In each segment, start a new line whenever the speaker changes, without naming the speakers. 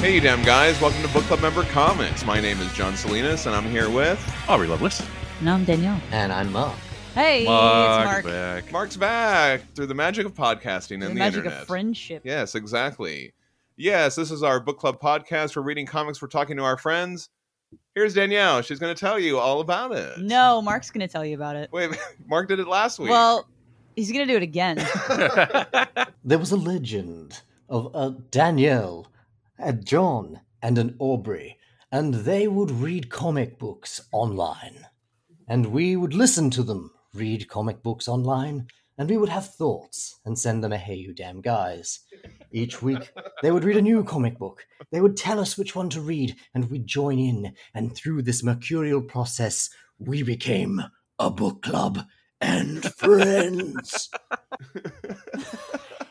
Hey, you damn guys. Welcome to Book Club Member Comics. My name is John Salinas, and I'm here with
Aubrey Lovelace.
And I'm Danielle.
And I'm Mark.
Hey,
Mark
it's Mark.
back.
Mark's back through the magic of podcasting and
The,
the,
magic
internet.
of friendship.
Yes, exactly. Yes, this is our book club podcast. We're reading comics, we're talking to our friends. Here's Danielle. She's going to tell you all about it.
No, Mark's gonna tell you about it.
Wait, Mark did it last week.
Well, he's gonna do it again.
There was a legend of a Danielle, a John, and an Aubrey, and they would read comic books online. And we would listen to them read comic books online, and we would have thoughts and send them a hey, you damn guys. Each week, they would read a new comic book. They would tell us which one to read, and we'd join in. And through this mercurial process, we became a book club and friends.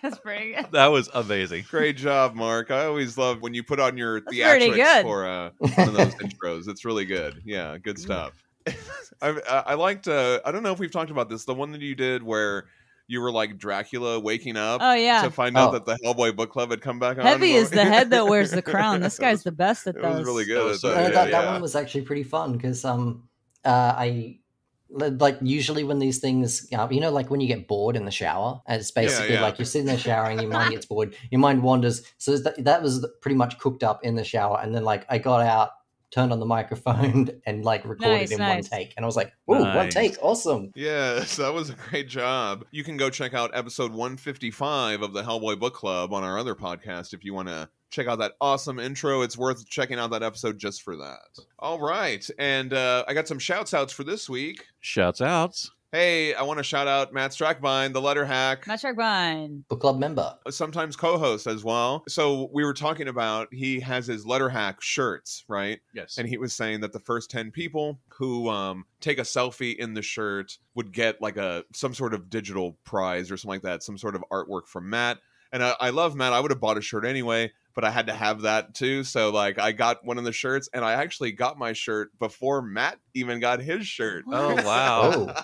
That's pretty good.
that was amazing.
Great job, Mark. I always love when you put on your
That's pretty
theatrics
good.
for uh, one of those intros. It's really good. Yeah, good stuff. I, I I liked. Uh, I don't know if we've talked about this. The one that you did where you were like Dracula waking up
Oh yeah.
to find out
Oh.
that the Hellboy book club had come back on.
Heavy is the head that wears the crown. This guy's the best at
It
those.
was really good.
That was
I
so
thought,
Uh,
good,
that,
Oh, yeah.
that one was actually pretty fun because um, uh, I li- like usually when these things uh, you know like when you get bored in the shower and it's basically
yeah.
like you're sitting there showering your mind gets bored your mind wanders so that, that was pretty much cooked up in the shower and then like i got out turned on the microphone and like recorded
Nice,
in
nice.
one take and i was like whoa one
Nice.
take awesome
Yes, that was a great job. You can go check out episode 155 of the Hellboy Book Club on our other podcast if you want to check out that awesome intro. It's worth checking out that episode just for that. All right. And uh, I got some shouts outs for this week.
Shouts outs.
Hey, I want to shout out Matt Strackbine, the letter hack.
Matt Sharkbine.
book club member
Sometimes co host as well. So, we were talking about he has his letter hack shirts, right?
Yes.
and he was saying that the first 10 people who um, take a selfie in the shirt would get like a some sort of digital prize or something like that some sort of artwork from matt and i, I love matt i would have bought a shirt anyway but i had to have that too so like i got one of the shirts and i actually got my shirt before matt even got his shirt
What?
oh wow.
oh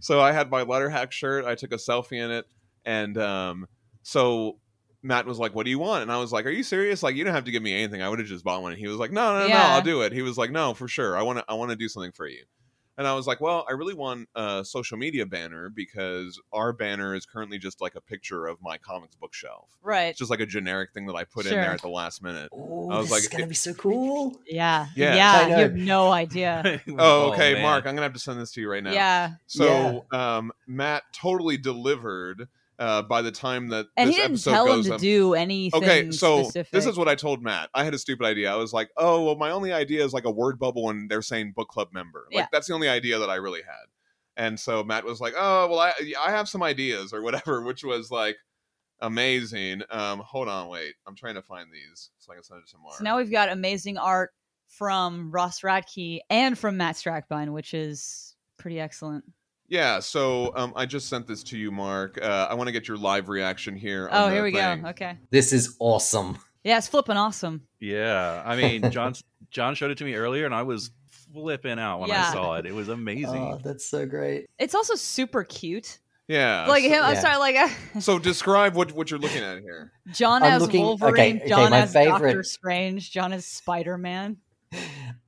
so I had my letter hack shirt. I took a selfie in it, and um, so Matt was like, "What do you want?" And I was like, "Are you serious? Like, you don't have to give me anything. I would have just bought one." And he was like, "No, no, no,
Yeah.
I'll do it." He was like, "No, for sure. I want to. I want to do something for you." And I was like, "Well, I really want a social media banner because our banner is currently just like a picture of my comics bookshelf.
Right.
It's just like a generic thing that I put in
Sure.
there at the last minute."
Ooh,
I was
this
like,
is gonna be so cool
Yeah.
Yeah.
I know.
You have no idea.
Oh, okay,
man.
Mark. I'm gonna have to send this to you right now.
yeah.
So um, Matt totally delivered uh, by the time that
And
this
he didn't
episode
tell him
goes
to
up.
do anything
Okay, so
specific.
this is what I told Matt. I had a stupid idea. I was like, "Oh, well, my only idea is like a word bubble, and they're saying book club member. Like
Yeah.
that's the only idea that I really had." And so Matt was like, "Oh, well, I I have some ideas or whatever," which was like amazing. Um, hold on, wait, I'm trying to find these so I can send it to Mark.
So now we've got amazing art from Ross Radke and from Matt Strackbine, which is pretty excellent.
yeah, so um, I just sent this to you, Mark. Uh, I want to get your live reaction here. on
oh,
the
here we
thing.
go. Okay.
this is awesome
Yeah, it's flipping awesome.
Yeah. I mean, John John showed it to me earlier, and I was flipping out when
Yeah.
I saw it. It was amazing.
oh that's so great
It's also super cute.
Yeah,
like him, I'm
Oh, yeah.
sorry, like uh,
So describe what what you're looking at here.
John
I'm
as
looking-
Wolverine,
okay, okay,
John
my
as Doctor
favorite-
Strange, John as Spider Man.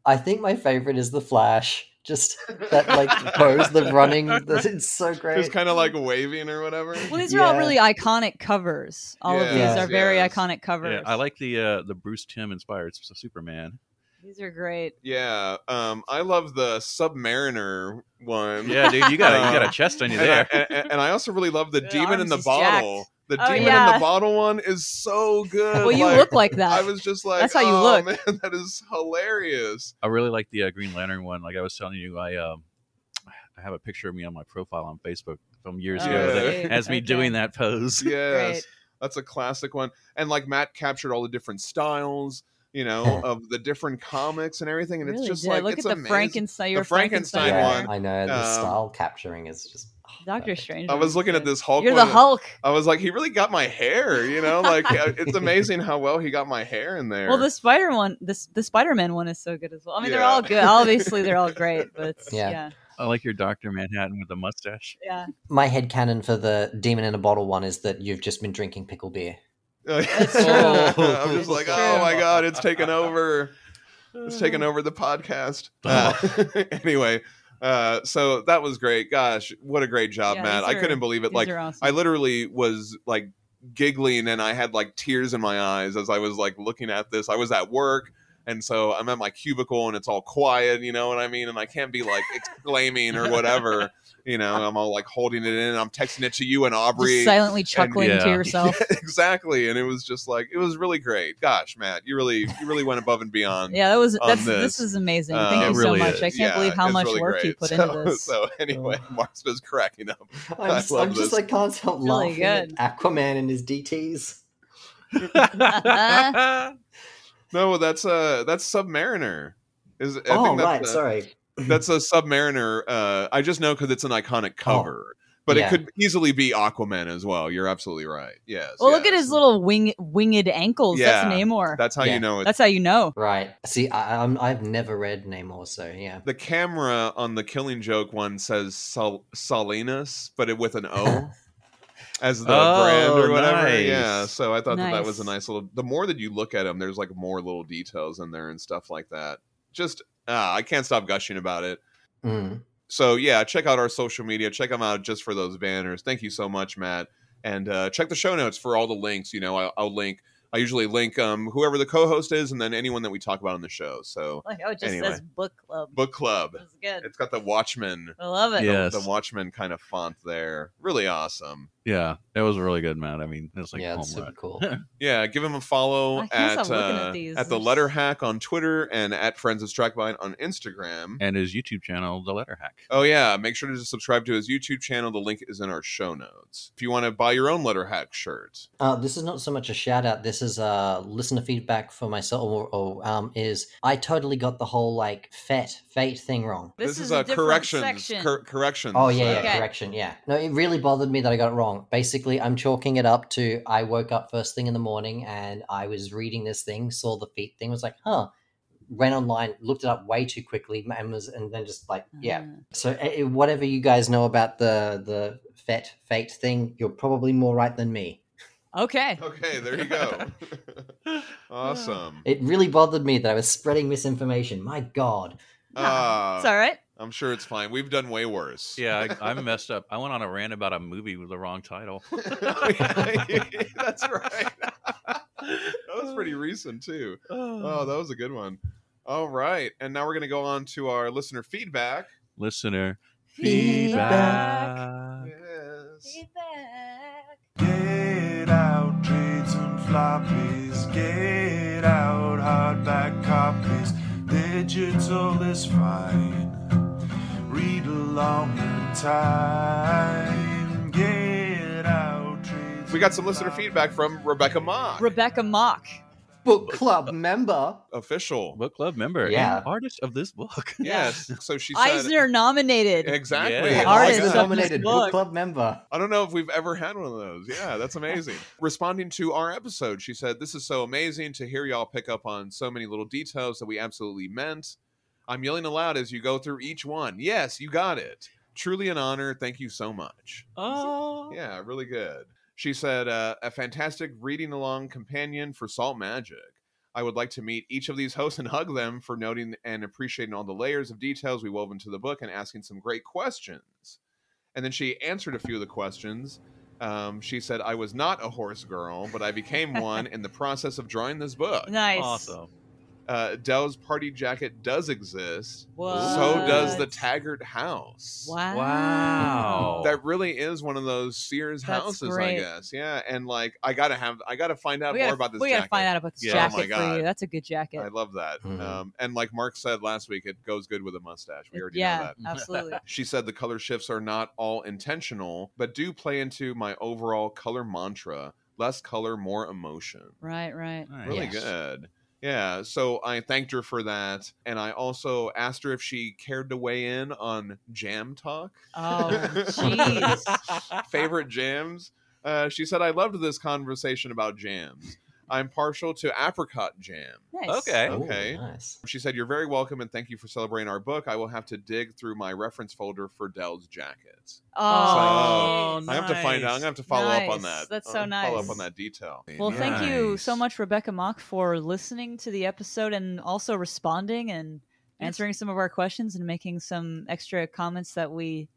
I think my favorite is the Flash. Just that like pose, the running. the- It's so
Just
great.
kind of like waving or whatever.
Well, these are all
Yeah.
really iconic covers. All of
Yes,
these are very
yes.
iconic covers.
Yeah, I like the uh, the Bruce Tim inspired s- Superman.
these are great.
Yeah. Um, I love the Submariner one.
Yeah, dude, you got a, you got
Uh,
a chest on you
And
there.
I, and, and I also really love the
The
demon in
arms
the
is
bottle. The
Oh,
demon in
yeah.
the bottle one is so good.
Well, you
Like,
look like that.
I was just like,
That's how you
"Oh,
look."
Man, that is hilarious.
I really like the uh, Green Lantern one. Like I was telling you, I um, I have a picture of me on my profile on Facebook from years
Oh,
ago that,
sweet.
as me
Okay.
doing that pose.
Yes,
Great.
that's a classic one. And like Matt captured all the different styles, you know, of the different comics and everything. And
really
it's just
did.
like
Look
it's
at the
amazing.
Frankenstein. your
Frankenstein
Frankensteiner.
one.
I know the
Um,
style capturing is just
oh,
Doctor Strange.
I was looking at
good.
this Hulk.
You're
one
the
and-
Hulk.
I was like, he really got my hair, you know? Like, uh, it's amazing how well he got my hair in there.
Well, the Spider one, this the Spider Man one is so good as well. I mean, they're
Yeah.
all good. Obviously, they're all great, but it's-
Yeah.
yeah,
I like your Doctor Manhattan with the mustache.
yeah.
my head canon for the demon in a bottle one is that you've just been drinking pickle beer.
That's true.
I'm just
It's
like,
true.
oh my god, it's taken over. It's taken over the podcast. Uh, anyway, uh, so that was great. Gosh, what a great job,
Yeah,
Matt.
these
I
are-
couldn't believe it.
These
Like
are awesome.
I literally was like giggling and I had like tears in my eyes as I was like looking at this. I was at work and so I'm at my cubicle and it's all quiet, you know what I mean? And I can't be like exclaiming or whatever, you know. I'm all like holding it in. I'm texting it to you and Aubrey.
Just silently chuckling to
yeah.
yourself.
Yeah, exactly. And it was just like it was really great. Gosh, Matt, you really you really went above and beyond.
Yeah, that was
On
that's
this.
this, is amazing.
Uh,
Thank
it
you so
really
much.
is.
I can't
Yeah,
believe how
it's
much
really
work you
great.
put
so,
into this. Oh.
So anyway, Mark's was cracking up.
I'm
I
just,
love
I'm just
this.
like can't help
Really
laughing at
good.
Aquaman and his DTS.
No, that's uh that's Submariner. Is I
oh
think that's
right,
the-
sorry.
that's a submariner uh i just know because it's an iconic cover but it
Yeah.
could easily be aquaman as well you're absolutely right yes
well, look at
yes.
his little wing, winged ankles. That's
Yeah,
Namor.
that's how
Yeah.
you know it
That's how you know.
Right. See, I, I'm, I've never read Namor, so yeah.
the camera on the killing joke one says Sol- salinas but it with an o as the
Oh,
brand or whatever
nice.
yeah so i thought that that was a
Nice.
nice little the more that you look at him there's like more little details in there and stuff like that just ah, i can't stop gushing about it
Mm.
so yeah check out our social media check them out just for those banners thank you so much matt and uh, check the show notes for all the links you know I'll, I'll link i usually link um, whoever the co-host is and then anyone that we talk about on the show so
Like, oh, it just
Anyway.
says book club.
book club
That's good.
it's got the watchman
I love it.
Yeah. Yes.
the watchman kind of font there really awesome
yeah, that was really good, Matt. I mean, it's like
yeah,
home
that's super
run.
cool.
yeah give him a follow
I can't
at
stop looking
uh,
at these.
at the
There's-
letter hack on twitter and at friends of strikebind on instagram
And his YouTube channel, The Letter Hack.
Oh yeah, make sure to subscribe to his YouTube channel. The link is in our show notes. If you want to buy your own letter hack shirt,
Uh, this is not so much a shout out. This is uh, listener feedback for myself. Or, or um, is I totally got the whole like fat fate thing wrong.
This, is, a, different
corrections
section.
cor- corrections.
Oh yeah, yeah,
uh,
Okay.
correction, yeah. No, it really bothered me that I got it wrong. Basically, I'm chalking it up to I woke up first thing in the morning and I was reading this thing, saw the feet thing, was like, huh. Went online, looked it up way too quickly, and was, and then just like, yeah.
Mm.
So eh, eh, whatever you guys know about the the fet fate thing, you're probably more right than me.
Uh, okay.
Okay, there you go. awesome.
It really bothered me that I was spreading misinformation. My God,
Ah.
it's all right.
I'm sure it's fine. We've done way worse.
Yeah, I, I messed up. I went on a rant about a movie with the wrong title.
that's right. that was pretty recent too. Oh, that was a good one. All right, and now we're gonna go on to our listener feedback.
Listener feedback.
Uh,
Feedback.
Yes.
Feedback.
Get out trades and floppies. Get out hardback copies. Digital is fine. Read along in time. Get out trades.
We got
and
some listener
floppies.
feedback from Rebecca Mock,
Rebecca Mock.
book club member.
official.
Book club member
Yeah.
and artist of this book.
Yes. So she said
Eisner nominated.
exactly.
Yeah.
Oh my
Artist
goodness.
of this
nominated book
book.
club member.
I don't know if we've ever had one of those. Yeah, that's amazing. Responding to our episode, she said, This is so amazing to hear y'all pick up on so many little details that we absolutely meant. I'm yelling aloud as you go through each one. Yes, you got it. Truly an honor. Thank you so much.
Oh,
Yeah, really good. She said, uh, A fantastic reading along companion for Salt Magic. I would like to meet each of these hosts and hug them for noting and appreciating all the layers of details we wove into the book and asking some great questions. And then she answered a few of the questions. Um, she said, I was not a horse girl, but I became one in the process of drawing this book.
Nice.
awesome.
Uh, Dell's party jacket does exist.
What?
So does the Taggart house
Wow.
Wow.
that really is one of those Sears
That's
houses, I
great.
guess. Yeah, and like I gotta have, I gotta find out
we
more
gotta,
about this.
we gotta
jacket.
find out about this
Yeah.
Oh my
jacket for
God.
you. That's a good jacket.
I love that.
Mhm.
Um, and like Mark said last week, it goes good with a mustache. We already know
yeah,
that.
absolutely.
She said the color shifts are not all intentional, but do play into my overall color mantra: less color, more emotion.
right, right.
Nice.
Really
Yes.
good. Yeah, so I thanked her for that, and I also asked her if she cared to weigh in on jam talk.
Oh, jeez.
favorite jams. Uh, she said, I loved this conversation about jams. I'm partial to apricot jam.
Nice.
Okay.
Okay.
Oh, nice.
She said, You're very welcome and thank you for celebrating our book. I will have to dig through my reference folder for Dell's jackets.
Oh,
I have to find out. I'm going to have to follow up on
Nice.
that.
That's so
I'll Follow up
nice.
on that detail.
Well, thank you
Nice.
so much, Rebecca Mock, for listening to the episode and also responding and answering some of our questions and making some extra comments that we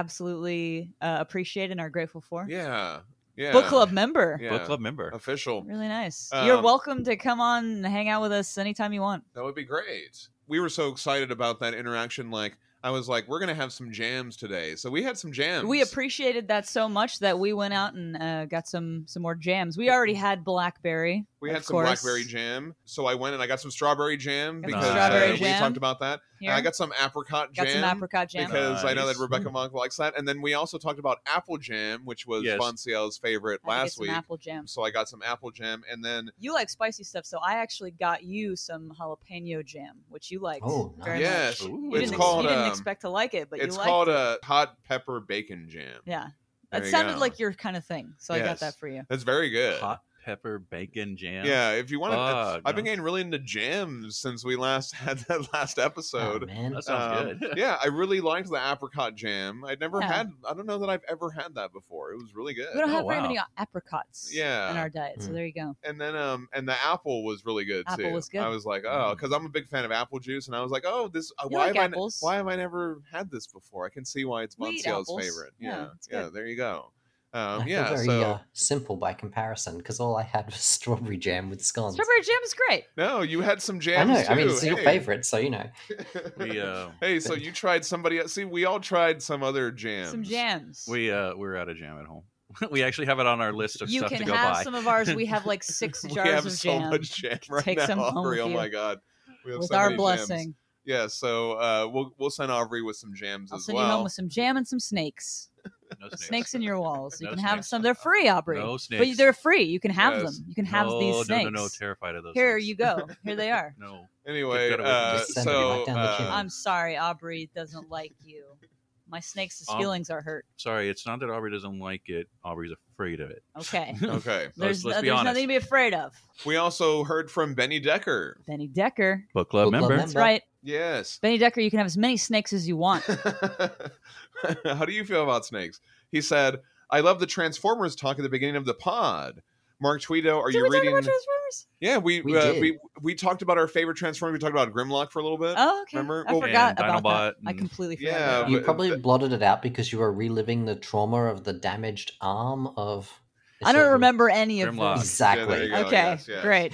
absolutely uh, appreciate and are grateful for.
Yeah. Yeah.
Book club member.
Yeah.
Book club member.
Official.
Really nice.
Um,
You're welcome to come on and hang out with us anytime you want.
That would be great. We were so excited about that interaction. Like, I was like, We're going to have some jams today. So we had some jams.
We appreciated that so much that we went out and uh, got some some more jams. We already had blackberry.
We
of
had some
course,
blackberry jam, so I went and I got some strawberry jam
Got
because
some strawberry
uh, we
jam.
talked about that.
here.
And I got some apricot
Got
jam,
some apricot jam.
because I know that
Nice.
Rebecca Monk likes that. And then we also talked about apple jam, which was
Yes.
Von Ciel's favorite
I had to get
last
some
week.
apple jam.
So I got some apple jam, and then
You like spicy stuff, so I actually got you some jalapeno jam, which you liked.
Oh, nice.
very much.
yes,
Ooh.
You
it's
didn't, ex-
called
you didn't
um,
expect to like it, but
it's
you liked
called
it.
a hot pepper bacon jam.
Yeah.
There
That
you
sounded
go.
like your kind of thing. So I
Yes. Uh,
got that for you.
That's very good.
Hot pepper bacon jam.
Yeah, if you want to,
Fuck,
I've been
no.
getting really into jams since we last had that last
Oh,
episode.
man.
That sounds
Um,
good.
yeah, I really liked the apricot jam. I'd never
Yeah.
had. I don't know that I've ever had that before. It was really good.
We don't
Oh,
have very
wow.
many apricots
Yeah.
in our diet, so
Mm.
there you go.
and then um and the apple was really good
Apple
too.
was good.
I was like, oh,
Mm.
because I'm a big fan of apple juice, and I was like, oh, this uh,
You
why
like
have
apples.
I why have I never had this before? I can see why it's
We eat
Montiel's
apples.
favorite.
Yeah,
Yeah,
it's
yeah,
good.
there you go.
I
Um,
feel
yeah,
very
so
uh, simple by comparison because all I had was strawberry jam with scones.
Strawberry jam is great.
no, you had some
I
jams
know. I mean,
too.
it's your
Hey.
favorite, so you know.
We uh,
Hey, so you tried somebody else. See, we all tried some other jams.
Some jams.
we uh, we're out of jam at home. we actually have it on our list of
you
stuff
can
to go
have
buy.
some of ours. We have like six
We
jars
have
of
so
jam
much jam right
Take
now,
some home
Aubrey.
with
Oh my
you.
god, we have
with
so
our
many jams.
blessing.
Yeah, so uh, we'll we'll send Aubrey with some jams
I'll
as
send
well.
you home with some jam and some snakes.
no
Snakes, in your walls. You
No
can have
snakes.
some. They're free, Aubrey.
No snakes.
But they're free. You can have
Yes.
them. You can have
no,
these snakes.
No, no, no, terrified of those.
Here
things.
you go. Here they are.
No.
Anyway,
Get that away from
uh,
me.
Just send it
so
right down the
uh,
chimney.
I'm sorry, Aubrey doesn't like you. My snake's
Um,
feelings are hurt.
Sorry, it's not that Aubrey doesn't like it. Aubrey's afraid of it.
Okay.
uh, okay.
There's,
let's
no-
be
there's
honest.
nothing to be afraid of.
We also heard from Benny Decker.
Benny Decker.
Book club
Book club
member.
member.
That's right.
Yes.
Benny Decker, you can have as many snakes as you want.
How do you feel about snakes? He said, I love the Transformers talk at the beginning of the pod. Mark Tweedo, are
Did
you
we
reading?
talk about Transformers?
yeah, we
We
uh,
did.
we we talked about our favorite Transformers. We talked about Grimlock for a little bit.
Oh, okay.
Remember?
I
Well,
forgot
and
about
Dinobot
that. I
and-
completely forgot.
Yeah,
Um,
about
but-
You probably blotted it out because you were reliving the trauma of the damaged arm of.
that. I don't remember any of
Grimlock.
those.
Yeah, there
Exactly.
you go.
Okay,
yes, yes.
great.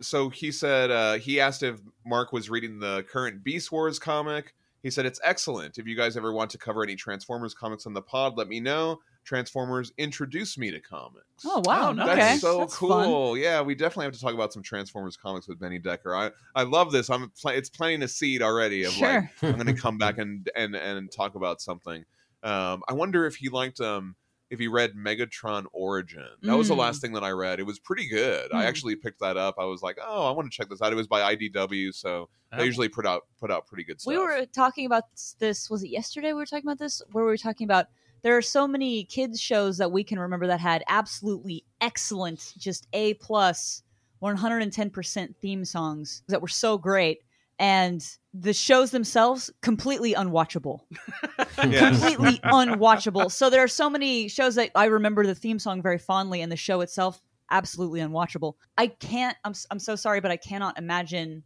So he said uh, he asked if Mark was reading the current Beast Wars comic. He said it's excellent. If you guys ever want to cover any Transformers comics on the pod, let me know. Transformers introduced me to comics.
Oh, wow.
Oh, nice.
Okay.
That's so
That's fun.
cool. Yeah, we definitely have to talk about some Transformers comics with Benny Decker. I, I love this. I'm pl- it's planting a seed already of like
Sure.
I'm going to come back and and and talk about something. Um, I wonder if he liked um if he read Megatron Origin. That was the
Mm.
last thing that I read. It was pretty good. I
Mm.
actually picked that up. I was like, oh, I want to check this out. It was by IDW, so they usually put out put out pretty good stuff.
Oh. We were talking about this. Was it yesterday? We were talking about this, where we were talking about there are so many kids shows that we can remember that had absolutely excellent, just a plus, one hundred and ten percent theme songs that were so great, and the shows themselves completely unwatchable,
Yes.
completely unwatchable. So there are so many shows that I remember the theme song very fondly, and the show itself absolutely unwatchable. I can't. I'm s- I'm so sorry, but I cannot imagine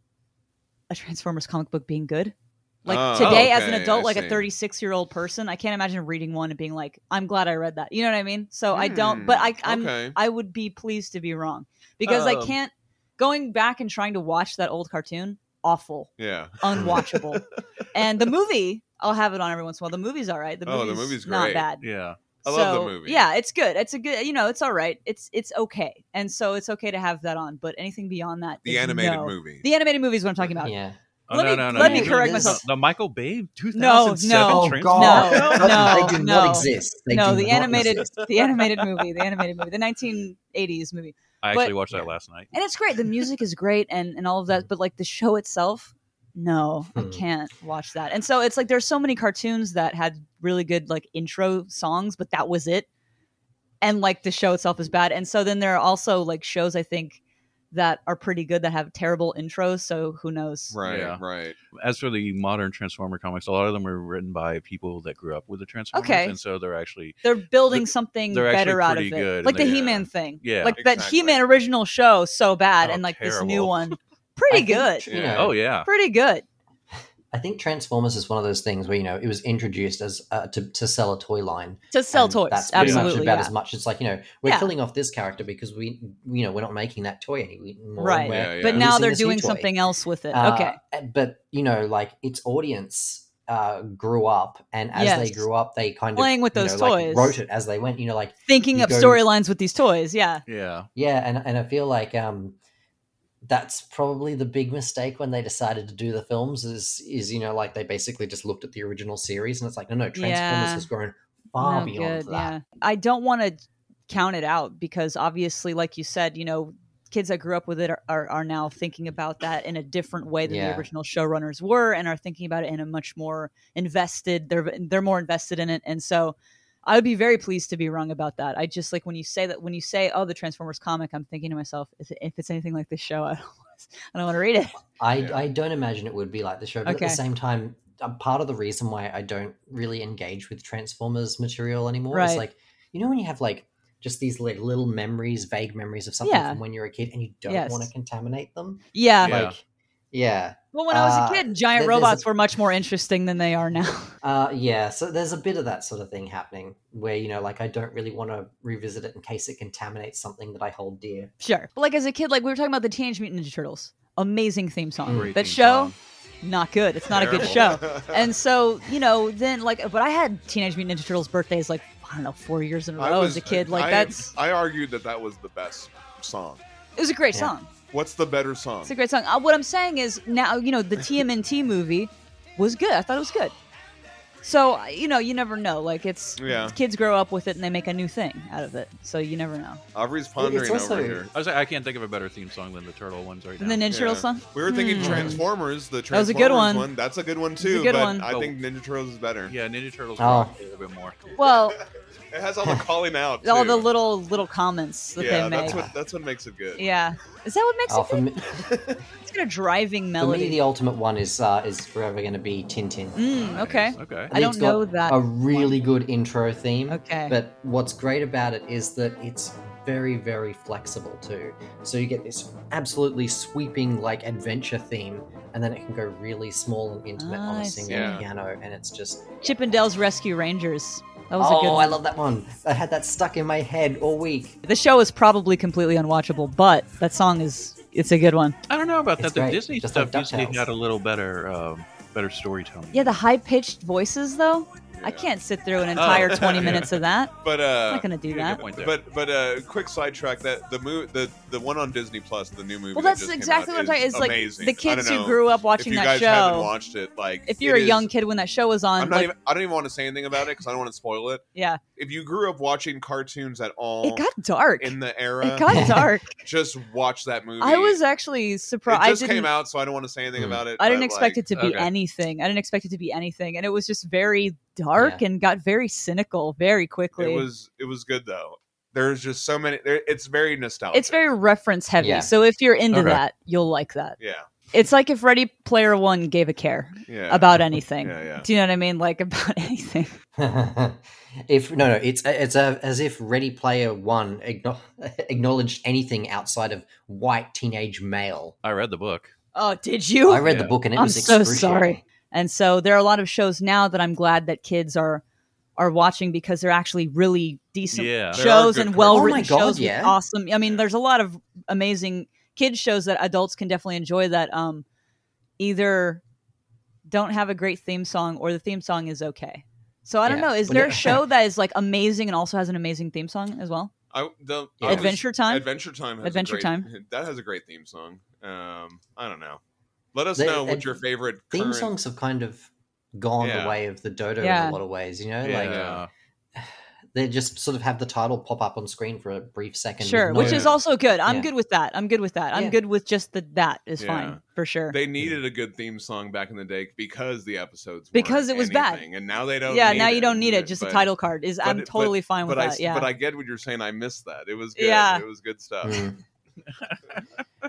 a Transformers comic book being good. Like
Oh,
today, as an
okay,
adult,
I
like
see.
a 36 year old person, I can't imagine reading one and being like, "I'm glad I read that." You know what I mean? So I don't. But I,
Hmm,
I'm
okay. Oh.
I would be pleased to be wrong because I
Um,
can't. Going back and trying to watch that old cartoon, awful,
Yeah.
unwatchable. and the movie, I'll have it on every once in a while. The movie's all right. The
Oh,
movie's,
the movie's
not
great.
bad.
Yeah.
I love the movie.
Yeah, it's good. It's a good. You know, it's all right. It's it's okay. And so it's okay to have that on. But anything beyond that,
The
is
animated
no.
movie.
The animated movie is what I'm talking about.
Yeah.
Oh,
Let
no,
me-
no, no,
let
you
me
mean
correct
the-
myself.
The Michael Bay 2007
no.
Oh
Transformers?
God!
No, no,
they do
no.
not exist. They
no,
do
the
not
animated,
exist.
the animated movie, the animated movie, the 1980s movie,
I actually
But-
watched that last night.
and it's great. The music is great, and and all of that, but like the show itself, no, I
Hmm.
can't watch that. And so it's like there's so many cartoons that had really good like intro songs, but that was it. and like the show itself is bad. And so then there are also like shows I think that are pretty good that have terrible intros. So who knows?
Right,
Yeah.
right.
As for the modern Transformer comics, a lot of them were written by people that grew up with the Transformers,
Okay.
and so they're actually
They're building
They're-
something
they're actually
better out of
pretty
it,
good, and
like the
they-
He-Man thing.
Yeah.
like that
Exactly.
He-Man original show so bad,
Oh,
and like this new
terrible.
one,
I
pretty
think,
good,
you
Yeah.
know,
oh yeah,
pretty good.
I think Transformers is one of those things where you know it was introduced as uh, to to sell a toy line.
To sell
and
toys,
That's pretty
absolutely.
much about
yeah.
as much. It's like you know we're
Yeah.
killing off this character because we you know we're not making that toy anymore.
Right.
and we're
Yeah, yeah.
But now
releasing
they're
this new
doing
toy.
something else with it.
Uh,
okay,
but you know, like its audience uh, grew up, and as they
Yes.
grew up, they kind
Playing
of
with
you
those
know, like,
toys.
wrote it as they went. You know, like
thinking
you
up
go-
storylines with these toys. Yeah,
yeah.
yeah, and and I feel like um, that's probably the big mistake when they decided to do the films is is you know like they basically just looked at the original series, and it's like no, no, Transformers
Yeah.
has grown far
No
beyond
good,
that.
Yeah. I don't want to count it out because obviously, like you said, you know, kids that grew up with it are, are, are now thinking about that in a different way than
Yeah.
the original showrunners were and are thinking about it in a much more invested they're they're more invested in it and so I would be very pleased to be wrong about that. I just like when you say that when you say oh the Transformers comic I'm thinking to myself if, if it's anything like this show I don't want to, I don't want to read it.
I,
Yeah.
I don't imagine it would be like the show, but at
Okay.
the same time, uh, part of the reason why I don't really engage with Transformers material anymore is
Right.
like, you know, when you have like just these like little memories, vague memories of something
Yeah.
from when you're a kid, and you don't want
Yes.
to contaminate them.
Yeah.
Yeah.
Like, yeah,
Well when I was
Uh,
a kid
there- there's
giant
a-
robots were much more interesting than they are now.
uh, yeah. So there's a bit of that sort of thing happening where you know, like, I don't really want to revisit it in case it contaminates something that I hold dear.
Sure. But like as a kid, like we were talking about the Teenage Mutant Ninja Turtles. Amazing theme song.
Great
that
theme
show,
song.
not good. It's not a good show.
Terrible.
And so, you know, then like but I had Teenage Mutant Ninja Turtles birthdays like I don't know, four years in a
I
row as a kid. Like
I-
that's
I argued that that was the best song.
it was a great
Yeah.
song.
What's the better song?
It's a great song. Uh, what I'm saying is now, you know, the TMNT movie was good. I thought it was good. So, uh, you know, you never know. Like it's
Yeah.
kids grow up with it and they make a new thing out of it. So you never know.
Avery's pondering
also-
over here.
I was like, I can't think of a better theme song than the Turtle ones right
And
now.
the Ninja
Yeah.
Turtles song?
We were thinking
Hmm.
Transformers. The Transformers
That was a good one.
That's a good one
was a
too.
good
but
one.
I
Oh.
think Ninja Turtles is better.
yeah, Ninja Turtles
Oh.
rock it a little bit more.
Well,
It has all the calling out.
all
too.
the little little comments that
yeah,
they make.
that's what that's what makes it good.
eh? Yeah. Is that what makes
Oh,
it
for
good?
me,
It's got a driving
for me,
melody.
the ultimate one is uh, is forever going to be Tintin.
mm, okay.
Okay.
I don't
It's got
know that.
a really good intro theme.
Okay.
But what's great about it is that it's very, very flexible too. So you get this absolutely sweeping like adventure theme, and then it can go really small and intimate on
Ah, I
a
see.
single
Yeah.
piano, and it's just
Chippendale's Rescue Rangers. That was
oh,
a good one.
I love that one. I had that stuck in my head all week.
the show is probably completely unwatchable, but that song is it's a good one.
I don't know about
It's
that. The
great,
Disney
just
stuff
like
Disney
DuckTales.
had a little better, um, better storytelling.
Yeah, the high pitched voices though. I
Yeah.
can't sit through an entire
Oh.
20 minutes of that.
But
I'm
uh,
not going to do
Yeah,
that.
good point there.
but but uh, quick sidetrack that the movie the the one on Disney Plus, the new movie.
Well,
that
that's
just came
exactly
out
what I'm talking.
is
It's like
amazing.
the
I don't
kids who
know
grew up watching
if you guys
that
haven't
show.
watched it, like
If you're
it
a young
is-
kid when that show was on,
I'm not
like,
even. I don't even want to say anything about it because I don't want to spoil it.
yeah,
If you grew up watching cartoons at all
it got dark.
in the era,
It got dark.
just watch that movie.
I was actually surprised.
It just
I didn't
came out, so I don't want to say anything
Hmm.
about it.
I didn't
but,
expect
like,
it to be
Okay.
anything. I didn't expect it to be anything, and it was just very dark and got very cynical very quickly.
It was it was good though. There's just so many. There, it's very nostalgic.
it's very reference heavy,
Yeah.
so if you're into
Okay.
that, you'll like that.
yeah
It's like if Ready Player One gave a care
yeah
about anything.
Yeah, yeah.
Do you know what I mean? Like about anything.
if no, no, it's it's a, as if Ready Player One acknow- acknowledged anything outside of white teenage male.
I read the book.
Oh, did you?
I read the
Yeah.
book and it
I'm
was
so
excruciating.
sorry. And so there are a lot of shows now that I'm glad that kids are are watching because they're actually really decent
There
Yeah.
are
shows
good
and
cartoons.
well written
Oh my God,
shows. with
yeah.
Awesome. I mean, there's a lot of amazing kids shows that adults can definitely enjoy that um either don't have a great theme song or the theme song is okay. So I don't
Yeah.
know. Is
Well,
there
yeah.
a show that is like amazing and also has an amazing theme song as well?
I, the, I
Yeah.
was-
Adventure Time.
Adventure Time. Has a
Adventure
great-
Time.
That has a great theme song. Um, I don't know. Let us
The-
know what
and
your favorite
theme
current-
songs have kind of gone
Yeah.
the way of the dodo
Yeah.
in a lot of ways you know
yeah.
like
They just sort of have the title pop up on screen for a brief second. with
Oh,
Sure,
no-
which is also good. I'm
Yeah.
good with that. I'm good with that. I'm
Yeah.
good with just the that is
Yeah.
fine for sure.
They needed a good theme song back in the day because the episodes
Because
weren't
it was bad.
anything, and now they don't.
yeah,
need
now
it.
you don't need it. Just a
But-
title card is. I'm
but-
totally fine with
But I,
that.
s-
yeah,
but I get what you're saying. I missed that. It was good.
Yeah.
It was good stuff.
Mm.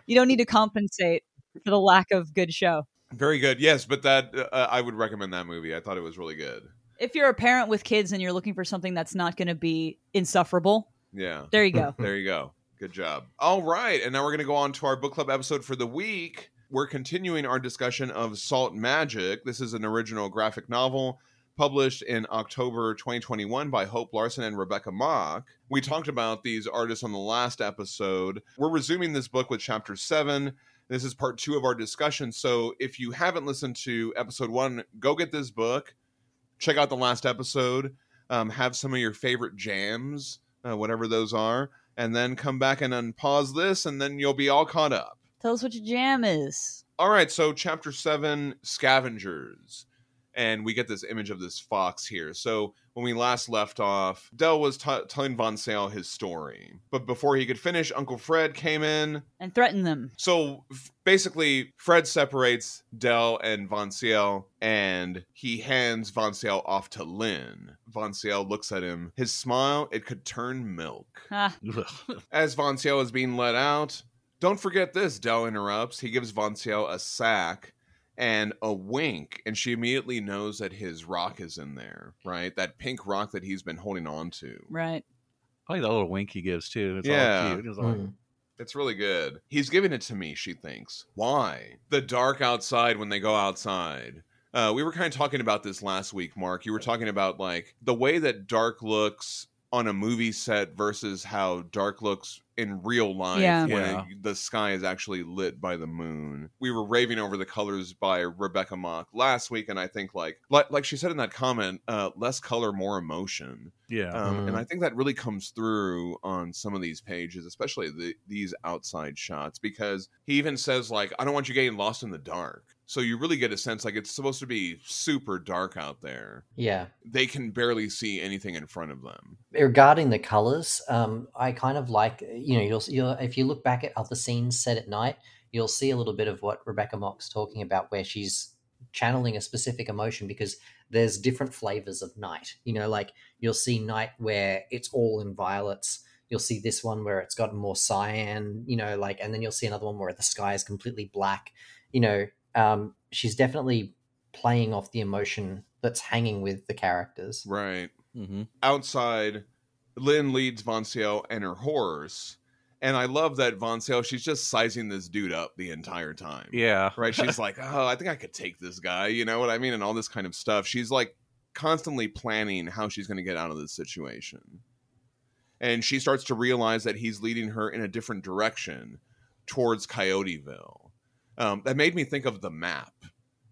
you don't need to compensate for the lack of good show.
Very good. Yes, but that uh, I would recommend that movie. I thought it was really good.
If you're a parent with kids and you're looking for something that's not going to be insufferable,
Yeah.
there you go.
There you go. Good job. All right. And now we're going to go on to our book club episode for the week. We're continuing our discussion of Salt Magic. This is an original graphic novel published in October 2021 by Hope Larson and Rebecca Mock. We talked about these artists on the last episode. We're resuming this book with chapter seven. This is part two of our discussion. So if you haven't listened to episode one, go get this book, check out the last episode, um, have some of your favorite jams, uh, whatever those are and then come back and unpause this, and then you'll be all caught up.
Tell us what your jam is.
All right, so chapter seven, scavengers. And we get this image of this fox here. So when we last left off, Dell was t- telling Von Sale his story. But before he could finish, Uncle Fred came in.
and threaten them.
So f- basically, Fred separates Dell and Von Ciel, and he hands Von Ciel off to Lynn. Von Ciel looks at him. His smile, it could turn milk.
Ah,
As Von Ciel is being let out, don't forget this, Dell interrupts. He gives Von Ciel a sack and a wink, and she immediately knows that his rock is in there, right? That pink rock that he's been holding on to.
right.
I like that little wink he gives too. It's
Yeah.
all cute. It's all-
Mm.
It's really good. He's giving it to me, she thinks. Why? The dark outside when they go outside. Uh, we were kind of talking about this last week, Mark. You were talking about like the way that dark looks on a movie set versus how dark looks in real life
Yeah.
when
Yeah.
the sky is actually lit by the moon. We were raving over the colors by Rebecca Mock last week, and I think like like, like she said in that comment, uh, less color, more emotion.
yeah.
Um, and
Mhm.
I think that really comes through on some of these pages, especially the, these outside shots, because he even says like, "I don't want you getting lost in the dark." So you really get a sense like it's supposed to be super dark out there.
Yeah.
They can barely see anything in front of them.
regarding the colors, um, I kind of like uh, you know you'll, you'll if you look back at other scenes set at night, you'll see a little bit of what Rebecca Mock's talking about, where she's channeling a specific emotion because there's different flavors of night. You know, like you'll see night where it's all in violets. You'll see this one where it's got more cyan. You know, like and then you'll see another one where the sky is completely black. You know, um, she's definitely playing off the emotion that's hanging with the characters.
Right.
Mhm.
outside, Lynn leads Von Ciel and her horse. And I love that Von Ciel, she's just sizing this dude up the entire time.
Yeah.
Right. She's like, oh, I think I could take this guy. You know what I mean? And all this kind of stuff. She's like constantly planning how she's going to get out of this situation. And she starts to realize that he's leading her in a different direction towards Coyoteville. Um, that made me think of the map,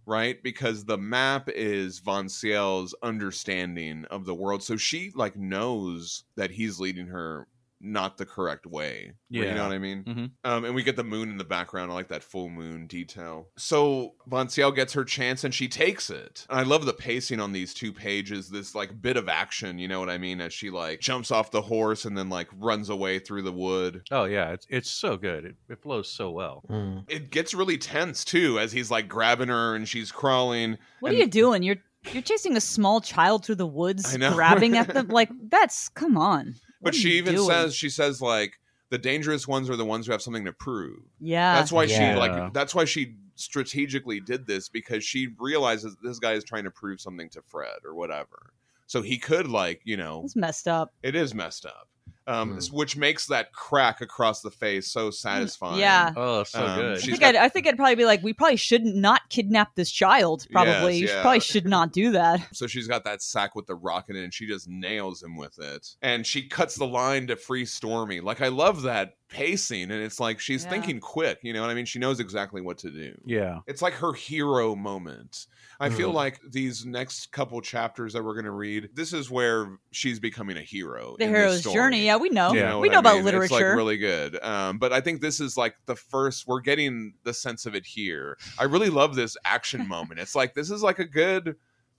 right? Because the map is Von Ciel's understanding of the world. So she like knows that he's leading her not the correct way. You
Yeah.
know what I mean?
Mhm.
Um, and we get the moon in the background. I like that full moon detail. So Von Ciel gets her chance and she takes it. And I love the pacing on these two pages, this like bit of action, you know what I mean? As she like jumps off the horse and then like runs away through the wood.
Oh yeah. It's it's so good. It, it flows so well.
Mm.
It gets really tense too as he's like grabbing her and she's crawling.
What
And-
are you doing? You're you're chasing a small child through the woods,
I know.
grabbing at them like that's come on. What
But
are
she
you
even
doing?
says, she says like the dangerous ones are the ones who have something to prove.
"Yeah,
that's why
Yeah.
she like that's why she strategically did this because she realizes this guy is trying to prove something to Fred or whatever. So he could like, you know,
it's messed up."
it is messed up. Um,
Hmm.
which makes that crack across the face so satisfying.
Yeah,
Oh, so
Um,
good.
I
she's
think
got-
I'd, I think I'd probably be like, "We probably shouldn't not kidnap this child. Probably,
Yes,
you
yeah.
probably should not do that."
So she's got that sack with the rocket in, it, and she just nails him with it. And she cuts the line to free Stormy. Like I love that pacing, and it's like she's
Yeah.
thinking quick. You know what I mean? She knows exactly what to do.
yeah.
It's like her hero moment. I feel
Mm.
like these next couple chapters that we're going to read, this is where she's becoming a hero.
The
in this
hero's
story.
journey. Yeah, we know.
You
Yeah.
Oh, we
what
know
I
about
mean? It's
literature.
like really good. Um, but I think this is like the first, we're getting the sense of it here. I really love this action moment. It's like, this is like a good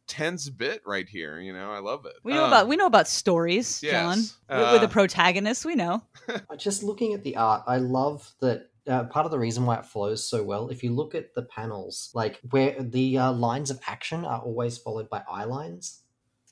tense bit right here. You know, I love it.
We know
Um,
about we know about stories, John.
yes.
With- with
Uh,
a protagonist, we know.
Just looking at the art, I love that. Uh, part of the reason why it flows so well, if you look at the panels, like where the uh, lines of action are always followed by eye lines.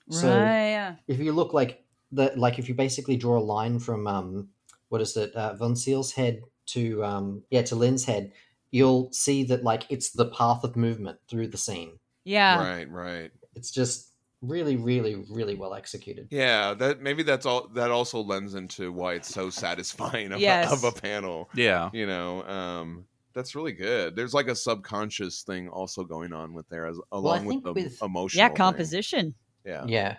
So-
right. Yeah.
if you look like the like if you basically draw a line from um what is it uh, von seel's head to um yeah to lynn's head you'll see that like it's the path of movement through the scene
Yeah.
right, right.
it's just really really really well executed
Yeah, that maybe that's all. That also lends into why it's so satisfying of,
Yes.
a, of a panel.
Yeah.
You know, um, that's really good. There's like a subconscious thing also going on with there, as along with
think
the
with-
emotional.
Yeah.
thing.
Composition.
Yeah.
yeah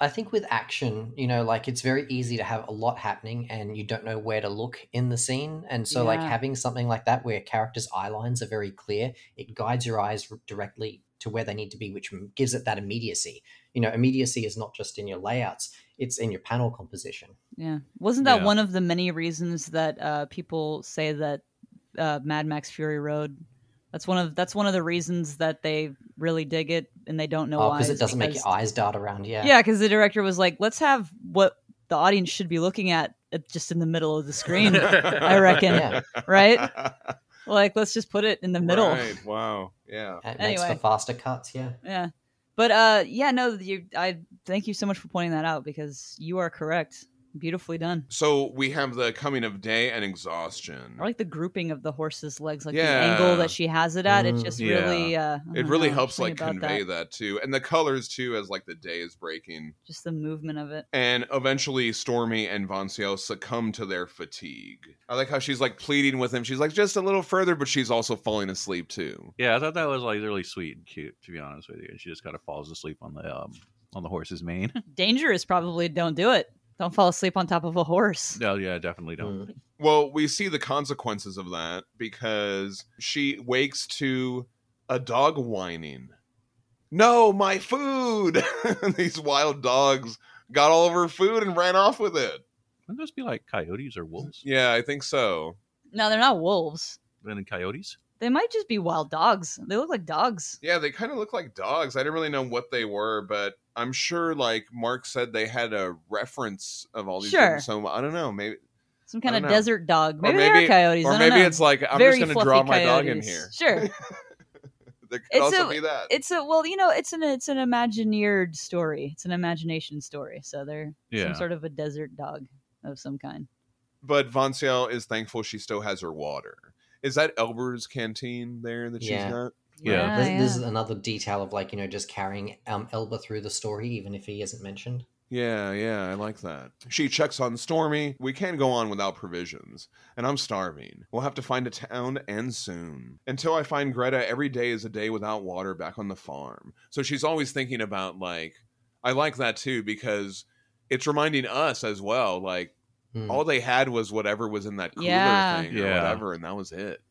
i think with action you know like it's very easy to have a lot happening and you don't know where to look in the scene and so like
Yeah.
having something like that where characters eye lines are very clear it guides your eyes r- directly to where they need to be which m- gives it that immediacy you know immediacy is not just in your layouts it's in your panel composition
Yeah. Wasn't that
Yeah.
one of the many reasons that uh, people say that uh, Mad Max Fury Road? That's one of that's one of the reasons that they really dig it and they don't know
oh
why.
because it
is
doesn't make
because-
your eyes dart around yeah
Yeah, because the director was like, "Let's have what the audience should be looking at uh, just in the middle of the screen,
I
reckon.
Yeah.
right? Like, let's just put it in the middle."
Right, Wow. Yeah.
it makes
Anyway.
for faster cuts yeah
Yeah, but uh, yeah, no, you. I thank you so much for pointing that out because you are correct. Beautifully done.
So we have the coming of day and exhaustion.
I like the grouping of the horse's legs, like
Yeah.
the angle that she has it at. It
Mm.
just
Yeah.
really, uh, I
it
don't
really
know,
helps like
something about
convey
that.
that. too, and the colors too, as like the day is breaking,
just the movement of it.
and eventually Stormy and Vancio succumb to their fatigue. I like how she's like pleading with him. She's like just a little further, but she's also falling asleep too.
Yeah, I thought that was like really sweet and cute, to be honest with you. And she just kind of falls asleep on the um, on the horse's mane.
Dangerous, probably. Don't do it. Don't fall asleep on top of a horse.
no, Oh, yeah, definitely don't.
Mm.
Well, we see the consequences of that because she wakes to a dog whining. No, my food! These wild dogs got all of her food and ran off with it.
Wouldn't those be like coyotes or wolves?
Yeah, I think so.
No, they're not wolves.
And then coyotes?
They might just be wild dogs. They look like dogs.
Yeah, they kind of look like dogs. I didn't really know what they were, but I'm sure, like Mark said, they had a reference of all these.
Sure.
different- So I don't know, maybe,
Some kind
I
of
don't know.
desert dog. Maybe, they
maybe-
are coyotes. I
or
don't
maybe
know.
it's like I'm just
Very
going to
fluffy
draw my dog in
coyotes.
here.
Sure.
There could
It's
also
a-
be that.
It's a well, you know, it's an it's an imagineered story. It's an imagination story. So they're
Yeah.
some sort of a desert dog of some kind.
but Von Ciel is thankful she still has her water. Is that Elber's canteen there that
Yeah.
she's got?
Ah,
Yeah.
This, this is another detail of like you know just carrying um, Elba through the story, even if he isn't mentioned.
Yeah, yeah, I like that. She checks on Stormy. We can't go on without provisions, and I'm starving. We'll have to find a town and soon. Until I find Greta, every day is a day without water back on the farm. So she's always thinking about like I like that too because it's reminding us as well like
Hmm.
all they had was whatever was in that cooler
Yeah.
thing or
Yeah.
whatever and that was it.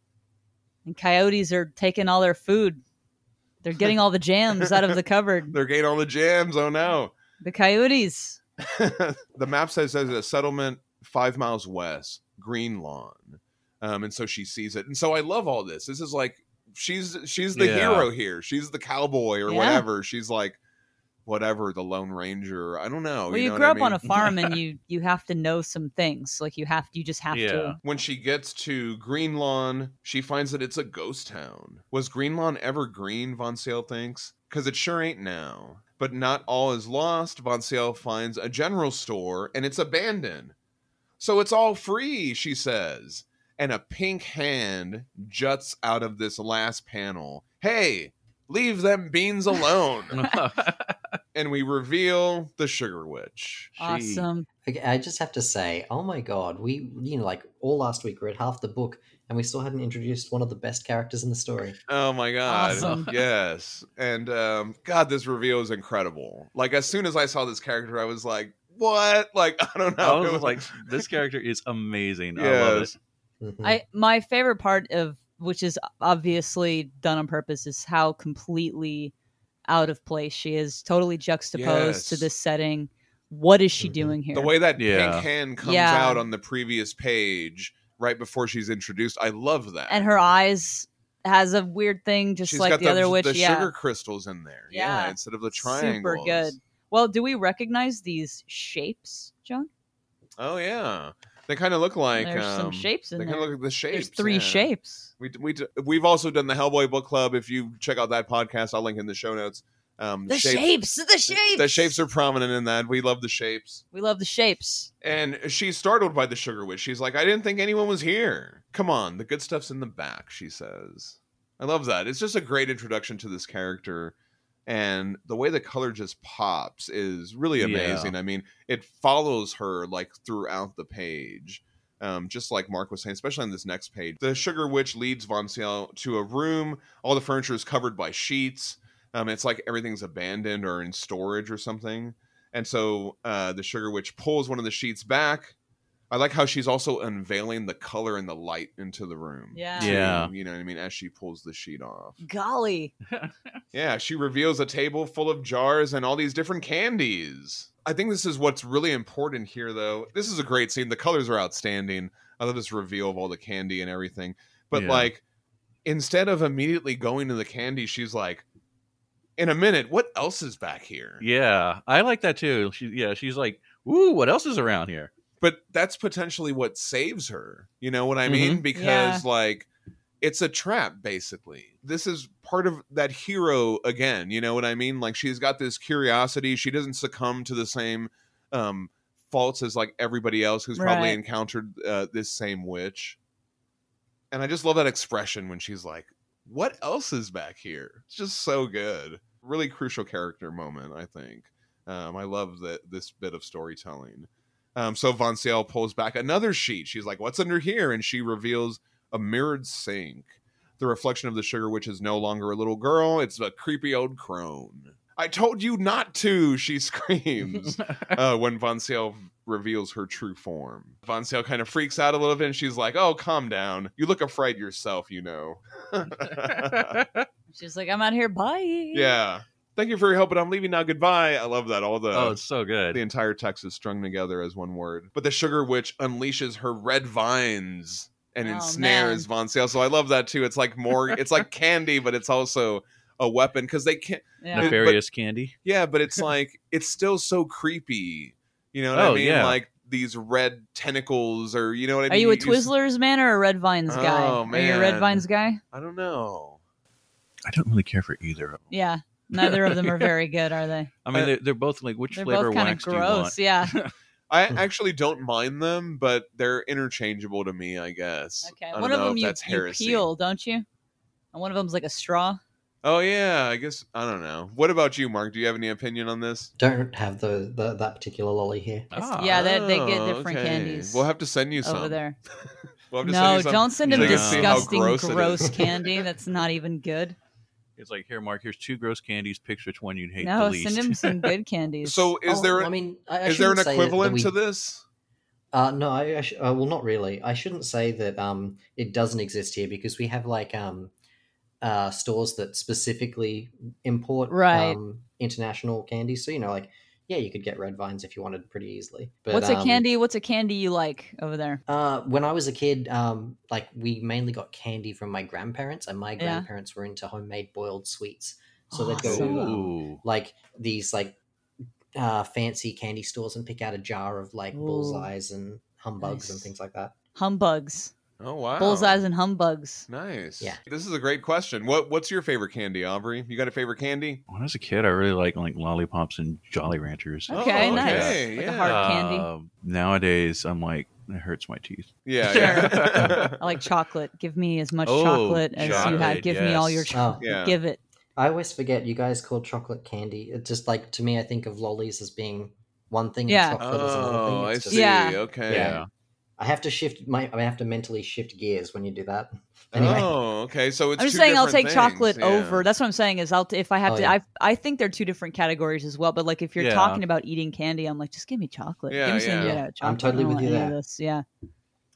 And coyotes are taking all their food. They're getting all the jams out of the cupboard.
They're getting all the jams, oh no.
The coyotes.
the map says there's a settlement five miles west, Green Lawn. Um, and so she sees it. And so I love all this. This is like she's she's the
Yeah.
hero here. She's the cowboy or
Yeah.
whatever. She's like whatever, the Lone Ranger. I don't know.
well, you,
Oh, know
grew
what I
up on
mean?
a farm and you you have to know some things. Like you have you just have
Yeah.
to.
when she gets to Green Lawn, she finds that it's a ghost town. Was Green Lawn ever green, Von Sale thinks? Because it sure ain't now. But not all is lost. Von Sale finds a general store and it's abandoned. So it's all free, she says. And a pink hand juts out of this last panel. Hey, leave them beans alone. and we reveal the Sugar Witch.
She-
Awesome.
Okay, I just have to say, oh my god, we you know like all last week read half the book and we still hadn't introduced one of the best characters in the story.
Oh my god.
Awesome.
Yes. And um god this reveal is incredible. Like as soon as I saw this character I was like, "What?" Like I don't know.
I was
It was-
like, this character is amazing. I love it.
Yes.
Mm-hmm.
Mhm.
I my favorite part of which is obviously done on purpose is how completely out of place she is. Totally juxtaposed
Yes.
to
Mm-hmm.
this setting. What is she
Mhm.
doing here?
the way that
Yeah.
pink hand comes
Yeah.
out on the previous page right before she's introduced. I love that.
and her eyes has a weird thing, just
She's
like
got
the, other witch.
the
yeah,
sugar crystals in there. Yeah,
Yeah.
instead of the
super
triangles.
good. Well, do we recognize these shapes, John?
Oh yeah, they kind of look like
There's some
um,
shapes
They
in
kind of
there.
look like the shapes.
There's three
yeah.
shapes.
We, we we've also done the Hellboy book club. If you check out that podcast, I'll link in the show notes. Um,
The shapes, the shapes.
The shapes are prominent in that. We love the shapes.
We love the shapes.
And she's startled by the sugar witch. She's like, I didn't think anyone was here. Come on, the good stuff's in the back, she says. I love that. It's just a great introduction to this character. And the way the color just pops is really
Yeah.
amazing. I mean, it follows her like throughout the page. Um, just like Mark was saying, especially on this next page. The sugar witch leads Von Ciel to a room. All the furniture is covered by sheets. Um, it's like everything's abandoned or in storage or something. And so uh, the Sugar Witch pulls one of the sheets back. I like how she's also unveiling the color and the light into the room.
Yeah.
too,
Yeah.
You know what I mean? As she pulls the sheet off.
Golly,
Yeah, she reveals a table full of jars and all these different candies. I think this is what's really important here, though. This is a great scene. The colors are outstanding. I love this reveal of all the candy and everything. But,
Yeah.
like, instead of immediately going to the candy, she's like, in a minute, what else is back here?
Yeah, I like that too. She, yeah, she's like, "Ooh, what else is around here?"
but that's potentially what saves her. You know what I mean? Because
Yeah.
like it's a trap basically. This is part of that hero again, you know what I mean? Like she's got this curiosity, she doesn't succumb to the same um faults as like everybody else who's probably
Right.
encountered uh, this same witch. And I just love that expression when she's like, "What else is back here?" It's just so good. Really crucial character moment, I think. Um, I love that this bit of storytelling. Um, so Von Ciel pulls back another sheet. She's like, "What's under here?" And she reveals a mirrored sink. The reflection of the sugar witch is no longer a little girl; it's a creepy old crone. I told you not to! She screams uh, when Von Ciel reveals her true form. Von Ciel kind of freaks out a little bit, and she's like, "Oh, calm down. You look afraid yourself, you know."
she's like, I'm out here. Bye.
yeah. Thank you for your help, but I'm leaving now. Goodbye. I love that. All the
oh, it's so
the
good.
entire text is strung together as one word. But the sugar witch unleashes her red vines and
Oh,
ensnares Von Sale. So I love that too. It's like more, it's like candy, but it's also a weapon because they can't.
Yeah.
Nefarious candy.
Yeah, but it's like it's still so creepy. You know what I
Oh,
mean?
yeah.
Like these red tentacles, or you know what I
Are
mean?
you a
s-
Twizzlers man or a Red Vines guy?
Oh,
Are you a Red
man.
Vines guy?
I don't know.
I don't really care for either of them.
Yeah. Neither of them are very good, are they?
I mean,
Uh,
they're, they're both like, which
They're
flavor
both kind of
wax do you want?
gross. Yeah.
I
Hmm.
actually don't mind them, but they're interchangeable to me, I guess.
Okay.
I don't
One of
know
them
if
you,
that's
you
heresy.
peel, don't you? And one of them's like a straw.
Oh yeah, I guess I don't know. What about you, Mark? Do you have any opinion on this?
Don't have the, the that particular lolly here.
Ah.
It's- yeah, they, they get
Oh,
different
okay.
candies
We'll have to send you some
over there.
We'll have to send
No,
you some.
don't send him
so you can see how
disgusting,
gross
gross,
it is.
candy. That's not even good.
It's like, here, Mark, here's two gross candies. Pick which one you'd hate the
no,
least.
send him some good candies.
So is
Oh,
there
I mean, I, I
is there
shouldn't
an
say that- that
equivalent
we-
to this?
Uh, no, I, I sh- uh, well, not really. I shouldn't say that um, it doesn't exist here because we have like um, uh, stores that specifically import
Right.
um, international candies. So you know, like yeah, you could get red vines if you wanted pretty easily. But
what's a
um,
candy? What's a candy you like over there?
Uh, when I was a kid, um, like we mainly got candy from my grandparents, and my grandparents were into homemade boiled sweets. So they'd go to um,
Ooh.
like these like uh, fancy candy stores and pick out a jar of like
Ooh.
bullseyes and humbugs and
Nice.
things like that.
Humbugs,
Oh wow.
bullseyes, and humbugs.
Nice.
Yeah.
This is a great question. What what's your favorite candy, Aubrey? You got a favorite candy?
When I was a kid, I really liked like lollipops and Jolly Ranchers.
Oh,
Okay, nice.
okay,
Like
yeah.
a hard candy.
Um, nowadays, I'm like, it hurts my teeth.
Yeah.
Sure.
yeah.
I like chocolate. Give me as much
Oh,
chocolate as you had.
chocolate,
Give me all your
yes.
Oh,
chocolate.
Yeah.
Give it.
I always forget you guys call chocolate candy. It's just like to me, I think of lollies as being one thing.
Yeah.
And chocolate is another
Oh,
thing.
I
It's just-
see.
Yeah.
Okay.
Yeah. I have to shift my. I have to mentally shift gears when you do that. Anyway,
Oh, okay. So it's
I'm just
two
saying I'll take
different things.
chocolate
Yeah.
over. That's what I'm saying is I'll t- if I have
Oh,
to.
yeah.
I I think they're two different categories as well. But like if you're
Yeah.
talking about eating candy, I'm like just give me chocolate.
Yeah,
give me some
yeah.
you know, chocolate.
I'm totally
I don't
with you
want any of
there.
this. Yeah,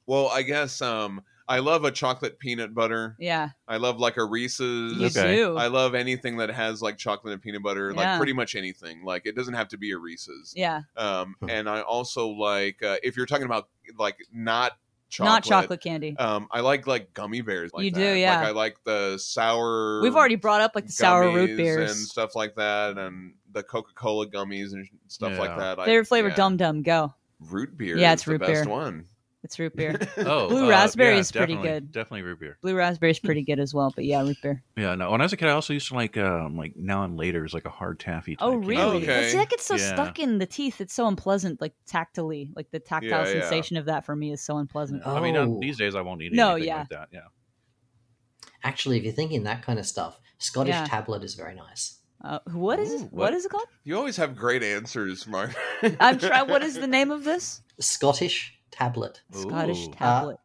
Well, I guess um I love a chocolate peanut butter.
yeah.
I love like a Reese's.
You
Okay.
do.
I love anything that has like chocolate and peanut butter, like
Yeah.
pretty much anything. Like it doesn't have to be a Reese's.
yeah.
Um,
Hmm.
and I also like uh, if you're talking about like not chocolate.
Not chocolate candy.
Um, I like like gummy bears. Like
You do,
that.
yeah.
Like I like the sour.
We've already brought up like the sour
gummies
root beers.
and stuff like that, and the Coca Cola gummies and stuff like
Yeah.
that. I-
Favorite flavor,
yeah.
Dum Dum. Go.
Root beer.
Yeah,
is
it's
the
root
best
beer.
One.
It's root beer.
Oh,
Blue
uh,
raspberry
yeah,
is pretty
definitely-
good.
Definitely root beer.
Blue raspberry's pretty good as well, but yeah, root beer.
Yeah, no. When I was a kid, I also used to like um, like now and later is like a hard taffy.
Oh,
type candy.
really?
Okay.
See, that gets so
Yeah.
stuck in the teeth. It's so unpleasant, like tactily. Like the tactile
Yeah, yeah.
sensation of that for me is so unpleasant.
I mean, uh,
Oh.
these days I won't eat
No,
anything
yeah.
like that. Yeah.
Actually, if you're thinking that kind of stuff, Scottish
Yeah.
tablet is very nice.
Uh, what is it?
Ooh,
what
what?
is it called?
You always have great answers, Mark.
I'm trying. What is the name of this?
Scottish tablet.
Scottish
Ooh.
tablet.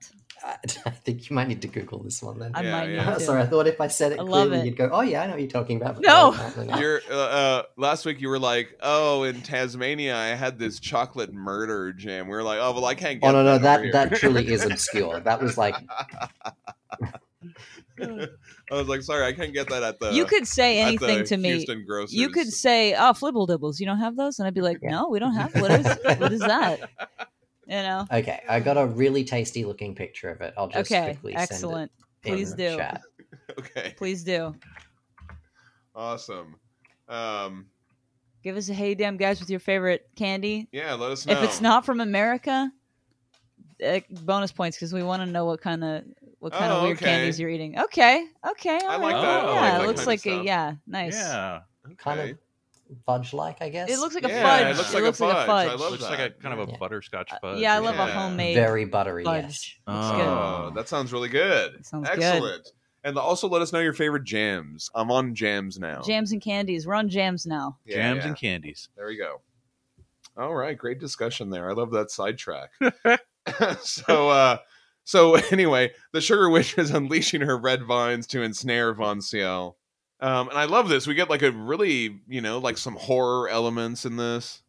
I I think you might need to Google this one then.
I
Uh, Yeah,
might
yeah.
need to.
Sorry, I thought if I said it
I love
clearly,
it.
you'd go, "Oh yeah, I know what you're talking about." but
No.
apparently not.
You're uh, uh, last week. You were like, "Oh, in Tasmania, I had this chocolate murder jam." We were like, "Oh, well, I can't get."
oh no, no,
over
that
here."
that truly is obscure. That was like,
I was like, "Sorry, I can't get that at the."
uh,
you could say
at the
anything to me.
Houston Grocers.
You could say, "Oh, flibble dibbles, you don't have those," and I'd be like,
Yeah.
"No, we don't have. What is what is that?" You know.
okay, I got a really tasty looking picture of it. I'll just
Okay.
quickly
Excellent.
send it
Please
in
do.
Chat.
Okay,
Please do.
awesome. Um,
Give us a hey, damn guys, with your favorite candy.
yeah, let us know
If it's not from America, eh, bonus points because we want to know what kind of what kind
Oh,
of weird
okay.
candies you're eating. Okay, okay,
I
all
like
right.
that. I like
Yeah,
that
it looks
kind of
like a
stuff.
yeah, nice.
Yeah.
Kind
Okay.
of fudge like, I guess.
It looks like a
Yeah,
fudge.
it looks
it
like a
looks like a
fudge. I
fudge.
love
Looks like a
that.
kind of a
Yeah.
butterscotch fudge.
Uh, yeah, I love a
Yeah.
homemade
very buttery.
fudge.
Oh.
Looks good.
Oh, that sounds really good.
Sounds good.
Excellent. And also let us know your favorite jams. I'm on jams now.
Jams and candies. We're on jams now.
Yeah,
Jams
yeah.
and candies.
There we go. All right, great discussion there. I love that sidetrack. so uh so anyway, the sugar witch is unleashing her red vines to ensnare Von Ciel. Um and I love this. We get like a really, you know, like some horror elements in this.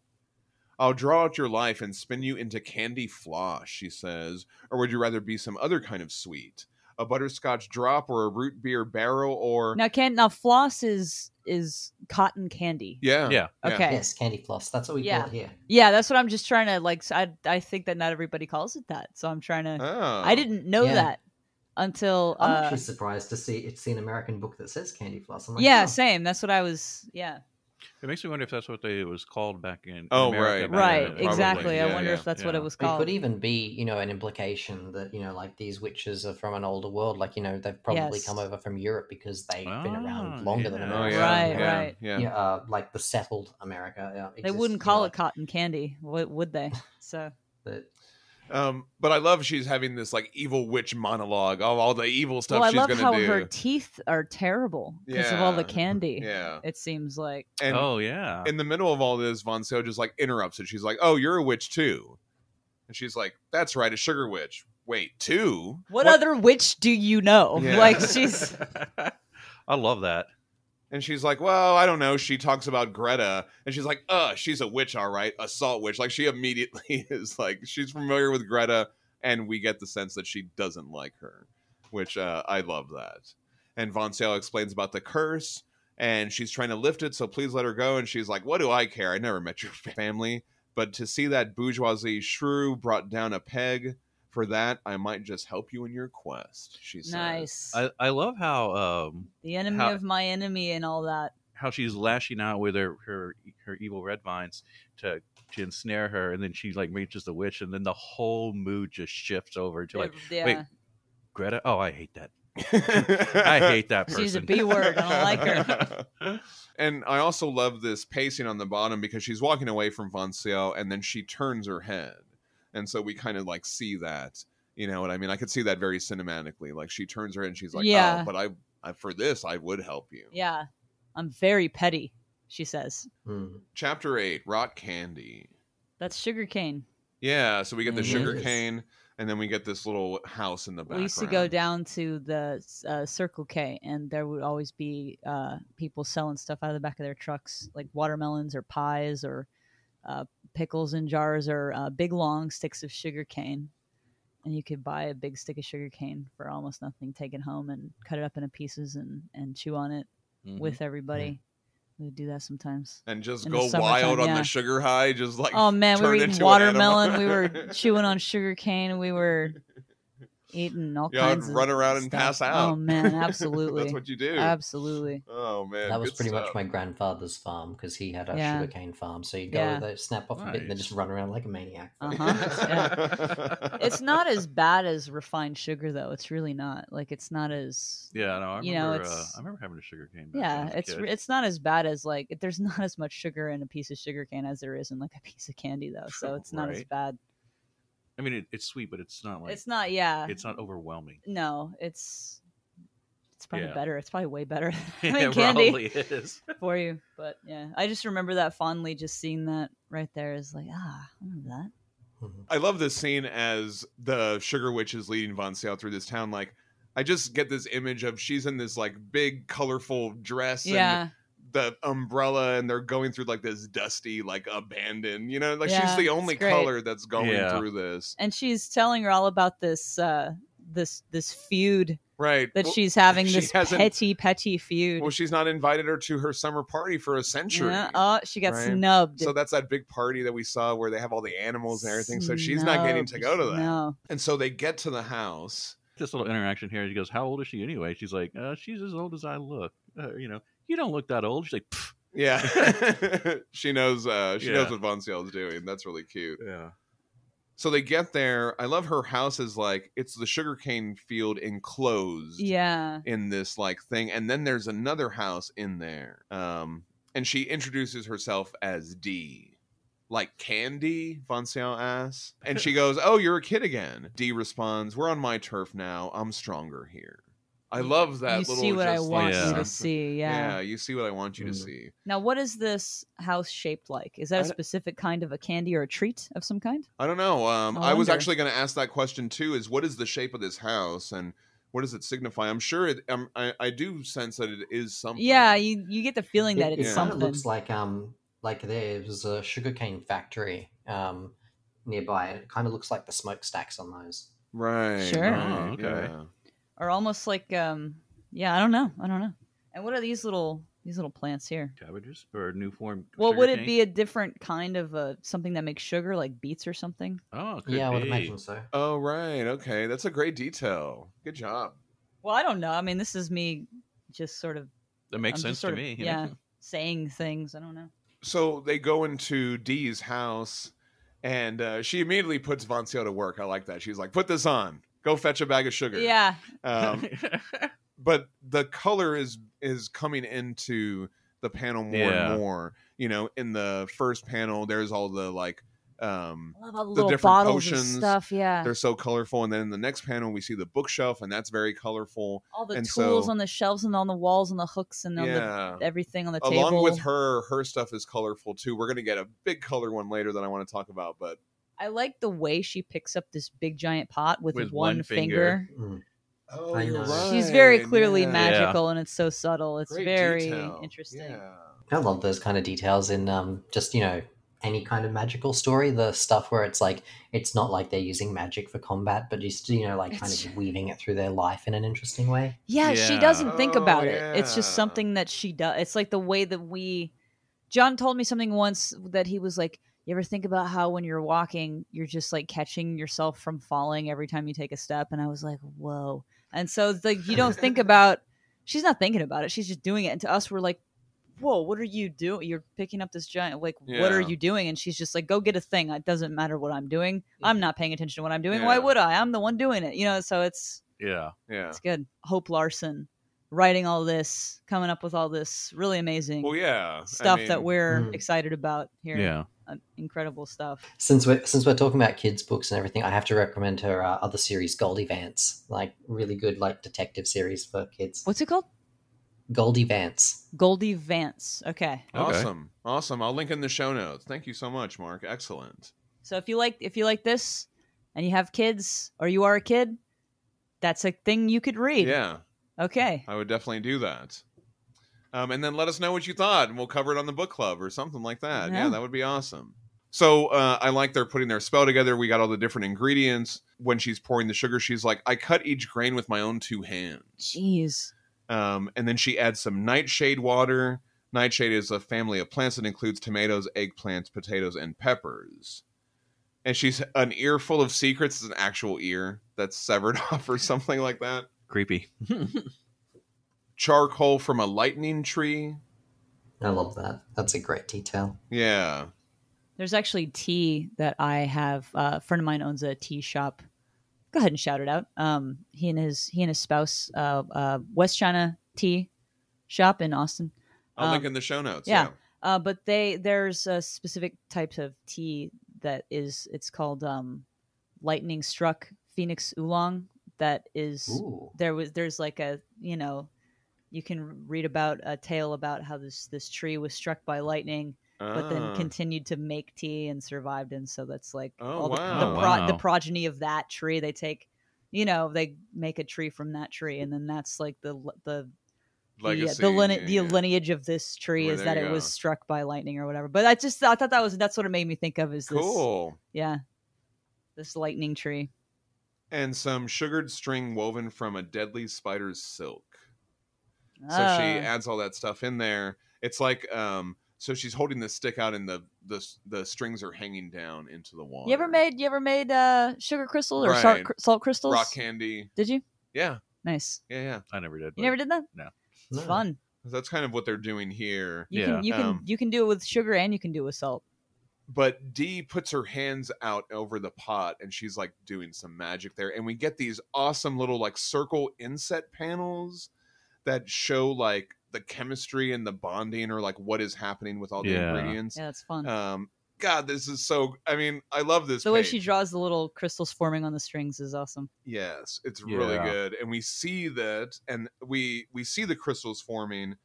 I'll draw out your life and spin you into candy floss, she says. Or would you rather be some other kind of sweet? A butterscotch drop or a root beer barrel or
Now, can now floss is is cotton candy.
Yeah.
Yeah.
yeah.
Okay.
Yes, candy floss. That's what we
Yeah.
call it here.
Yeah, that's what I'm just trying to like. s- I I think that not everybody calls it that, so I'm trying to.
Oh.
I didn't know
Yeah.
that until.
I'm
uh,
actually surprised to see it's an American book that says candy floss. I'm like,
yeah,
"Oh."
same. That's what I was. Yeah,
It makes me wonder if that's what they it was called back in. in
Oh,
America
right.
back
right,
then, probably.
exactly. I
Yeah,
wonder
yeah,
if that's what
yeah.
it was
It could
called.
even be, you know, an implication that you know, like these witches are from an older world. Like you know, they've probably
Yes.
come over from Europe because they've been
Ah,
around longer than
yeah.
Oh,
America.
yeah.
Right,
yeah,
right.
Yeah.
yeah, uh, like the settled America. uh, Yeah,
They wouldn't call it cotton candy, would, would they? So
cotton.
Um, but I love she's having this like evil witch monologue of all the evil stuff
well, I
she's
love
gonna
how
do.
her teeth are terrible because of all the
Yeah.
candy.
yeah.
It seems like
And
oh yeah.
in the middle of all this, Von Sale just like interrupts it. She's like, Oh, you're a witch too. And she's like, That's right, a sugar witch. Wait, two?
what, other witch do you know?
Yeah.
Like she's
I love that.
And she's like, Well, I don't know. She talks about Greta and she's like, Uh, she's a witch, all right, a salt witch. Like she immediately is like she's familiar with Greta, and we get the sense that she doesn't like her. Which uh, I love that. And Von Sale explains about the curse, and she's trying to lift it, so please let her go. And she's like, What do I care? I never met your family. But to see that bourgeoisie shrew brought down a peg, for that I might just help you in your quest, she says.
nice.
I, I love how um
the enemy
how-
of my enemy and all that.
how she's lashing out with her her, e, her evil red vines to to ensnare her, and then she like reaches the witch, and then the whole mood just shifts over to like
It- yeah.
wait, Greta. Oh, I hate that. I hate that person.
She's a B word. I don't like her.
her. and I also love this pacing on the bottom because she's walking away from Von Ciel and then she turns her head. And so we kind of like see that. You know what I mean? I could see that very cinematically. Like she turns her head and she's like,
Yeah.
oh, but I, I, for this, I would help you.
Yeah, I'm very petty. She says
But, mm.
Chapter eight, Rot Candy.
that's sugar cane.
Yeah. So we get the
It
sugar
is.
cane and then we get this little house in the background.
We used to go down to the uh, Circle K, and there would always be uh, people selling stuff out of the back of their trucks, like watermelons or pies or uh, pickles in jars or uh, big long sticks of sugar cane. And you could buy a big stick of sugar cane for almost nothing, take it home and cut it up into pieces and, and chew on it
Mhm.
with everybody. We would do that sometimes.
and just
in the
go
summertime,
wild on
yeah.
the sugar high. Just like,
Oh man, we
turn
were eating
into an animal.
watermelon. we were chewing on sugar cane. We were eating all
Yeah, I'd
kinds of
run around and
stuff.
pass out.
Oh man, absolutely.
That's what you do.
Absolutely.
Oh man,
That was
good
pretty much
stuff.
my grandfather's farm because he had a
Yeah.
sugarcane farm. So you go
Yeah.
there, snap off a bit, and then
Nice.
just run around like a maniac. for a
Uh-huh.
bit.
Yeah. It's not as bad as refined sugar though. It's really not. Like it's not as
Yeah, no, I remember.
You know,
uh,
it's-
I remember having a sugar cane. Back
yeah,
when I was a
it's
kid.
re- it's not as bad as like there's not as much sugar in a piece of sugar cane as there is in like a piece of candy though, so
True,
it's not as
right?
bad.
I mean, it, it's sweet, but it's not like
it's not, yeah,
it's not overwhelming.
no, it's it's probably
Yeah.
better. It's probably way better than
it
candy
probably is.
for you. But yeah, I just remember that fondly. Just seeing that right there is like ah, I remember that.
Mhm.
I love this scene as the sugar witch is leading Von Sale through this town. Like, I just get this image of she's in this like big, colorful dress and
yeah,
the umbrella, and they're going through like this dusty, like abandoned. You know, like
Yeah,
she's the only
it's great.
color that's going
Yeah.
through this,
and she's telling her all about this uh this this feud
right?
that
well,
she's having
she
this
hasn't-
petty petty feud.
well, she's not invited her to her summer party for a century.
Yeah, Oh, she got
right?
snubbed.
so that's that big party that we saw where they have all the animals and everything. So she's not getting to go to that.
Snubbed. No.
And so they get to the house.
This little interaction here. She goes, "How old is she anyway?" She's like, uh, "She's as old as I look." Uh, you know, you don't look that old. She's like, "Pff."
Yeah. she knows uh she
Yeah.
knows what Von Sale's doing. That's really cute.
"Yeah,
So they get there. I love her house is like it's the sugarcane field enclosed
Yeah.
in this like thing. And then there's another house in there. Um and she introduces herself as D. Like candy, Von Sale asks. And she goes, Oh, you're a kid again. D responds, We're on my turf now. I'm stronger here. I love that
you
little
see what I
just,
want
like,
you
Yeah.
to
sense-
see. Yeah.
Yeah. you see what I want you to
Mm-hmm.
Mm.
see.
Now, what is this house shaped like? Is that
I
a
d-
specific kind of a candy or a treat of some kind?
I don't know. Um,
I
I, was
wonder.
actually going to ask that question too. Is what is the shape of this house and what does it signify? I'm sure it. Um, I, I do sense that it is something.
Yeah, you you get the feeling that
It-
it's
it kinda
something.
looks like um like there was a sugarcane factory um nearby. and It kind of looks like the smokestacks on those.
Right.
Sure.
right,
Oh, okay.
yeah.
or almost like um yeah, I don't know. I don't know. And what are these little these little plants here?
cabbages or new form."
Well, would it be a different kind of a something that makes sugar, like beets or something?
Oh, it could
Yeah, I would
be.
imagine so.
Oh right. Okay. That's a great detail. Good job.
Well, I don't know. I mean, this is me just sort of
That makes
I'm
sense
just
to
sort of-
me. you
yeah,
know?
saying things. I don't know.
So they go into Dee's house, and uh, she immediately puts Von Sale to work. I like that. She's like, "Put this on. Go fetch a bag of sugar."
Yeah,
Um, but the color is is coming into the panel more
Yeah.
and more you know in the first panel there's all the like um
I love all
The
the little
different
bottles
potions,
and stuff. Yeah,
they're so colorful and then in the next panel we see the bookshelf and that's very colorful
all the
and
tools
so-
on the shelves and on the walls and the hooks and on
yeah
the, everything on the
along
table.
with her her stuff is colorful too we're gonna get a big color one later that i want to talk about but
I like the way she picks up this big giant pot with,
With
one,
one
finger.
finger.
Mm.
oh
I you're know.
She's very clearly
yeah.
magical, and it's so subtle. It's
Great
very
detail.
interesting.
yeah.
I love those kind of details in um just you know any kind of magical story. The stuff where it's like it's not like they're using magic for combat, but just you know like kind
It's-
of weaving it through their life in an interesting way.
Yeah, she
Yeah.
doesn't think
Oh,
about it. It's just
yeah.
something that she does. It's like the way that we. John told me something once that he was like, "You ever think about how when you're walking, you're just like catching yourself from falling every time you take a step?" And I was like, "Whoa!" And so it's like you don't think about. She's not thinking about it. She's just doing it. And to us, we're like, "Whoa, what are you doing? You're picking up this giant. Like, what are
Yeah.
you doing?" And she's just like, "Go get a thing. It doesn't matter what I'm doing. I'm not paying attention to what I'm doing. Why
Yeah.
would I? I'm the one doing it. You know." So it's
yeah,
yeah
it's good. Hope Larson writing all this, coming up with all this really amazing
well yeah I
stuff that
mean,
we're
Mm.
excited about here.
yeah.
Uh, incredible stuff.
Since we're since we're talking about kids' books and everything, I have to recommend her uh, other series, Goldie Vance, like really good like detective series for kids.
What's it called?
Goldie Vance.
Goldie Vance. Okay.
Okay.
awesome awesome i'll link in the show notes thank you so much mark excellent
So if you like if you like this and you have kids or you are a kid, that's a thing you could read.
yeah Uh,
Okay.
I would definitely do that. Um, and then let us know what you thought, and we'll cover it on the book club or something like that. Yeah,
Yeah.
that would be awesome. So uh, I like they're putting their spell together. We got all the different ingredients. When she's pouring the sugar, she's like, "I cut each grain with my own two hands."
Jeez.
Um, and then she adds some nightshade water. Nightshade is a family of plants that includes tomatoes, eggplants, potatoes, and peppers. and she's an ear full of secrets is an actual ear that's severed off or something like that.
Creepy.
Charcoal from a lightning tree.
I love that. That's a great detail.
Yeah.
There's actually tea that I have. Uh, a friend of mine owns a tea shop. Go ahead and shout it out. Um, he and his he and his spouse, uh, uh, West China Tea Shop in Austin.
I'll
Um,
link in the show notes.
yeah. Uh, but they there's a specific type of tea that is it's called um, lightning struck Phoenix Oolong. That is
Ooh.
there was there's like a you know you can read about a tale about how this this tree was struck by lightning but
Ah.
then continued to make tea and survived and so that's like
Oh,
all the,
wow.
the, pro- the
Wow.
progeny of that tree they take you know they make a tree from that tree and then that's like the the the,
Legacy,
the, line-
yeah,
the
yeah.
lineage of this tree
Well,
is
there
that
you
it was
go.
struck by lightning or whatever but i just i thought that was that's what it made me think of is this
Cool.
yeah this lightning tree
And some sugared string woven from a deadly spider's silk. so she
Ah.
adds all that stuff in there it's like um so she's holding the stick out and the the, the strings are hanging down into the wall
You ever made you ever made uh, sugar crystals or salt,
Right.
cr- salt crystals?
rock candy
Did you?
yeah
Nice.
yeah yeah
I never did.
You never did that?
No.
It's
No.
fun.
that's kind of what they're doing here
You
Yeah.
can you can
Um,
you can do it with sugar and you can do it with salt.
but Dee puts her hands out over the pot and she's like doing some magic there. And we get these awesome little like circle inset panels that show like the chemistry and the bonding or like what is happening with all the
Yeah.
ingredients.
Yeah, that's fun.
Um, God, this is so. I mean, I love this.
the way
page.
she draws the little crystals forming on the strings is awesome.
Yes, it's really
Yeah.
good, and we see that, and we we see the crystals forming,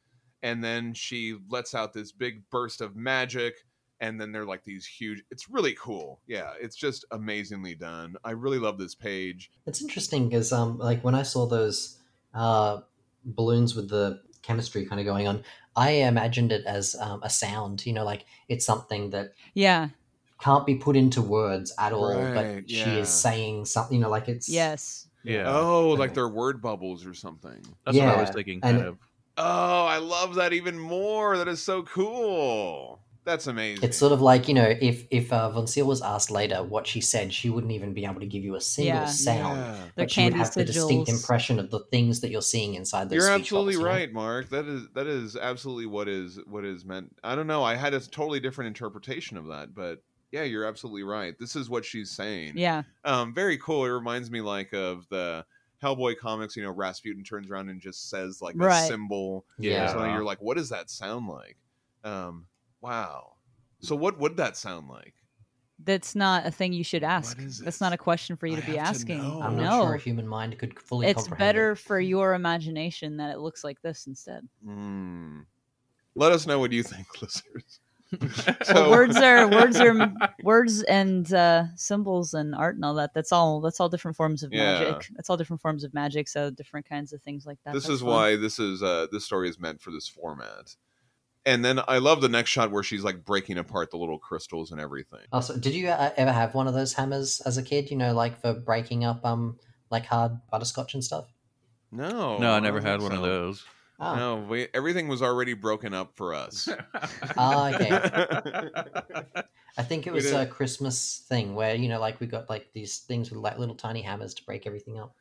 and then she lets out this big burst of magic, and then they're like these huge. It's really cool. Yeah, it's just amazingly done. I really love this page.
It's interesting because, um, like when I saw those uh, balloons with the chemistry kind of going on, I imagined it as um, a sound. You know, like it's something that
Yeah.
can't be put into words at all,
Right,
but she
yeah.
is saying something. You know, like it's
Yes.
Yeah.
Oh, like
Okay.
they're word bubbles or something.
That's what I was
Yeah,
thinking.
and-
Kind of.
Oh, I love that even more. That is so cool. That's amazing.
It's sort of like you know, if if uh, Von Seal was asked later what she said, she wouldn't even be able to give you a single
Yeah.
sound.
Yeah.
They're
But she would
candy
have the distinct
sigils.
impression of the things that you're seeing inside those.
You're
speech
absolutely
bubbles, you know?
right, Mark. That is that is absolutely what is what is meant. I don't know. I had a totally different interpretation of that, but yeah, you're absolutely right. This is what she's saying.
Yeah.
Um, very cool. It reminds me like of the Hellboy comics. You know, Rasputin turns around and just says like a
Right.
symbol.
Yeah.
Or something. You're like, what does that sound like? Um, wow. So what would that sound like?
That's not a thing you should ask.
is
That's
this?
not a question for you
I
to be
have to
asking.
know.
I'm
no.
not sure a human mind could fully.
it's
comprehend
better
It.
for your imagination that it looks like this instead.
Hmm. Let us know what you think, listeners.
Well,
So-
words are words are words and uh, symbols and art and all that. That's all. That's all different forms of
Yeah.
magic. That's all different forms of magic. So different kinds of things like that.
this
That's
is
fun.
why this is uh this story is meant for this format and then i love the next shot where she's like breaking apart the little crystals and everything
Also, did you uh, ever have one of those hammers as a kid? You know, like for breaking up um like hard butterscotch and stuff.
no
no, Oh, I
don't
never had
think
one of
so.
those.
Ah,
no we, everything was already broken up for us
Ah, I think it
We
was
did-
a Christmas thing where you know, like we got like these things with like little tiny hammers to break everything up.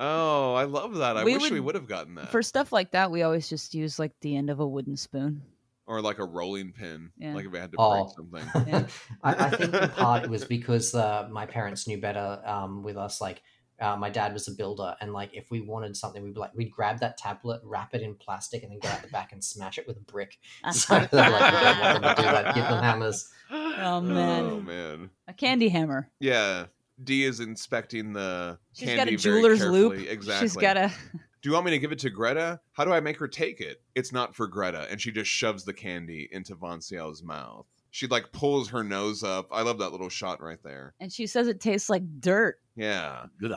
oh i love that i
We
wish
would-
we would have gotten that
For stuff like that, we always just use like the end of a wooden spoon.
or like a rolling pin
Yeah.
like if i had to
Oh.
break something
Yeah.
I, I think in part it was because uh, my parents knew better um, with us. Like, uh, my dad was a builder, and like if we wanted something, we'd be like we'd grab that tablet, wrap it in plastic, and then go out the back and smash it with a brick. So they're like, we don't want them to do that. Give them hammers.
Oh, man.
oh man
A candy hammer.
yeah d is inspecting the
She's
candy
got a
very
jeweler's loop.
carefully. exactly
She's got a.
do you want me to give it to Greta? How do I make her take it? It's not for Greta. And she just shoves the candy into Von Ciel's mouth. She like pulls her nose up. I love that little shot right there.
And she says it tastes like dirt.
Yeah.
Oh,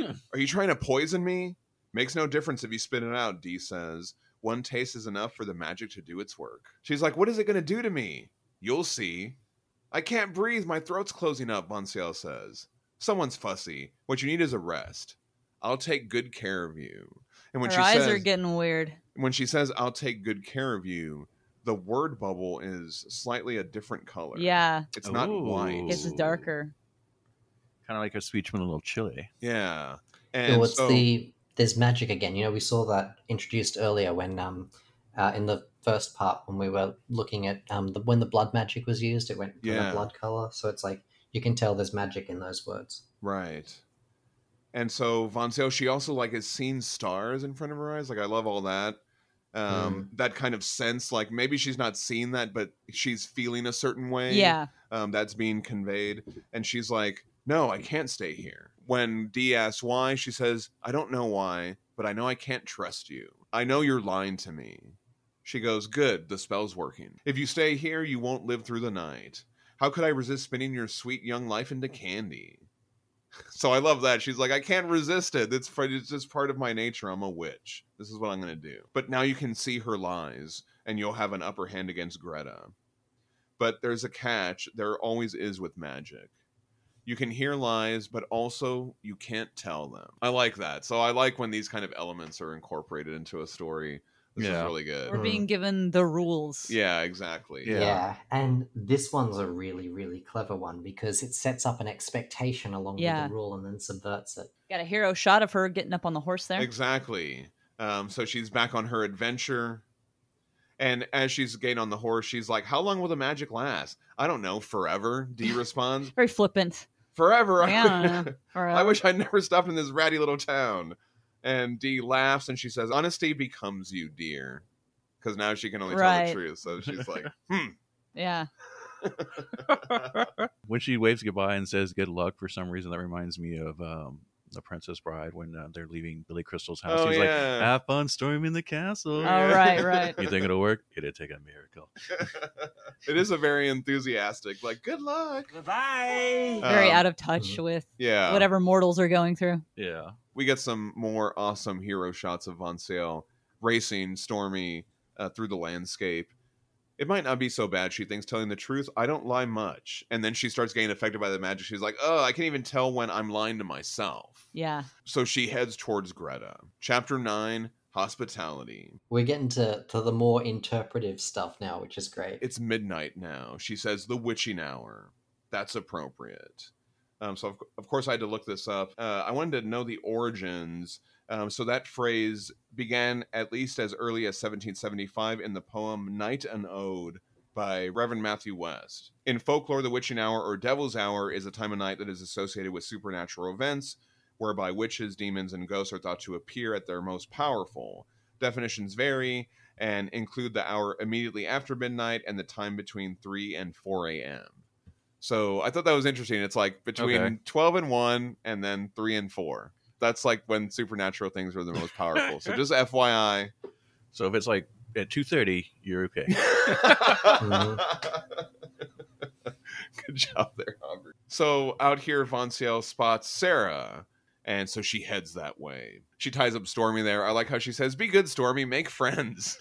Ugh.
Are you trying to poison me? Makes no difference if you spit it out, Dee says. One taste is enough for the magic to do its work. She's like, What is it going to do to me? You'll see. I can't breathe. My throat's closing up, Von Ciel says. Someone's fussy. What you need is a rest. I'll take good care of you. And when
Her
she
eyes
says,
are getting weird.
when she says i'll take good care of you the word bubble is slightly a different color
Yeah,
it's not
Ooh.
white
it's
Ooh.
darker.
kind of like her speech went a little chilly.
Yeah. And
Well, it's
so,
the there's magic again. You know, we saw that introduced earlier when um uh, in the first part when we were looking at um the, when the blood magic was used, it went from
Yeah.
a blood color. So it's like you can tell there's magic in those words.
Right. And so Von Sale, she also like has seen stars in front of her eyes. Like I love all that. Um,
Mm.
that kind of sense, like maybe she's not seen that, but she's feeling a certain way.
Yeah.
Um, that's being conveyed. And she's like, No, I can't stay here. When D asks why, she says, I don't know why, but I know I can't trust you. I know you're lying to me. She goes, Good, the spell's working. If you stay here, you won't live through the night. How could I resist spinning your sweet young life into candy? So I love that. She's like, I can't resist it. It's, fr- it's just part of my nature. I'm a witch. This is what I'm going to do. But now you can see her lies, and you'll have an upper hand against Greta. But there's a catch. There always is with magic. You can hear lies, but also you can't tell them. I like that. So I like when these kind of elements are incorporated into a story. This
Yeah.
is really good.
We're being given the rules.
Mm. Yeah, exactly.
Yeah.
and this one's a really really clever one because it sets up an expectation along
Yeah.
with the rule and then subverts it.
Got a hero shot of her getting up on the horse there.
Exactly. Um, so she's back on her adventure. And as she's getting on the horse, she's like, How long will the magic last? I don't know, forever. D responds,
Very flippant.
Forever. I-
Yeah. Or, uh,
I wish I'd never stopped in this ratty little town. And D laughs and she says, Honesty becomes you, dear. Because now she can only tell the
Right.
truth. So she's like, "Hmm,
Yeah.
when she waves goodbye and says good luck for some reason that reminds me of um the princess bride when uh, they're leaving billy crystal's house
Oh,
he's like
yeah.
have fun storming the castle
Yeah.
All Oh, right, right.
you think it'll work it'd take a miracle
It is a very enthusiastic, like, Good luck.
Goodbye.
Very
Um,
out of
Mm-hmm.
touch with
Yeah.
whatever mortals are going through.
yeah
we get some more awesome hero shots of Von Sale racing Stormy uh, through the landscape. It might not be so bad, she thinks, telling the truth. I don't lie much. And then she starts getting affected by the magic. She's like, oh, I can't even tell when I'm lying to myself.
Yeah.
So she heads towards Greta. Chapter 9 Hospitality.
We're getting to, to the more interpretive stuff now, which is great.
It's midnight now. She says the witching hour. That's appropriate. Um, so, of, of course, I had to look this up. Uh, I wanted to know the origins. Um, so, that phrase began at least as early as 1775 in the poem Night and Ode by Reverend Matthew West. In folklore, the witching hour or devil's hour is a time of night that is associated with supernatural events whereby witches, demons, and ghosts are thought to appear at their most powerful. Definitions vary and include the hour immediately after midnight and the time between 3 and 4 a.m. So I thought that was interesting. It's like between
Okay.
12 and 1 and then 3 and 4. That's like when supernatural things are the most powerful. so just FYI.
so if it's like at 2.30 you're okay
Good job there, Aubrey. So out here, Von Ciel spots Sarah, and so she heads that way. She ties up Stormy there. I like how she says, "Be good, Stormy. Make friends."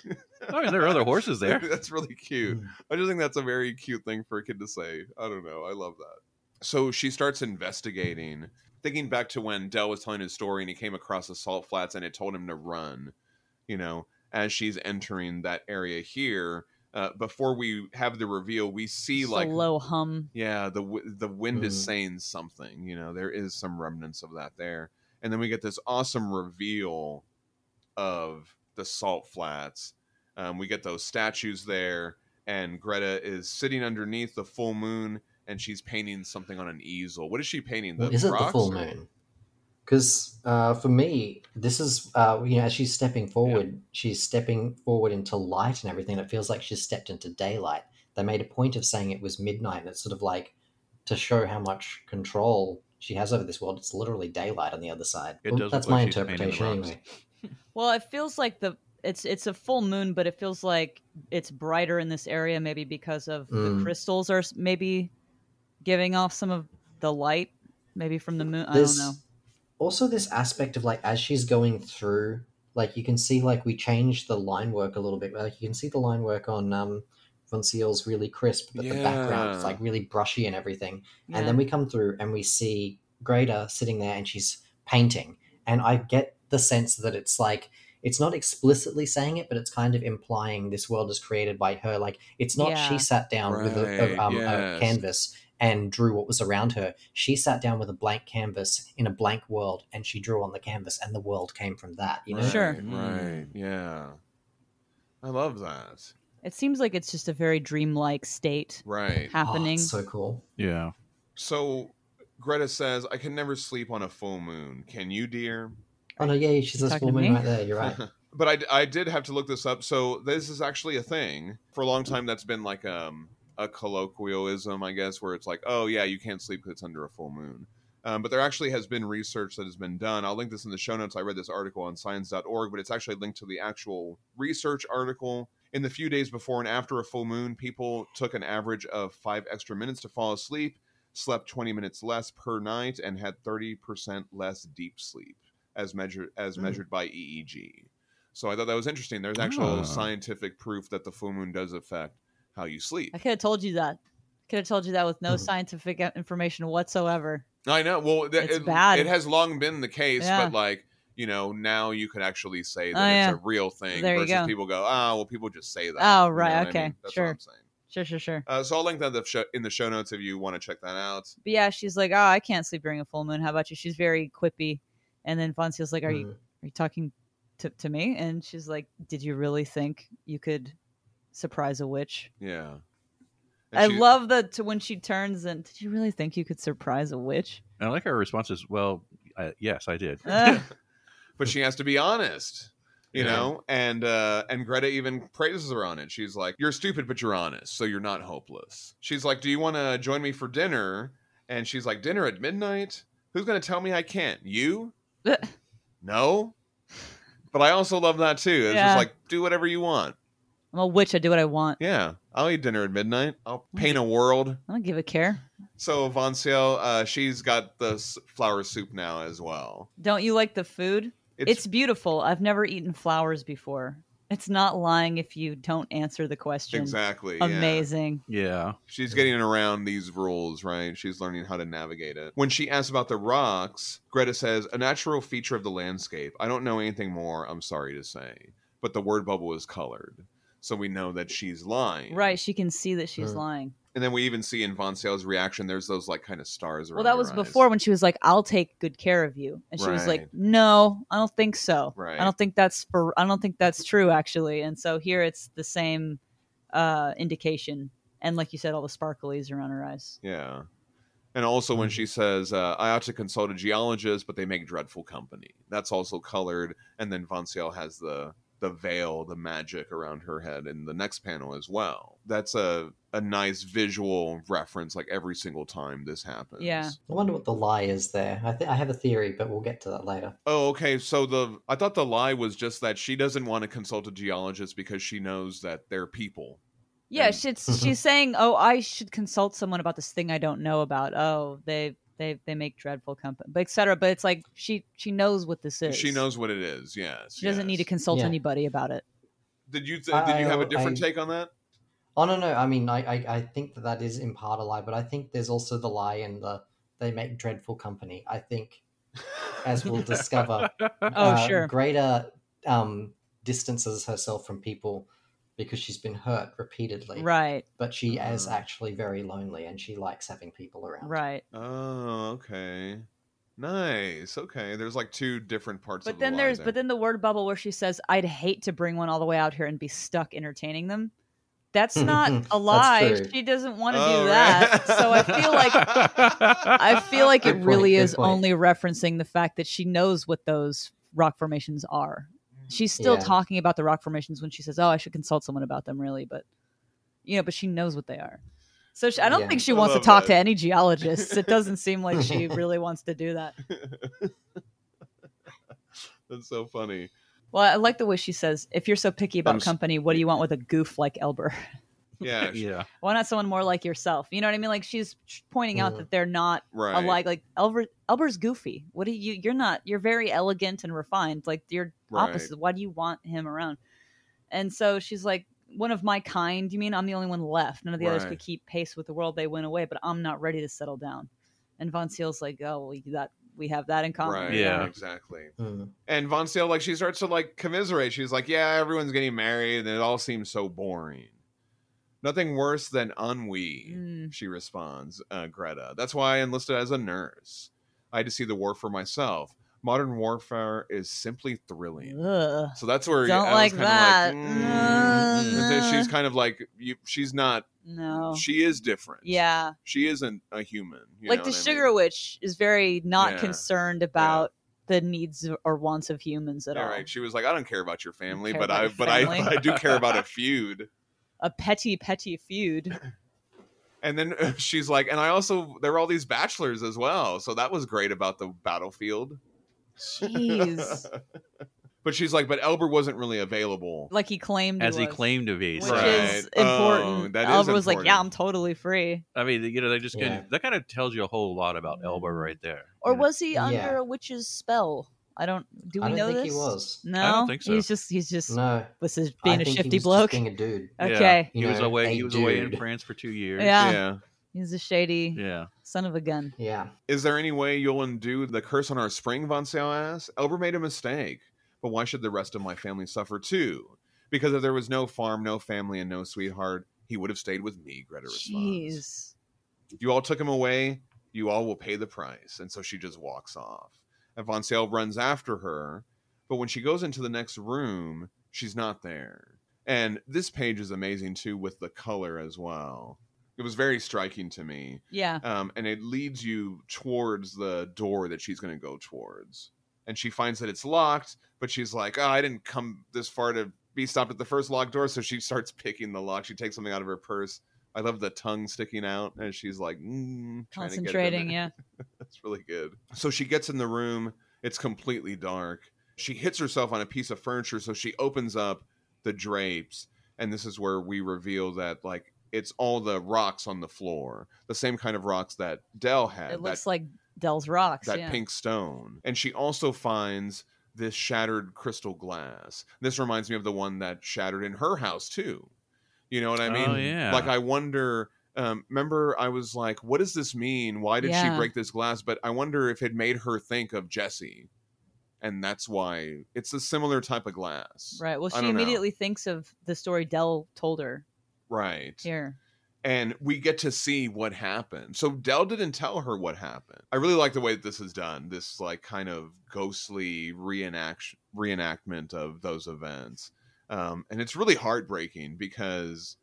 i mean Oh, there are other horses there
that's really cute. I just think that's a very cute thing for a kid to say. I don't know. I love that. So she starts investigating, thinking back to when Dell was telling his story and he came across the salt flats and it told him to run, you know, as she's entering that area here. Uh, before we have the reveal, we see
Just a
like
low hum.
yeah, the w- the wind is
Mhm.
saying something. You know, there is some remnants of that there, and then we get this awesome reveal of the salt flats. Um, we get those statues there, and Greta is sitting underneath the full moon, and she's painting something on an easel. What is she painting?
Well, is it the
rocks
full
or-
moon? Because uh, for me, this is uh, you know as she's stepping forward, she's stepping forward into light and everything. and It feels like she's stepped into daylight. They made a point of saying it was midnight. And it's sort of like to show how much control she has over this world. It's literally daylight on the other side.
It
Well,
does
that's
look
my
like she's painting the
interpretation
rocks.
anyway.
Well, it feels like the it's it's a full moon, but it feels like it's brighter in this area, maybe because of
Mm.
the crystals are s- maybe giving off some of the light, maybe from the moon. I don't
There's
know.
Also, this aspect of like as she's going through, like you can see, like we changed the line work a little bit. Like you can see the line work on um, Von Seal's really crisp, but the background is
Yeah.
like really brushy and everything.
Yeah.
And then we come through and we see Greta sitting there and she's painting. And I get the sense that it's like, it's not explicitly saying it, but it's kind of implying this world is created by her. Like, it's not
Yeah.
she sat down with a, a-
Right,
um,
yes.
a canvas and drew what was around her. She sat down with a blank canvas in a blank world and she drew on the canvas and the world came from that, you know? Mm.
Right,
Sure.
Right. Yeah. I love that.
It seems like it's just a very dreamlike state
Right.
Oh, it's
happening.
so cool.
Yeah.
So Greta says, I can never sleep on a full moon. Can you, dear?
Oh no, yeah, yeah, she's a
Talking
full
to
moon
me?
right there. You're right.
but I, I did have to look this up. So this is actually a thing. For a long time, that's been like um, a colloquialism, I guess, where it's like, oh, yeah, you can't sleep because it's under a full moon. Um, but there actually has been research that has been done. I'll link this in the show notes. I read this article on science.org, but it's actually linked to the actual research article. In the few days before and after a full moon, people took an average of five extra minutes to fall asleep, slept 20 minutes less per night, and had 30% less deep sleep as measured as
Mm.
measured by EEG. So I thought that was interesting. There's actual
Ah.
scientific proof that the full moon does affect how you sleep.
I could have told you that. Could have told you that with no
Mm-hmm.
Mhm.
scientific information whatsoever.
I know. Well, th-
It's
it,
bad.
it has long been the case,
Yeah.
but like you know, now you can actually say that
Oh,
it's
yeah.
a real thing.
There you
versus
go.
people go, ah, well, people just say that.
Oh,
You know
right,
what I
okay,
mean? That's
sure.
what I'm saying.
Sure, sure, sure.
Uh, so I'll link that in the, show, in the show notes if you want to check that out.
But yeah, she's like, "Oh, I can't sleep during a full moon. How about you?" She's very quippy. And then Fonzie's like, "Are you
Mm.
Mm-hmm.
are you talking to, to me?" And she's like, "Did you really think you could surprise a witch?"
Yeah. And
I
she-
love that to when she turns and did you really think you could surprise a witch?
And I like her response is, well, uh, yes, I did.
Ugh.
but she has to be honest you
Yeah.
know and uh and greta even praises her on it she's like you're stupid but you're honest so you're not hopeless she's like do you want to join me for dinner and she's like dinner at midnight who's going to tell me i can't you no but i also love that too it's
Yeah.
just like do whatever you want
I'm a witch. I do what I want.
yeah i'll eat dinner at midnight
Oh,
i'll paint a world
I don't give a care.
so von Ciel, uh she's got the s- flower soup now as well
Don't you like the food? It's, beautiful. I've never eaten flowers before. It's not lying if you don't answer the question.
exactly yeah.
Amazing.
Yeah.
She's getting around these rules, right? She's learning how to navigate it. When she asks about the rocks, Greta says, a natural feature of the landscape. I don't know anything more, I'm sorry to say. But the word bubble is colored. So we know that she's lying.
Right. She can see that she's
Mm.
lying.
And then we even see in Von Sale's reaction, there's those like kind of stars around
Well, that
her
was
eyes.
before when she was like, "I'll take good care of you," and she was like,
Right.
"No, I don't think so.
Right.
I don't think that's for. I don't think that's true, actually." And so here it's the same uh, indication, and like you said, all the sparklies around her eyes.
Yeah. And also
Mm.
when she says, uh, I ought to consult a geologist, but they make dreadful company. That's also colored. And then Von Ciel has the the veil, the magic around her head in the next panel as well. That's a, a nice visual reference, like every single time this happens.
Yeah.
I wonder what the lie is there. I think I have a theory, but we'll get to that later.
Oh, okay. So the I thought the lie was just that she doesn't want to consult a geologist because she knows that they're people.
Yeah,
And-
she's she's saying, "Oh, I should consult someone about this thing I don't know about." Oh, they they they make dreadful company, but etc. But it's like she she knows what this is.
She knows what it is. Yes.
She doesn't need to
yes.
consult
Yeah.
anybody about it.
Did you th- did you have
I-
a different
I-
take on that?
Oh no, no. I mean, I, I, I think that that is in part a lie, but I think there's also the lie in the they make dreadful company. I think, as we'll discover, uh,
Oh, sure.
Greater um, distances herself from people because she's been hurt repeatedly.
Right,
But she is
Mm.
actually very lonely, and she likes having people around.
right.
Oh, okay. Nice. Okay. There's like two different parts of
But
the
then
lie
there's
there.
but then the word bubble where she says, "I'd hate to bring one all the way out here and be stuck entertaining them." That's not
That's
a lie.
true.
She doesn't want to
Oh, right.
do that. So I feel like I feel like
Good
it
point,
really
good
is
point.
only referencing the fact that she knows what those rock formations are. She's still
Yeah.
talking about the rock formations when she says, "Oh, I should consult someone about them." Really, but you know, but she knows what they are. So she, I don't
Yeah.
think she
I
wants to
love
talk
that.
to any geologists. It doesn't seem like she really wants to do that.
That's so funny.
Well, I like the way she says, "If you're so picky
I'm
about
s-
company, what do you want with a goof like Elber?
Yeah. sh-
Yeah.
Why not someone more like yourself?" You know what I mean? Like she's pointing out
Mhm.
that they're not
Right.
alike. Like Elber, Elber's goofy. What do you? You're not. You're very elegant and refined. Like you're
Right.
opposite. Why do you want him around? And so she's like, "One of my kind. You mean I'm the only one left? None of the others
Right.
could keep pace with the world. They went away, but I'm not ready to settle down." And Von Seel's like, "Oh, well, that we have that in common."
Right.
Yeah.
Exactly.
Mm.
And Von Sale, like, she starts to like commiserate. She's like, "Yeah, everyone's getting married, and it all seems so boring." Nothing worse than ennui,
Mm.
she responds, uh, Greta. That's why I enlisted as a nurse. I had to see the war for myself. Modern warfare is simply thrilling.
"Mm, Ugh.
So that's where
Don't
I was
like
kinda
that.
mm.
Uh,
And so she's
uh.
kind of like you, she's not.
No.
She is different.
Yeah.
she isn't a human. you
like
know
the
what I
sugar
mean?
witch is very not
Yeah.
concerned about the needs or wants of humans at
All
all.
right, she was like, I don't care about your family,
care
but
about
I
your
but I
family.
but I do care about a feud.
A petty, petty feud.
And then uh, she's like, and I also there were all these bachelors as well, so that was great about the battlefield.
Jeez.
But she's like, but Elber wasn't really available.
like he claimed
as he
was,
claimed to be.
which
So,
Right.
is
Oh,
important.
that is
Elba was like, "Yeah,
important.
I'm totally free."
I mean, you know, they just
Yeah.
kinda- that kind of tells you a whole lot about Elba right there.
Mm-hmm. Or
you know?
was he
Yeah.
under a witch's spell? I don't. Do we
I don't
know
think
this?
he was.
No,
think so.
he's just he's just
No,
this is
I
being a
think
shifty
he was
bloke. Uh,
Just being a dude.
Yeah.
Okay,
You
he was
know,
away.
a
He was away in
dude.
France for two years.
Yeah.
yeah.
he's a shady
yeah.
son of a gun.
Yeah.
Is there any way you'll undo the curse on our spring? Von Sale asks. Elber made a mistake, but why should the rest of my family suffer too? Because if there was no farm, no family, and no sweetheart, he would have stayed with me. Greta responds.
Jeez.
You all took him away. You all will pay the price. And so she just walks off. And Von Sale runs after her. But when she goes into the next room, she's not there. And this page is amazing too with the color as well. It was very striking to me.
Yeah.
Um, and it leads you towards the door that she's going to go towards. And she finds that it's locked, but she's like, oh, I didn't come this far to be stopped at the first locked door. So she starts picking the lock. She takes something out of her purse. I love the tongue sticking out. And she's like, mm, trying to get it in
Concentrating.
there.
Yeah.
That's really good. So she gets in the room. It's completely dark. She hits herself on a piece of furniture. So she opens up the drapes. And this is where we reveal that, like, it's all the rocks on the floor, the same kind of rocks that Dell had.
It looks
that,
like Dell's rocks.
that
yeah.
pink stone. And she also finds this shattered crystal glass. This reminds me of the one that shattered in her house, too. You know what I mean?
Oh, yeah.
Like, I wonder. Um, remember, I was like, what does this mean? Why did
Yeah.
she break this glass? But I wonder if it made her think of Jesse. And that's why it's a similar type of glass.
Right. Well,
I
she
don't know.
immediately thinks of the story Dell told her
Right.
here.
and we get to see what happened. So Dell didn't tell her what happened. I really like the way that this is done. This like kind of ghostly reenact reenactment of those events, um, and it's really heartbreaking because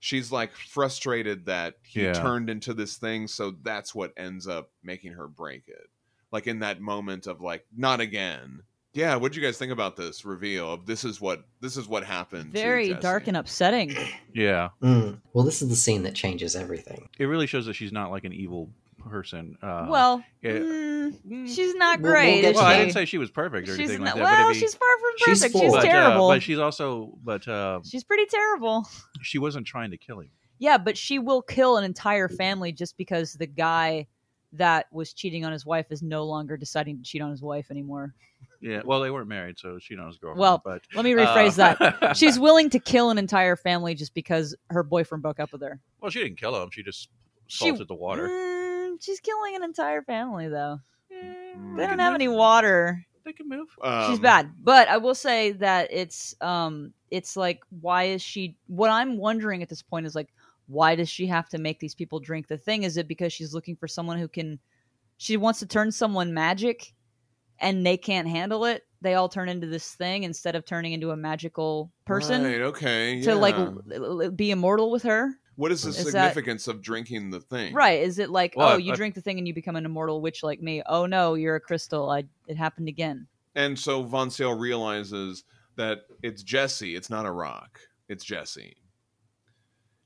she's like frustrated that he
Yeah.
turned into this thing. So that's what ends up making her break it. Like in that moment of like not again. Yeah, what would you guys think about this reveal of this is what this is what happened? to
Very
Jesse?
dark and upsetting.
Yeah.
Mm. Well, this is the scene that changes everything.
It really shows that she's not like an evil person. Uh,
well,
yeah.
mm,
mm,
she's not
We'll- we'll
great.
get
is
well, I
she?
didn't say she was perfect or
she's
anything like
not,
that.
well,
but it'd be-
she's far from
She's
perfect.
full.
She's,
but, uh,
terrible.
but she's also, but uh,
she's pretty terrible.
she wasn't trying to kill him.
Yeah, but she will kill an entire family just because the guy that was cheating on his wife is no longer deciding to cheat on his wife anymore.
Yeah. Well, they weren't married, so she knows girlfriend.
Well,
but
Let me rephrase
uh,
that. She's willing to kill an entire family just because her boyfriend broke up with her.
well, she didn't kill him. She just
She-
salted the water.
Mm, she's killing an entire family though.
Mm.
They don't have any water.
They can move.
she's
Um,
bad but i will say that it's um it's like why is she what i'm wondering at this point is like why does she have to make these people drink the thing is it because she's looking for someone who can she wants to turn someone magic and they can't handle it they all turn into this thing instead of turning into a magical person
Right, okay.
to like
yeah.
l- l- l- be immortal with her
What is the
Is that-
significance of drinking the thing?
right is it like
Well,
oh
I-
you
I-
drink the thing and you become an immortal witch like me oh no you're a crystal i it happened again
And so Von Sale realizes that it's Jesse. It's not a rock. It's Jesse.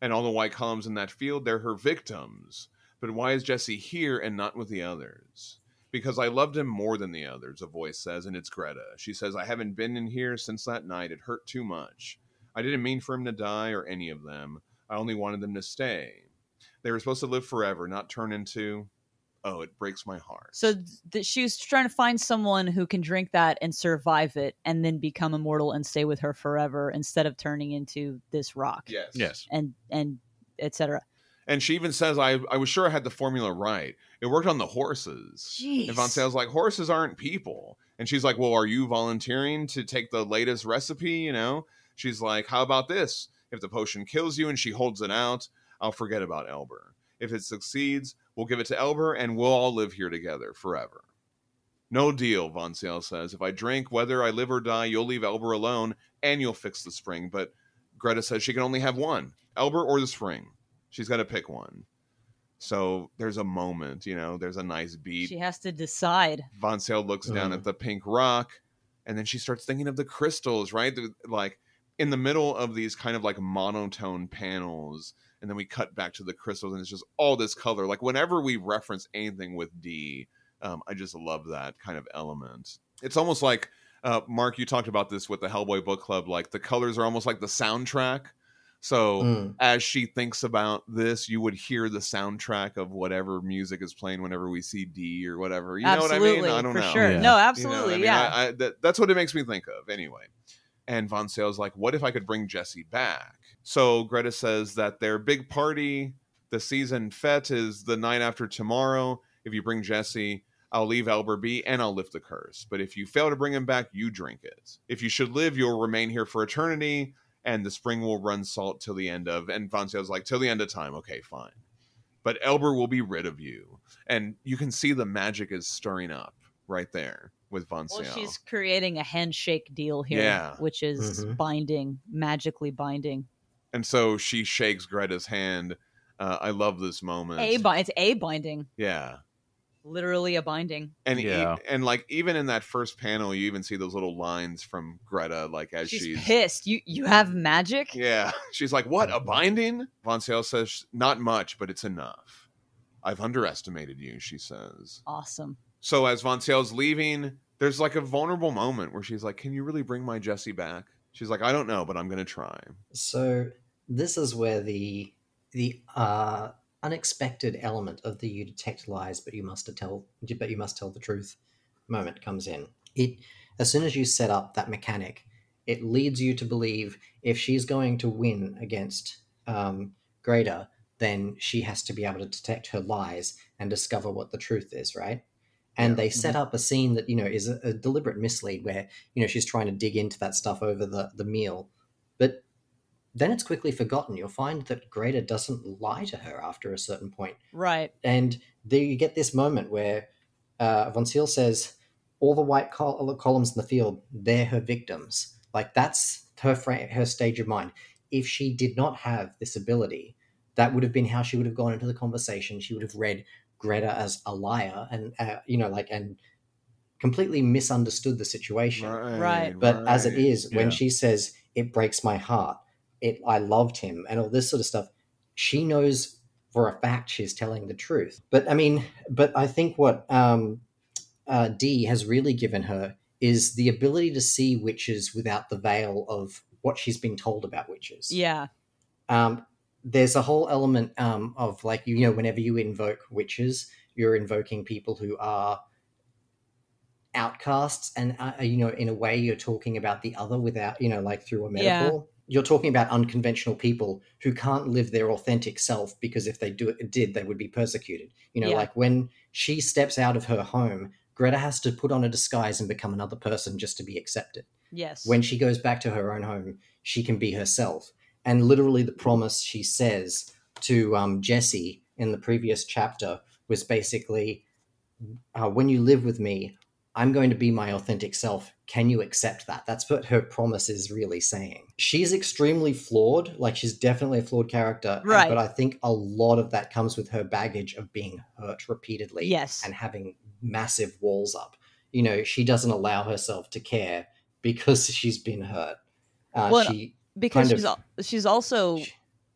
And all the white columns in that field, they're her victims. But why is Jesse here and not with the others? Because I loved him more than the others, a voice says, and it's Greta. She says, I haven't been in here since that night. It hurt too much. I didn't mean for him to die or any of them. I only wanted them to stay. They were supposed to live forever, not turn into. Oh, it breaks my heart.
So th- th- she was trying to find someone who can drink that and survive it and then become immortal and stay with her forever instead of turning into this rock.
yes.
Yes.
And and etc.
And she even says, I, I was sure I had the formula right. It worked on the horses.
Jeez.
And Von Sale's like, horses aren't people. And she's like, Well, are you volunteering to take the latest recipe? You know, she's like, How about this? If the potion kills you and she holds it out, I'll forget about Elber. If it succeeds, we'll give it to Elber and we'll all live here together forever. No deal, Von Ciel says. If I drink, whether I live or die, you'll leave Elber alone and you'll fix the spring. But Greta says she can only have one Elber or the spring. She's got to pick one. So there's a moment, you know, there's a nice beat.
She has to decide.
Von Sale looks down
Mhm.
at the pink rock, and then she starts thinking of the crystals, right? The- Like in the middle of these kind of like monotone panels, and then we cut back to the crystals, and it's just all this color. Like whenever we reference anything with D, um, I just love that kind of element. It's almost like uh, Mark, you talked about this with the Hellboy book club. Like the colors are almost like the soundtrack. So
Mm.
as she thinks about this, you would hear the soundtrack of whatever music is playing whenever we see D or whatever. You
absolutely,
know what I mean? I don't
for
know.
sure.
Yeah.
No,
You know,
absolutely,
I mean,
yeah.
I, I, that, that's what it makes me think of anyway. And Von Sale's like, what if I could bring Jesse back? So Greta says that their big party, the season fete, is the night after tomorrow. If you bring Jesse, I'll leave Albert be and I'll lift the curse. But if you fail to bring him back, you drink it. If you should live, you'll remain here for eternity and the spring will run salt till the end of. And Von Sale's like, till the end of time. Okay, fine. But Elber will be rid of you. And you can see the magic is stirring up right there with Von
well,
Sale.
she's creating a handshake deal here,
Yeah.
which is
Mhm.
binding, magically binding.
And so she shakes Greta's hand. Uh, I love this moment.
A bind, it's a binding,
yeah.
literally a binding.
And e-
Yeah.
and like even in that first panel, you even see those little lines from Greta, like as
she's,
she's,
pissed. You you have magic.
yeah, she's like, "What
Uh-huh.
a binding?" Von Sale says, "Not much, but it's enough." I've underestimated you, she says.
Awesome.
So as Von Sale's leaving, there's like a vulnerable moment where she's like, "Can you really bring my Jesse back?" She's like, "I don't know, but I'm gonna try."
So this is where the the uh, unexpected element of the you detect lies, but you must tell, but you must tell the truth moment comes in. It as soon as you set up that mechanic, it leads you to believe if she's going to win against um, Greater, then she has to be able to detect her lies and discover what the truth is, right? And they set up a scene that you know is a, a deliberate mislead where you know she's trying to dig into that stuff over the the meal, but then it's quickly forgotten. You'll find that Greta doesn't lie to her after a certain point.
Right.
And there you get this moment where uh, Von Seal says, "All the white col- all the columns in the field, they're her victims." Like that's her fra- her stage of mind. If she did not have this ability, that would have been how she would have gone into the conversation. She would have read Greta as a liar, and uh, you know, like, and completely misunderstood the situation.
Right.
But as E, it is,
Yeah.
when she says it breaks my heart, it I loved him and all this sort of stuff, she knows for a fact she's telling the truth. But I mean, but I think what um, uh, D has really given her is the ability to see witches without the veil of what she's been told about witches
Yeah.
um, there's a whole element um, of like you know whenever you invoke witches you're invoking people who are outcasts and uh, you know in a way you're talking about the other without you know like through a
Yeah.
metaphor you're talking about unconventional people who can't live their authentic self because if they do did they would be persecuted you know
Yeah.
like when she steps out of her home greta has to put on a disguise and become another person just to be accepted
Yes.
when she goes back to her own home, she can be herself. And literally, the promise she says to um, Jesse in the previous chapter was basically, uh, "When you live with me, I'm going to be my authentic self. Can you accept that?" That's what her promise is really saying. She's extremely flawed. Like she's definitely a flawed character. and-
Right.
But I think a lot of that comes with her baggage of being hurt repeatedly
yes.
and having massive walls up. You know, she doesn't allow herself to care because she's been hurt. Uh,
Well,
she,
because
kind of-
she's al- she's also
She-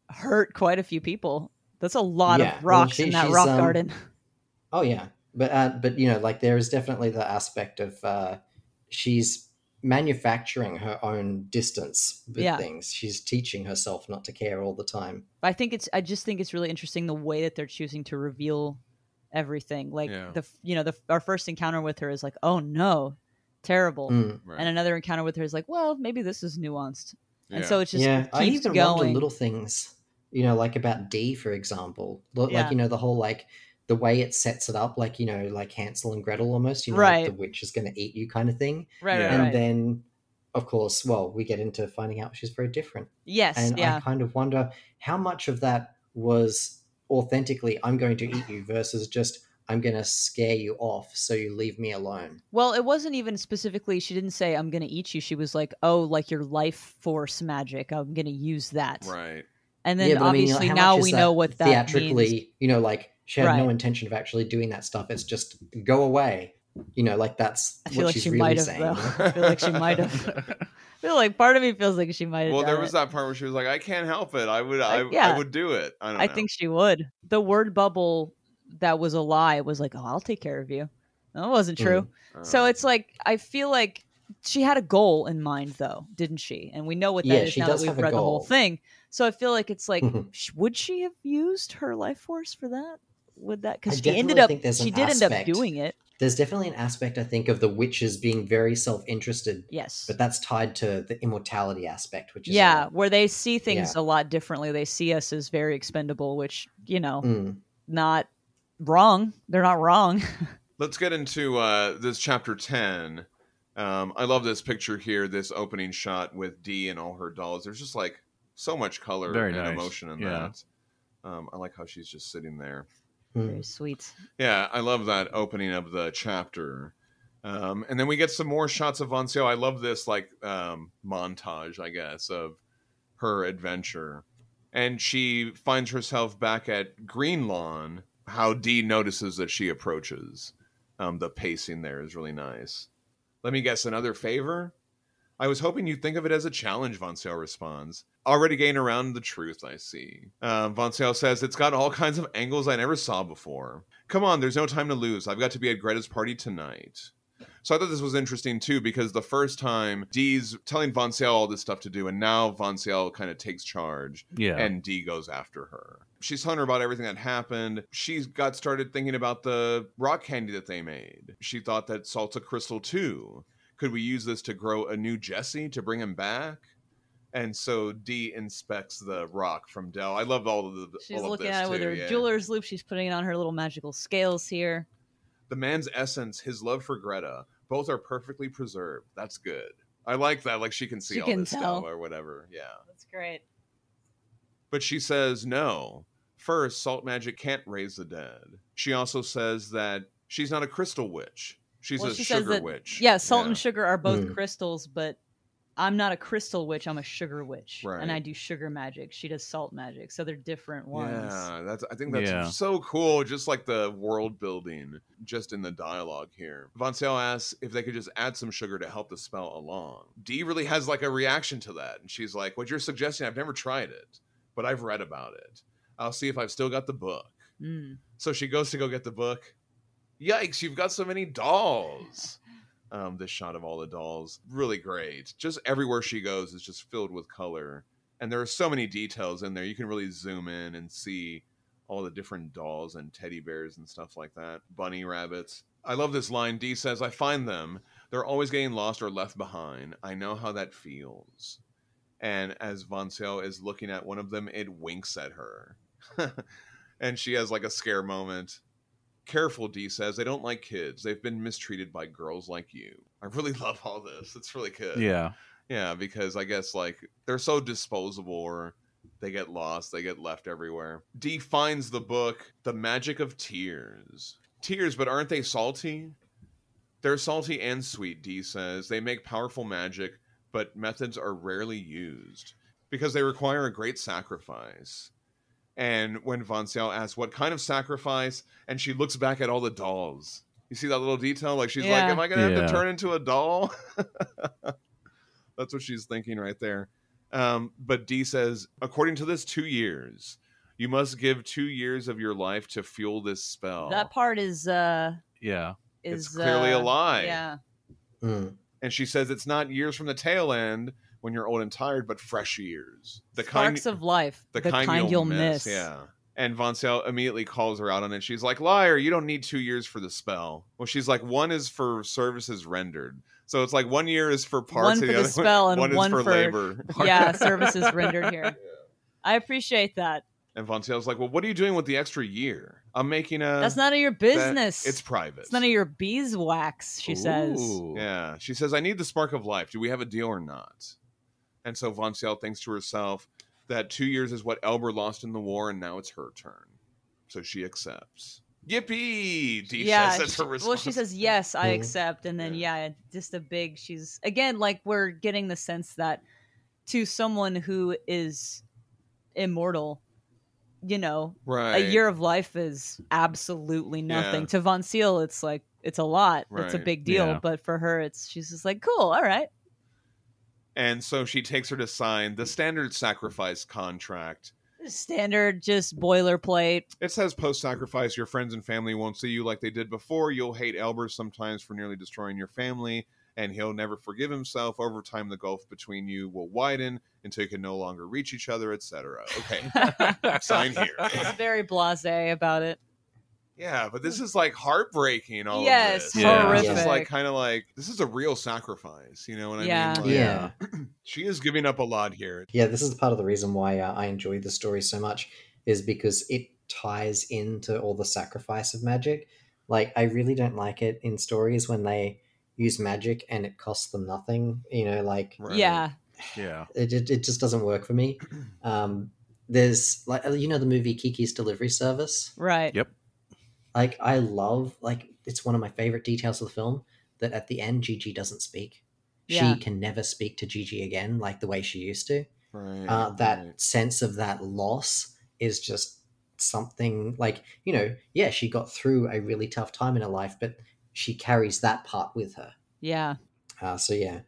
hurt quite a few people. That's a lot
Yeah,
of
well,
rocks
she-
in that
she's,
rock
um,
garden.
oh yeah, but uh, but you know, like there is definitely the aspect of uh, she's manufacturing her own distance with
Yeah.
things. She's teaching herself not to care all the time.
But I think it's. I just think it's really interesting the way that they're choosing to reveal everything. Like
Yeah.
the f- you know the f- our first encounter with her is like, oh no, terrible.
Mm.
Right.
And another encounter with her is like, well, maybe this is nuanced. And
Yeah.
so it's just
yeah, I
keeps
even
going.
wonder little things, you know, like about D, for example. Lo- Like
Yeah.
you know, the whole like the way it sets it up, like you know, like Hansel and Gretel almost, you know, like
Right.
the witch is going to eat you kind of thing.
right,
Yeah.
right,
and
right.
then of course, well, we get into finding out she's very different.
Yes,
And
yeah.
I kind of wonder how much of that was authentically, I'm going to eat you versus just, I'm going to scare you off so you leave me alone.
Well, it wasn't even specifically. She didn't say, "I'm going to eat you." She was like, "Oh, like your life force magic. I'm going to use that."
Right.
And then
Yeah, but I mean, you know,
obviously
how
now
much is
we
that
know what that
theatrically,
means.
you know, like she had no
Right.
intention of actually doing that stuff. It's just go away. You know, like that's
I feel
what
like
she's
she
really
might have
saying.
though. I feel like she might have. I feel like part of me feels like she might have.
Well, there
done
was
it.
that part where she was like, "I can't help it. I would. I,
Like, yeah.
I would do it. I don't
I
know.
think she would. The word bubble that was a lie was like, "Oh, I'll take care of you." That wasn't true.
Hmm.
Uh,
So it's like I feel like she had a goal in mind, though, didn't she? And we know what that is
Yeah, she
now
does
that
have
we've
a
read the whole
goal. Mm-hmm.
thing. So I feel like it's like, sh- would she have used her life force for that? Would that
I
because she ended
definitely
up
think there's an
she did end up
aspect.
doing it?
There's definitely an aspect, I think, of the witches being very self interested,
Yes.
but that's tied to the immortality aspect, which is.
yeah, where they see things a lot differently. They see us as very expendable, which you know,
a- Mm.
not wrong. They're not wrong.
Mm. let's get into uh, this chapter ten. Um, I love this picture here. This opening shot with Dee and all her dolls. There's just like so much color
Very
and
nice.
emotion in
Yeah.
that. Um, I like how she's just sitting there.
Mm.
Very sweet.
Yeah, I love that opening of the chapter. Um, and then we get some more shots of Vancio. I love this like um, montage, I guess, of her adventure. And she finds herself back at Green Lawn. How Dee notices that she approaches. Um, the pacing there is really nice. Let me guess another favor? I was hoping you'd think of it as a challenge, Von Sale responds. Already getting around the truth, I see. Uh, Von Sale says, It's got all kinds of angles I never saw before. Come on, there's no time to lose. I've got to be at Greta's party tonight. So I thought this was interesting too, because the first time Dee's telling Von Sale all this stuff to do, and now Von Sale kind of takes charge
Yeah.
and Dee goes after her. She's telling her about everything that happened. She's got started thinking about the rock candy that they made. She thought that salt's a crystal too. Could we use this to grow a new Jesse to bring him back? And so Dee inspects the rock from Dell. I love all of the.
She's
all of
looking
this
at it with
too,
her
yeah.
jeweler's loop. She's putting it on her little magical scales here.
The man's essence, his love for Greta, both are perfectly preserved. That's good. I like that. Like she can see
She
all
can
this
tell.
stuff or whatever. Yeah.
That's great.
But she says no. First, salt magic can't raise the dead. She also says that she's not a crystal witch. She's
Well,
a
she says
sugar
that-
witch.
Yeah, salt and sugar are both
Mm.
crystals, but I'm not a crystal witch. I'm a sugar witch,
Right.
and I do sugar magic. She does salt magic, so they're different ones.
Yeah, that's. I think that's
Yeah.
so cool. Just like the world building, just in the dialogue here. Von Sale asks if they could just add some sugar to help the spell along. Dee really has like a reaction to that, and she's like, "What you're suggesting, I've never tried it, but I've read about it. I'll see if I've still got the book."
Mm.
So she goes to go get the book. Yikes, you've got so many dolls. Um, this shot of all the dolls, really great. Just everywhere she goes is just filled with color. And there are so many details in there. You can really zoom in and see all the different dolls and teddy bears and stuff like that. Bunny rabbits. I love this line. Dee says, I find them. They're always getting lost or left behind. I know how that feels. And as Von Sale is looking at one of them, it winks at her. and she has like a scare moment. Careful, Dee says, they don't like kids. They've been mistreated by girls like you. I really love all this. It's really good.
yeah.
Yeah, because I guess like they're so disposable or they get lost, they get left everywhere. Dee finds the book, The Magic of Tears. Tears, but aren't they salty? They're salty and sweet, Dee says. They make powerful magic, but methods are rarely used because they require a great sacrifice. And when Von Ciel asks what kind of sacrifice, and she looks back at all the dolls. You see that little detail? Like she's
Yeah.
like, Am I gonna have
Yeah.
to turn into a doll? That's what she's thinking right there. Um, but D says, according to this, two years. You must give two years of your life to fuel this spell.
That part is uh
Yeah.
is
Oh. it's clearly
uh,
a lie.
Yeah,
Mm.
And she says it's not years from the tail end when you're old and tired, but fresh years. The
sparks
kind,
of life,
the, kind, you'll, miss. Yeah. And Von Sale immediately calls her out on it. She's like, liar, you don't need two years for the spell. Well, she's like, one is for services rendered. So it's like one year is for
One
parts
for
and the,
the
other
spell and
one,
one
is for,
for-
labor.
yeah, services rendered here. I appreciate that.
And Von Sale's like, well, what are you doing with the extra year? I'm making a.
That's none of your
Uh, that-
business.
it's private.
It's none of your beeswax, she says.
Ooh.
Yeah. She says, I need the spark of life. Do we have a deal or not? And so Von Ciel thinks to herself that two years is what Elber lost in the war, and now it's her turn. So she accepts. Yippee! Deisha
yeah.
says
she-
her response.
well, she says, yes, I
Mhm.
accept. And then, yeah. just a big, she's, again, like we're getting the sense that to someone who is immortal, you know,
right.
a year of life is absolutely nothing.
Yeah.
To Von Seal, it's like, it's a lot. It's a
Right.
big deal.
Yeah.
But for her, it's, she's just like, cool, all right.
And so she takes her to sign the standard sacrifice contract.
Standard, just boilerplate.
It says post sacrifice, your friends and family won't see you like they did before. You'll hate Elber sometimes for nearly destroying your family, and he'll never forgive himself. Over time, the gulf between you will widen until you can no longer reach each other, etc. Okay, sign here.
She's very blase about it.
Yeah, but this is like heartbreaking. All
yes,
of this.
Yeah.
horrific.
This is like kind of like this is a real sacrifice. You know what I
Yeah.
mean? Like,
Yeah.
She is giving up a lot here.
Yeah, this is part of the reason why uh, I enjoy the story so much is because it ties into all the sacrifice of magic. Like, I really don't like it in stories when they use magic and it costs them nothing. You know, like
Right.
Yeah,
Yeah.
it, it, it just doesn't work for me. Um, there's like you know the movie Kiki's Delivery Service.
right.
Yep.
Like, I love like it's one of my favorite details of the film that at the end Gigi doesn't speak.
Yeah.
She can never speak to Gigi again like the way she used to.
Right.
uh, that
right.
sense of that loss is just something like you know yeah she got through a really tough time in her life but she carries that part with her
Yeah.
uh, so yeah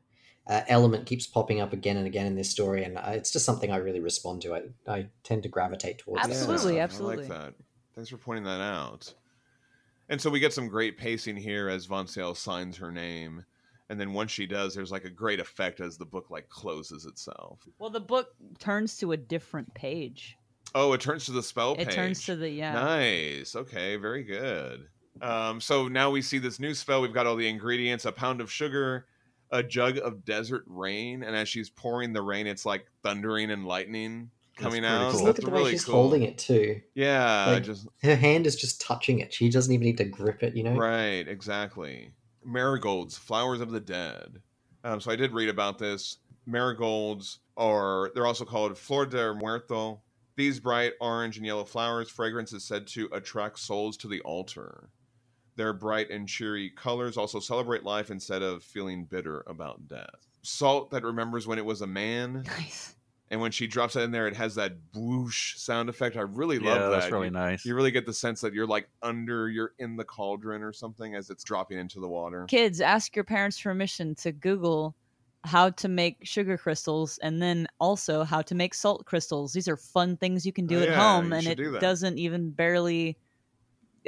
uh, element keeps popping up again and again in this story and uh, it's just something i really respond to i, I tend to gravitate towards that sort of
Absolutely,
Yeah,
stuff.
absolutely.
I like that. Thanks for pointing that out. And so we get some great pacing here as Von Sale signs her name. And then once she does, there's like a great effect as the book like closes itself.
Well, the book turns to a different page.
Oh, it turns to the spell page.
It turns to the yeah.
Nice. Okay, very good. Um, so now we see this new spell. We've got all the ingredients: a pound of sugar, a jug of desert rain, and as she's pouring the rain, it's like thundering and lightning
That's
coming
pretty
out.
cool.
just
Oh,
look
That's
at the way
really
she's
cool.
holding it too
Yeah,
Like-
just
her hand is just touching it she doesn't even need to grip it you know
right, exactly. Marigolds, flowers of the dead. Um, so I did read about this. Marigolds are they're also called flor de muerto. These bright orange and yellow flowers fragrance is said to attract souls to the altar. Their bright and cheery colors also celebrate life instead of feeling bitter about death. Salt that remembers when it was a man,
Nice.
and when she drops that in there, it has that whoosh sound effect. I really love
yeah,
that.
that's really
You-
nice.
you really get the sense that you're like under, you're in the cauldron or something as it's dropping into the water.
Kids, ask your parents permission to Google how to make sugar crystals and then also how to make salt crystals. These are fun things you can do
Oh,
at
yeah,
home,
you
and
should
it
do that.
doesn't even barely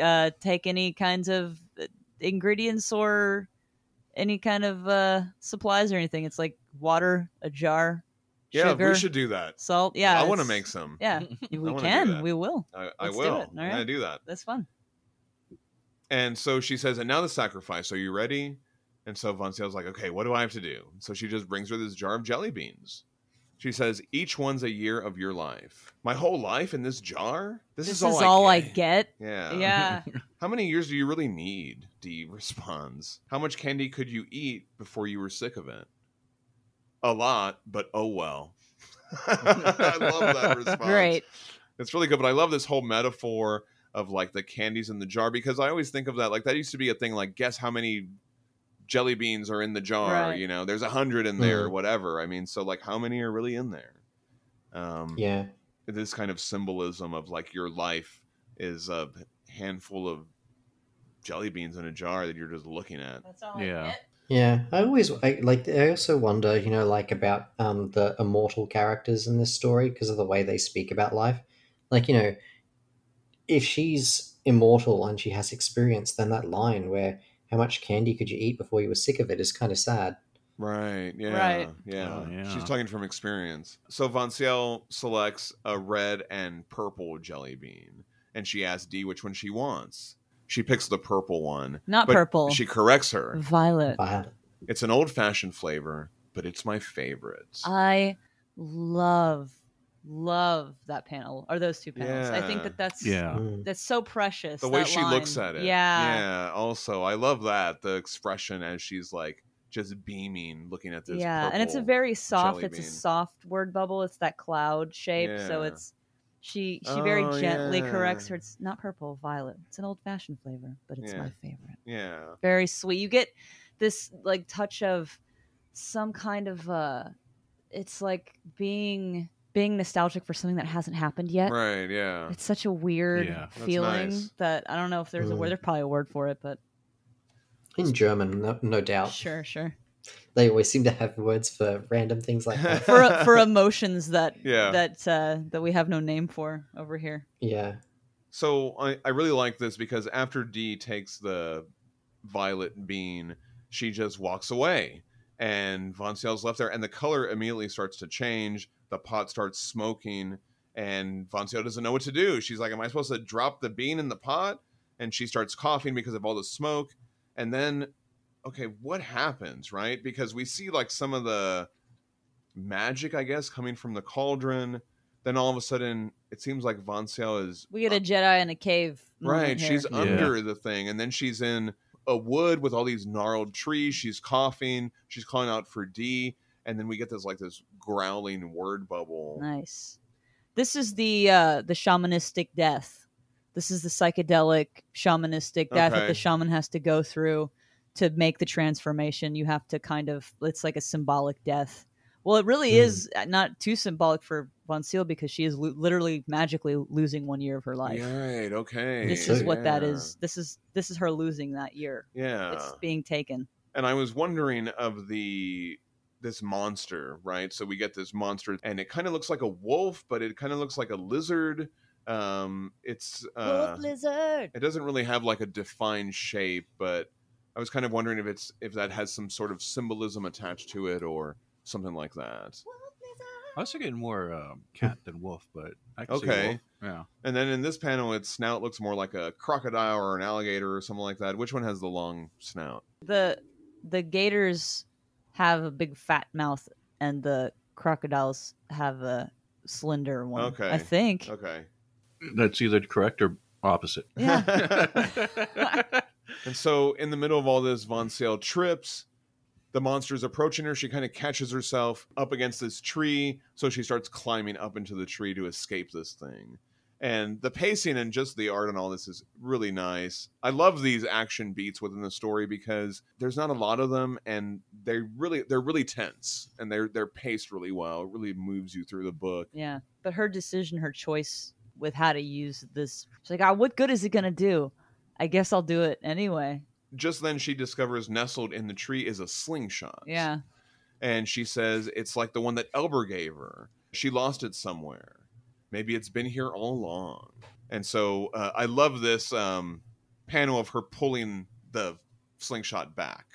uh, take any kinds of uh, ingredients or any kind of uh, supplies or anything. It's like water, a jar,
Yeah,
sugar,
we should do that.
salt. Yeah,
I want to
it's-
make some.
Yeah, we
wanna do
can.
that.
We will.
I, I
Let's do
will.
it.
I'm
All
gonna
right.
do that.
That's fun.
And so she says, and now the sacrifice. Are you ready? And so Von Seel's like, okay, what do I have to do? So she just brings her this jar of jelly beans. She says, each one's a year of your life. My whole life in this jar? This,
This
is all,
I get.
Yeah.
Yeah.
How many years do you really need? Dee responds. How much candy could you eat before you were sick of it? A lot, but oh well. I love that response.
Great.
It's really good, but I love this whole metaphor of like the candies in the jar because I always think of that. Like that used to be a thing. Like guess how many jelly beans are in the jar?
Right.
You know, there's a hundred in there, or whatever. I mean, so like how many are really in there? Um,
yeah
this kind of symbolism of like your life is a handful of jelly beans in a jar that you're just looking at.
That's all
I Yeah.
Yeah, I always I, like. I also wonder, you know, like about um, the immortal characters in this story because of the way they speak about life. Like, you know, if she's immortal and she has experience, then that line where "How much candy could you eat before you were sick of it?" is kind of sad.
Right. Yeah.
Right.
Yeah.
Oh, yeah.
She's talking from experience. So Von Ciel selects a red and purple jelly bean, and she asks Dee which one she wants. She picks the purple one.
Not
but
purple.
She corrects her.
Violet.
Violet.
It's an old fashioned flavor, but it's my favorite.
I love love that panel or those two panels. I think
Yeah.
that that's
Yeah.
mm,
that's so precious.
the way
that
she looks
line.
at it.
Yeah.
Yeah. Also, I love that the expression as she's like just beaming, looking at this.
yeah. And it's a
purple-
very soft,
jelly
it's a
bean.
soft word bubble. It's that cloud shape. So
Yeah.
it's she she very
Oh,
gently
yeah.
corrects her. It's not purple, violet. It's an old fashioned flavor, but it's
Yeah.
my favorite.
yeah.
Very sweet. You get this like touch of some kind of uh it's like being being nostalgic for something that hasn't happened yet.
Right. Yeah.
It's such a weird
Yeah.
That's
feeling
nice.
that I don't know if there's a
Mm.
word. There's probably a word for it, but
In German, no, no doubt.
sure, sure.
They always seem to have words for random things like that.
For for emotions that
Yeah.
that uh, that we have no name for over here.
yeah.
So I, I really like this because after D takes the violet bean, she just walks away. And Von Ciel's left there, and the color immediately starts to change. The pot starts smoking, and Von Ciel doesn't know what to do. She's like, Am I supposed to drop the bean in the pot? And she starts coughing because of all the smoke. And then, okay, what happens, right? Because we see like some of the magic, I guess, coming from the cauldron. Then all of a sudden, it seems like Von Ciel is
We get a Jedi in a cave. moment
Uh, Right.
here.
She's
Yeah.
under the thing, and then she's in a wood with all these gnarled trees. She's coughing. She's calling out for D, and then we get this like this growling word bubble.
nice. This is the uh, the shamanistic death. This is the psychedelic shamanistic death that
Okay.
the shaman has to go through to make the transformation. You have to kind of it's like a symbolic death. Well, it really
Hmm.
is uh, not too symbolic for Von Seal because she is lo- literally magically losing one year of her life.
Right. Okay.
This is what that
yeah.
is. This is this is her losing that year.
Yeah.
It's being taken.
and I was wondering of the this monster, right? So we get this monster, and it kind of looks like a wolf, but it kind of looks like a lizard. Um, it's uh,
lizard.
it doesn't really have like a defined shape but i was kind of wondering if it's if that has some sort of symbolism attached to it or something like that
I was thinking more um, cat than wolf, but I can see
Okay.
wolf. Yeah.
and then in this panel its snout looks more like a crocodile or an alligator or something like that which one has the long snout
The the gators have a big fat mouth, and the crocodiles have a slender one.
Okay.
I think.
okay
That's either correct or opposite.
Yeah.
Oh, and so in the middle of all this von sale trips the monster's approaching her she kind of catches herself up against this tree so she starts climbing up into the tree to escape this thing and the pacing and just the art and all this is really nice i love these action beats within the story because there's not a lot of them and they really they're really tense and they're they're paced really well it really moves you through the book
Yeah. But her decision, her choice with how to use this, she's like, ah, what good is it gonna do? I guess I'll do it anyway.
just then she discovers nestled in the tree is a slingshot
Yeah.
and she says it's like the one that Elber gave her. She lost it somewhere. Maybe it's been here all along. And so uh, I love this um, panel of her pulling the slingshot back.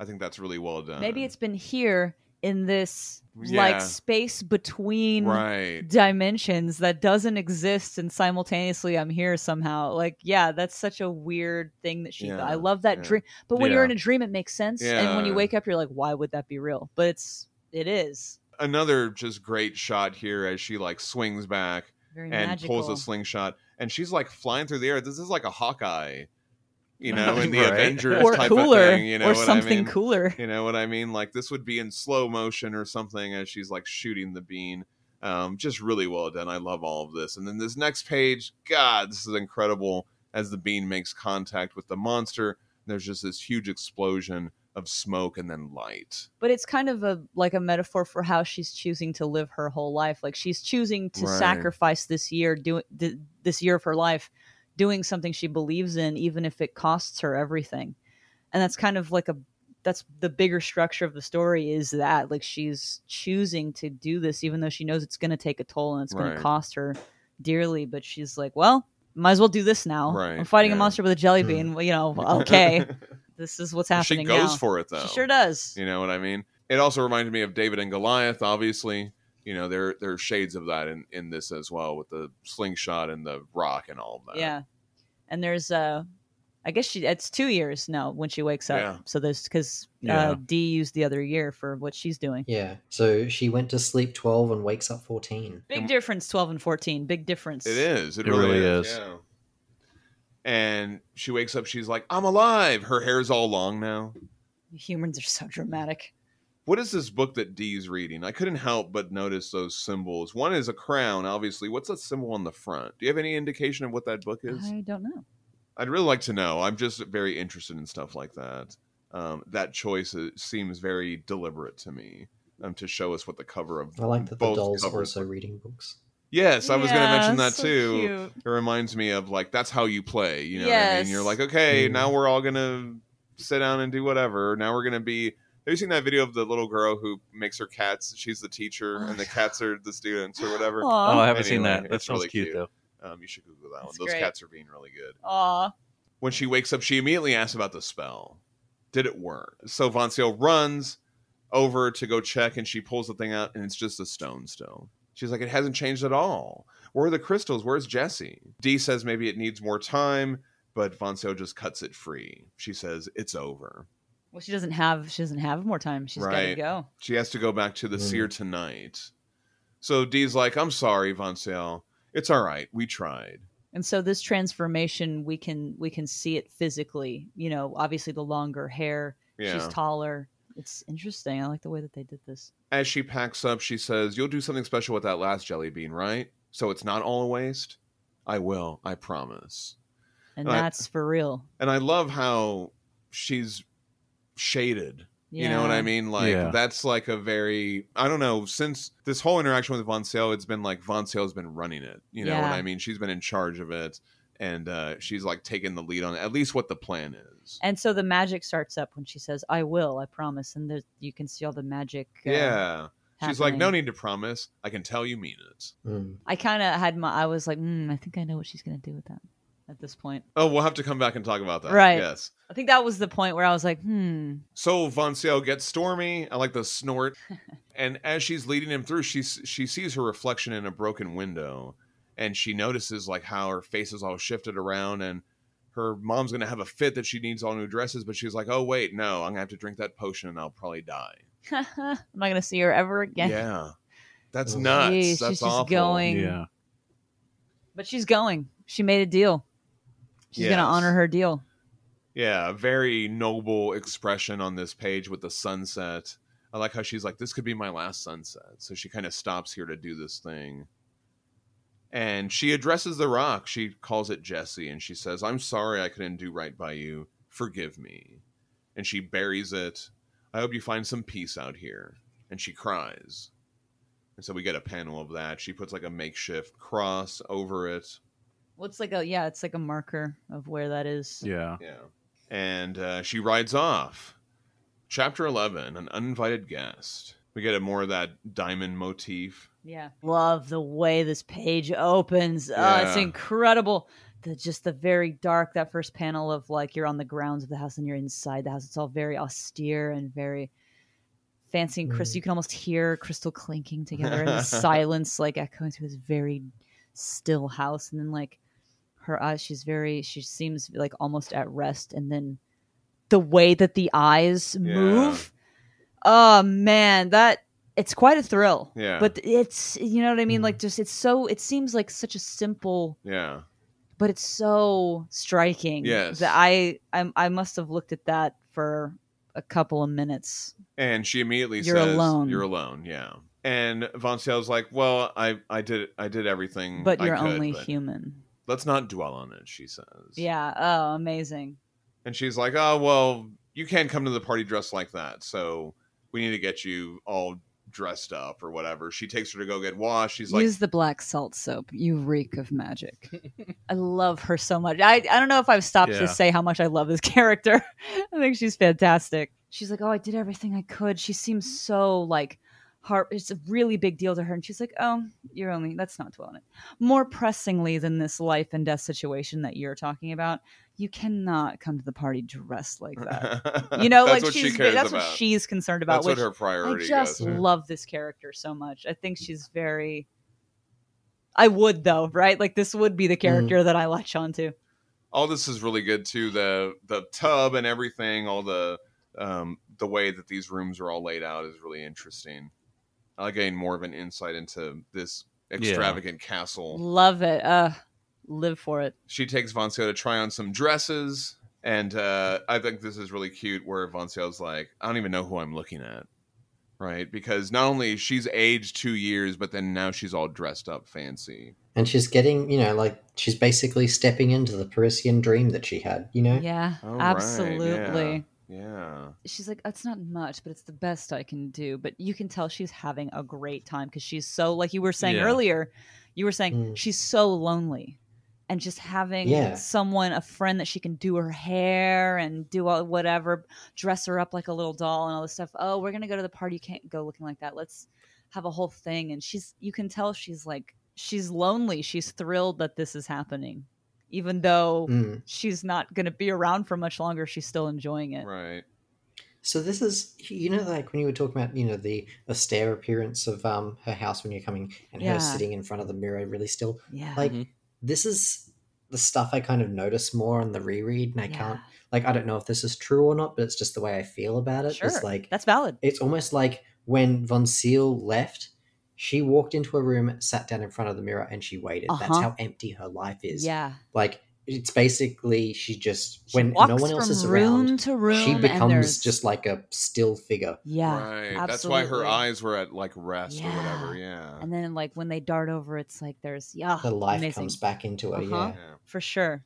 I think that's really well done.
Maybe it's been here in this
uh, Yeah.
like space between
right.
dimensions that doesn't exist and simultaneously I'm here somehow. Like, yeah, that's such a weird thing that she
Yeah,
I love that
yeah.
dream. But when you're
Yeah.
in a dream it makes sense. And when you
Yeah.
wake up you're like, why would that be real? But it's it is.
Another just great shot here as she like swings back
Very
and
magical.
pulls a slingshot, and she's like flying through the air. This is like a Hawkeye, you know, in the
Right.
Avengers
or
type
cooler.
of thing. You know
or
what
something
I mean?
cooler.
You know what I mean? Like this would be in slow motion or something as she's like shooting the bean. Um, just really well done. I love all of this. And then this next page, God, this is incredible. As the bean makes contact with the monster, there's just this huge explosion of smoke and then light.
But it's kind of a like a metaphor for how she's choosing to live her whole life. Like she's choosing to
Right.
sacrifice this year doing th- this year of her life doing something she believes in even if it costs her everything. And that's kind of like a that's the bigger structure of the story is that like she's choosing to do this even though she knows it's going to take a toll and it's going
Right.
to cost her dearly but she's like well might as well do this now
Right,
i'm fighting a
yeah.
monster with a jelly
Hmm.
bean well, you know okay this is what's
she
happening
goes
now.
for it though.
She sure does.
You know what I mean? It also reminded me of David and Goliath, obviously. You know, there there are shades of that in, in this as well with the slingshot and the rock and all of that.
Yeah. And there's uh I guess she it's two years now when she wakes up.
Yeah.
So there's because
Yeah.
uh, D used the other year for what she's doing.
Yeah. So she went to sleep 12 and wakes up 14.
Big difference, twelve and fourteen. Big difference.
It is. It,
It
really,
really
is.
is.
Yeah. And she wakes up. She's like, "I'm alive." Her hair's all long now.
Humans are so dramatic.
What is this book that Dee's reading? I couldn't help but notice those symbols. One is a crown, obviously. What's that symbol on the front? Do you have any indication of what that book is?
I don't know.
I'd really like to know. I'm just very interested in stuff like that. Um, that choice uh, seems very deliberate to me um, to show us what the cover of
I like that the
both
doll's
covers.
also reading books.
Yes, I was going to
Yeah,
mention that
so
too.
cute.
It reminds me of like that's how you play. You know, what I
Yes.
mean, you're like, okay,
Mm.
now we're all gonna sit down and do whatever. Now we're gonna be. Have you seen that video of the little girl who makes her cats? She's the teacher,
Oh,
and the cats are the students or whatever.
Oh, I
Aw.
haven't seen
Anyway,
that. That
it's
sounds
really
cute,
cute.
though.
Um, you should Google that one.
That's
Those
great.
cats are being really good.
Aw.
When she wakes up, she immediately asks about the spell. Did it work? So Von Seal runs over to go check and she pulls the thing out and it's just a stone still. She's like, it hasn't changed at all. Where are the crystals? Where's Jesse? Dee says maybe it needs more time, but Von Seal just cuts it free. She says, it's over.
Well, she doesn't have she doesn't have more time. She's
Right.
got to go.
She has to go back to the
Hmm.
seer tonight. So Dee's like, I'm sorry, Von Seal. It's all right. We tried.
And so this transformation, we can we can see it physically. You know, obviously the longer hair,
Yeah.
she's taller. It's interesting. I like the way that they did this.
As she packs up, she says, You'll do something special with that last jelly bean, right? So it's not all a waste? I will, I promise.
And
Right.
that's for real.
And I love how she's shaded. You know what I
Yeah.
mean? Like
Yeah.
that's like a very I don't know, since this whole interaction with Von Sale, it's been like Von Sale's been running it. You know what
Yeah.
I mean? She's been in charge of it and uh she's like taking the lead on at least what the plan is.
And so the magic starts up when she says, "I will, I promise." And there's you can see all the magic. uh,
yeah. She's like, No
happening.
need to promise. I can tell you mean it.
Mm.
I kind of had my. I was like, mm, I think I know what she's gonna do with that. At this point,
Oh, we'll have to come back and talk about that.
Right.
Yes.
I think that was the point where I was like, hmm.
So Von Ciel gets stormy. I like the snort. and as she's leading him through, she she sees her reflection in a broken window, and she notices like how her face is all shifted around, and her mom's gonna have a fit that she needs all new dresses. But she's like, "Oh wait, no, I'm gonna have to drink that potion, and I'll probably die."
I'm not gonna see her ever
Yeah,
again.
that's
Jeez,
nuts.
she's
that's
just
awful.
going-
Yeah.
But she's going. She made a deal. She's gonna
Yes.
honor her deal.
Yeah, very noble expression on this page with the sunset. I like how she's like, this could be my last sunset. So she kind of stops here to do this thing. And she addresses the rock. She calls it Jesse and she says, I'm sorry I couldn't do right by you. Forgive me. And she buries it. I hope you find some peace out here. And she cries. And so we get a panel of that. She puts like a makeshift cross over it.
What's like a yeah? It's like a marker of where that is.
Yeah.
Yeah. And uh, she rides off. Chapter 11 An Uninvited Guest. We get a more of that diamond motif.
Yeah. Love the way this page opens. Oh, it's
Yeah.
incredible. The, just the very dark, that first panel of like you're on the grounds of the house and you're inside the house. It's all very austere and very fancy and crystal.
Mm.
You can almost hear crystal clinking together in the silence, like echoing through this very still house. And then like her eyes, she's very, she seems like almost at rest. And then the way that the eyes
Yeah.
move. Oh man, that it's quite a thrill
Yeah.
but it's you know what i mean
Hmm.
Mm.
like just it's so it seems like such a simple
yeah.
but it's so striking
Yes.
that i i, I must have looked at that for a couple of minutes
And she immediately
You're
says,
alone.
You're alone. Yeah. And Von Ciel's like, Well, I, I did I did everything.
but
Hmm. I
you're
could,
only
but
human
Let's not dwell on it, she says.
yeah oh amazing
And she's like, Oh, well, you can't come to the party dressed like that. So we need to get you all dressed up or whatever. She takes her to go get washed. She's like,
use the black salt soap you reek of magic i love her so much i, I don't know if i've stopped
Yeah.
to say how much i love this character i think she's fantastic she's like oh i did everything i could she seems so like heart it's a really big deal to her and she's like oh you're only let's not dwell on it more pressingly than this life and death situation that you're talking about you cannot come to the party dressed like that you know
That's
like
what she
she's
cares
that's
about.
what she's concerned about
That's what
which-
her priority
I just
goes.
goes.
love this character so much. I think she's
Mm-hmm.
very. I would though, right? Like this would be the character that I latch onto.
all this is really good too. The the tub and everything, all the um, the way that these rooms are all laid out is really interesting. I'll gain more of an insight into this extravagant castle.
Love it. Uh, live for it.
She takes Vancio to try on some dresses, and uh, I think this is really cute. Where Vancio's like, I don't even know who I'm looking at, right? Because not only she's aged two years, but then now she's all dressed up fancy.
And she's getting, you know, like she's basically stepping into the Parisian dream that she had, you know?
Yeah,
Mm-hmm. All right,
absolutely.
Yeah.
She's like, it's not much, but it's the best I can do. But you can tell she's having a great time because she's so, like you were saying
Yeah.
earlier, you were saying
Mm.
she's so lonely. And just having
Yeah.
someone, a friend that she can do her hair and do all, whatever, dress her up like a little doll and all this stuff. Oh, we're going to go to the party. You can't go looking like that. Let's have a whole thing. And she's, you can tell she's like, she's lonely. She's thrilled that this is happening, even though
Mm.
she's not going to be around for much longer. She's still enjoying it.
Right.
So this is, you know, like when you were talking about, you know, the austere appearance of um her house when you're coming and
Yeah. Uh-huh.
her sitting in front of the mirror really still.
Yeah.
Like
Mhm.
this is the stuff I kind of notice more on the reread, and I
Yeah.
can't like I don't know if this is true or not, but it's just the way I feel about it.
Sure.
It's like
That's valid.
it's almost like when Von Seal left, she walked into a room, sat down in front of the mirror, and she waited. That's
Uh-huh.
how empty her life is.
yeah.
Like it's basically she just
She
when no
walks
one else
from
is
room
around,
to room,
she
and
becomes
there's-
just like a still figure.
yeah.
right. That's why her
absolutely.
eyes were at like rest or whatever. Yeah.
And then like when they dart over, it's like there's yeah,
Her life
amazing.
comes back into her.
Uh-huh.
Yeah.
yeah.
for sure.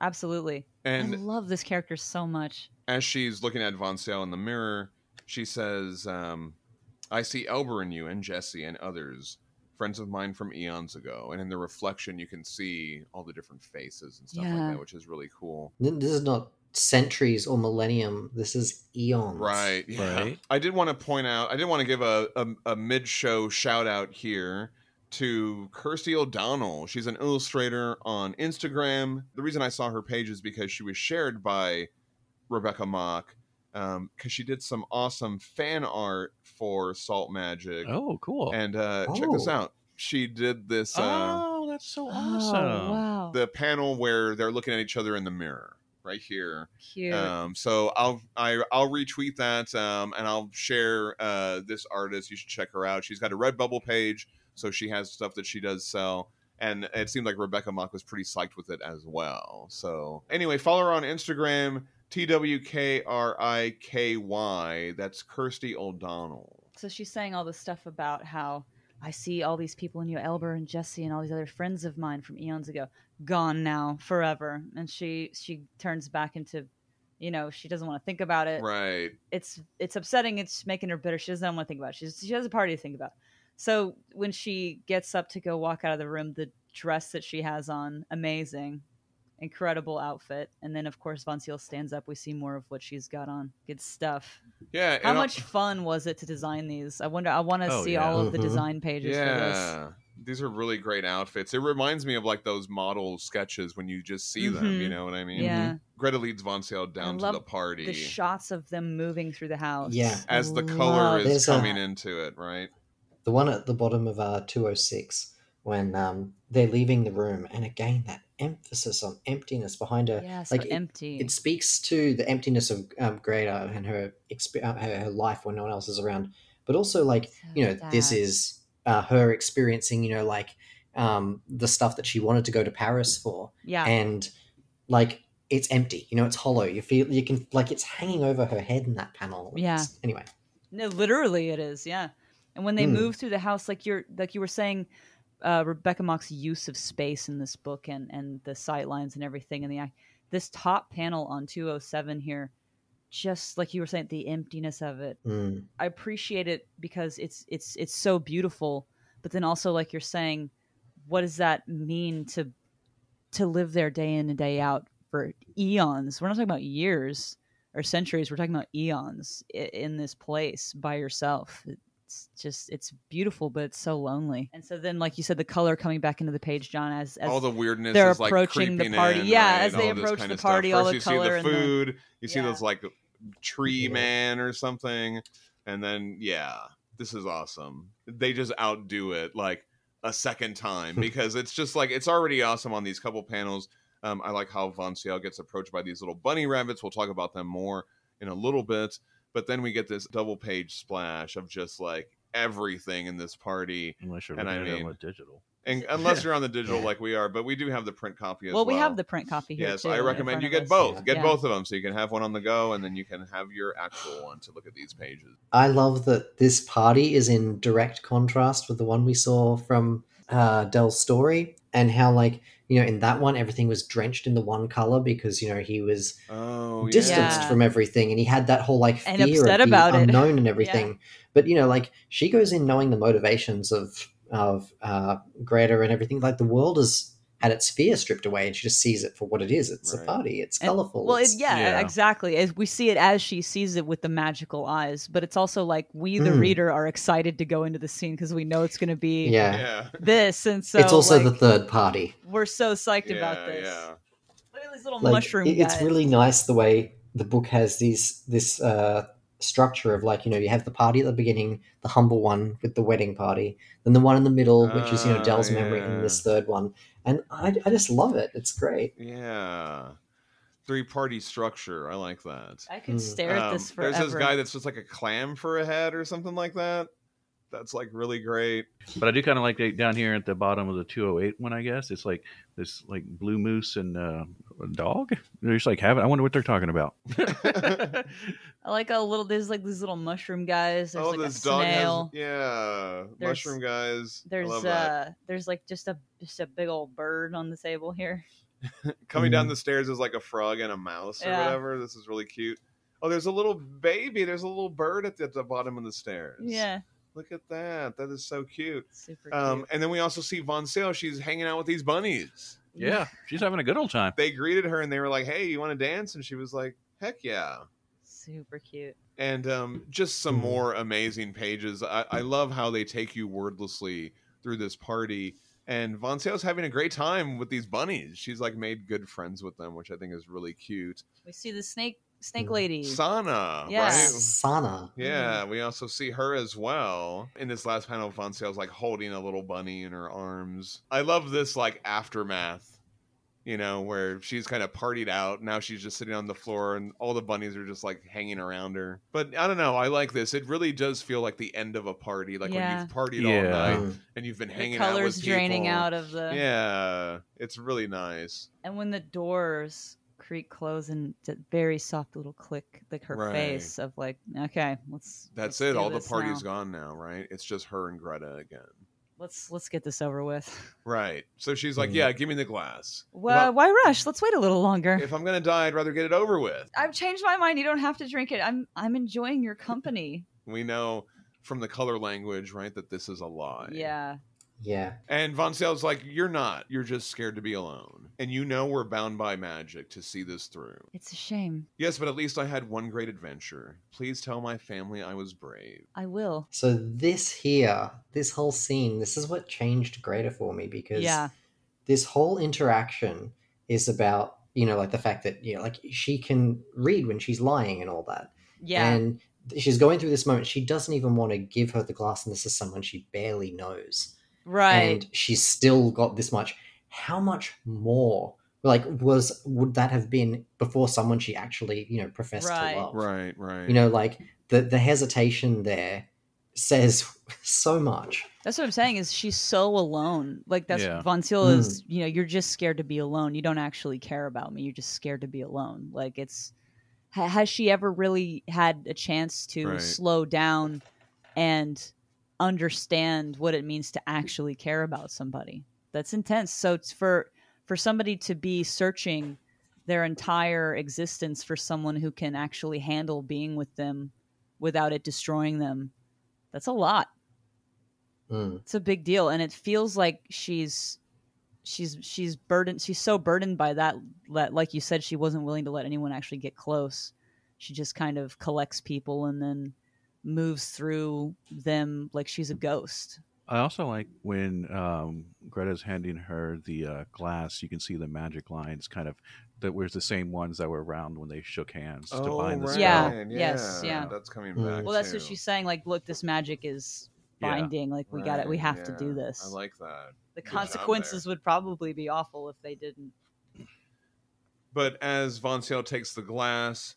Absolutely. I
And
love this character so much.
as she's looking at Von Sale in the mirror, she says, um, I see Elber in you and Jesse and others, friends of mine from eons ago. And in the reflection, you can see all the different faces and stuff
Yeah.
like that, which is really cool.
Th- This is not centuries or millennium. This is eons.
Right. Yeah.
Right.
I did want to point out, I did want to give a, a, a mid show shout out here to Kirsty O'Donnell. She's an illustrator on Instagram. The reason I saw her page is because she was shared by Rebecca Mock because she did some awesome fan art for Salt Magic.
Oh, cool.
And uh, check this
Oh.
out. She did this uh,
oh, that's so
Oh,
awesome.
wow.
the panel where they're looking at each other in the mirror right here.
Cute.
Um, so I'll I, I'll retweet that um, and I'll share uh, this artist. You should check her out. She's got a Redbubble page, so she has stuff that she does sell. And it seemed like Rebecca Mock was pretty psyched with it as well. So anyway, follow her on Instagram T W K R I K Y. That's Kirsty O'Donnell.
so she's saying all this stuff about how I see all these people in you, Elber and Jesse and all these other friends of mine from eons ago, gone now forever. And she she turns back into, you know, she doesn't want to think about it.
Right.
It's it's upsetting. It's making her bitter. She doesn't want to think about it. She's, she has a party to think about. So when she gets up to go walk out of the room, the dress that she has on, amazing, incredible outfit. And then of course Von Seal stands up. We see more of what she's got on. Good stuff.
Yeah.
How
and I'll-
much fun was it to design these? I wonder. I want to
Oh,
see
yeah.
all of the
Mhm.
design pages for
Yeah. These are really great outfits. It reminds me of like those model sketches when you just see them.
Mhm.
You know what I
this.
mean?
Yeah,
Greta leads Von Sale down to
love
the party.
the shots of them moving through the house.
Yeah.
I
as the
love
color is
There's a-
coming into it, right?
The one at the bottom of uh, 206 when um, they're leaving the room. And again, that emphasis on emptiness behind her.
Yes,
uh, Like,
like
it-
empty.
It speaks to the emptiness of um, Greta and her, exp- uh, her her life when no one else is around. But also, like, you know, this is uh, her experiencing, you know, like um, the stuff that she wanted to go to Paris for.
yeah.
And, like, it's empty. You know, it's hollow. You feel you can like it's hanging over her head in that panel.
Yeah.
It's- Anyway,
No, literally, it is. Yeah. And when they
Hmm.
move through the house, like you're, like you were saying, uh, Rebecca Mock's use of space in this book and and the sight lines and everything, and the act- this top panel on 207 here, just like you were saying, the emptiness of it.
Mm.
I appreciate it because it's it's it's so beautiful, but then also like you're saying, what does that mean to to live there day in and day out for eons? We're not talking about years or centuries. We're talking about eons i- in this place by yourself. It's just it's beautiful, but it's so lonely. And so then, like you said, the color coming back into the page, John, as as
all the weirdness
they're
is like
approaching the
creeping
party.
in,
Yeah,
right?
as they
All this
approach
kind
the
of stuff.
party, all
First
the
you
color
see
and
the
the-
food, you see
Yeah.
those like tree
Yeah.
man or something, and then yeah, this is awesome. They just outdo it like a second time because it's just like it's already awesome on these couple panels. Um, I like how Von Ciel gets approached by these little bunny rabbits. We'll talk about them more in a little bit. But then we get this double page splash of just like everything in this party.
Unless you're
And
looking
I
at it
mean-
on the digital.
And unless you're on the digital
Yeah.
like we are, but we do have the print copy as well.
well, we have the print copy here.
Yes,
too,
I
in
recommend
front
you
of
get
us.
both. Get
Yeah.
both of them so you can have one on the go and then you can have your actual one to look at these pages.
I love that this party is in direct contrast with the one we saw from uh, Dell's story, and how like you know in that one everything was drenched in the one color because you know he was
Oh,
distanced
Yeah.
from everything, and he had that whole like fear
And upset
of the
about it.
unknown and everything. But you know, like she goes in knowing the motivations of of uh, Greta and everything. Like the world has had its fear stripped away, and she just sees it for what it is. It's
Right.
a party. It's
And-
colorful.
Well, it,
it's,
yeah,
Yeah.
exactly. As we see it as she sees it with the magical eyes, but it's also like we, the
Mm.
reader, are excited to go into the scene because we know it's going to be
yeah.
Yeah.
this, and so
it's also the
like,
third party.
we're so psyched
yeah,
about this.
Yeah.
Look at these little
Like,
mushroom
it- it's
guys.
really nice the way the book has these this uh, structure of like you know you have the party at the beginning, the humble one with the wedding party, then the one in the middle, which is you know
Ah,
Dell's memory, and this third one. And I, I just love it. It's great.
Yeah. Three party structure. I like that.
I could
Mm.
stare at
Um,
this forever.
There's this guy that's just like a clam for a head or something like that. That's like really great.
But I do kind of like it down here at the bottom of the 208 one, I guess. It's like this like blue moose and uh, a dog. They're just like having, I wonder what they're talking about.
I like a little. There's like these little mushroom guys. There's
oh,
like
this
a
dog
snail.
has yeah
There's-
mushroom guys. I love
there's
that.
uh, there's like just a just a big old bird on the table here.
Coming down the stairs is like a frog and a mouse or
Yeah.
whatever. This is really cute. Oh, there's a little baby. There's a little bird at the, at the bottom of the stairs.
Yeah,
look at that. That is so cute.
super.
Um,
cute.
and then we also see Von Sale. She's hanging out with these bunnies.
Yeah, she's having a good old time.
They greeted her and they were like, "Hey, you want to dance?" And she was like, "Heck yeah!"
super cute.
and um, just some
Mhm.
more amazing pages. I, I love how they take you wordlessly through this party. And Von Sale's having a great time with these bunnies. She's like made good friends with them, which I think is really cute.
We see the snake snake
Mm.
lady.
Sana,
Yeah.
right?
Sana.
Yeah, we also see her as well. In this last panel, Von Sale's like holding a little bunny in her arms. I love this like aftermath, you know, where she's kind of partied out. Now she's just sitting on the floor and all the bunnies are just like hanging around her. But I don't know. I like this. It really does feel like the end of a party, like when
Yeah.
you've partied
Yeah.
all night
Mm.
and you've been
the
hanging out
colors
with people.
draining out of the
Yeah, it's really nice.
and when the doors creak close and it's a very soft little click like her
Right.
face of like okay let's
That's it.
let's do
All the
this
party's
now.
gone now, right? It's just her and Greta again.
let's let's get this over with
Right. So she's like,
Mhm.
"Yeah, give me the glass."
well,
Well-
why rush let's wait a little longer
if I'm gonna die, I'd rather get it over with.
I've changed my mind. You don't have to drink it. I'm I'm enjoying your company.
We know from the color language, right, that this is a lie.
yeah.
Yeah.
And Von Sale's like, you're not. You're just scared to be alone. And you know we're bound by magic to see this through.
It's a shame.
Yes, but at least I had one great adventure. Please tell my family I was brave.
I will.
So this here, this whole scene, this is what changed Greta for me because
Yeah.
this whole interaction is about you know like the fact that you know like she can read when she's lying and all that.
Yeah.
And th- she's going through this moment. She doesn't even want to give her the glass, and this is someone she barely knows,
right.
and she's still got this much. How much more? Like, was would that have been before someone she actually you know professed
Right.
to love?
Right, right.
you know like the the hesitation there says so much
that's what I'm saying is she's so alone. Like that's
Yeah.
Von Seal is, you know, you're just scared to be alone. You don't actually care about me. You're just scared to be alone. Like it's ha- has she ever really had a chance to
Right.
slow down and understand what it means to actually care about somebody? That's intense. So it's for for somebody to be searching their entire existence for someone who can actually handle being with them without it destroying them. That's a lot
Mm.
it's a big deal and it feels like she's she's she's burdened she's so burdened by that that like you said she wasn't willing to let anyone actually get close she just kind of collects people and then moves through them like she's a ghost
I also like when um, Greta's handing her the uh, glass. You can see the magic lines, kind of that was the same ones that were around when they shook hands to bind the
Oh, right.
spell.
Yeah. yes, yeah.
That's coming
Mm.
back.
well that's
too.
what she's saying like look this magic is
Yeah.
binding like we got it we
Right,
have to
yeah.
do this
I like that.
the
good job there.
consequences would probably be awful if they didn't
But as Von Ciel takes the glass,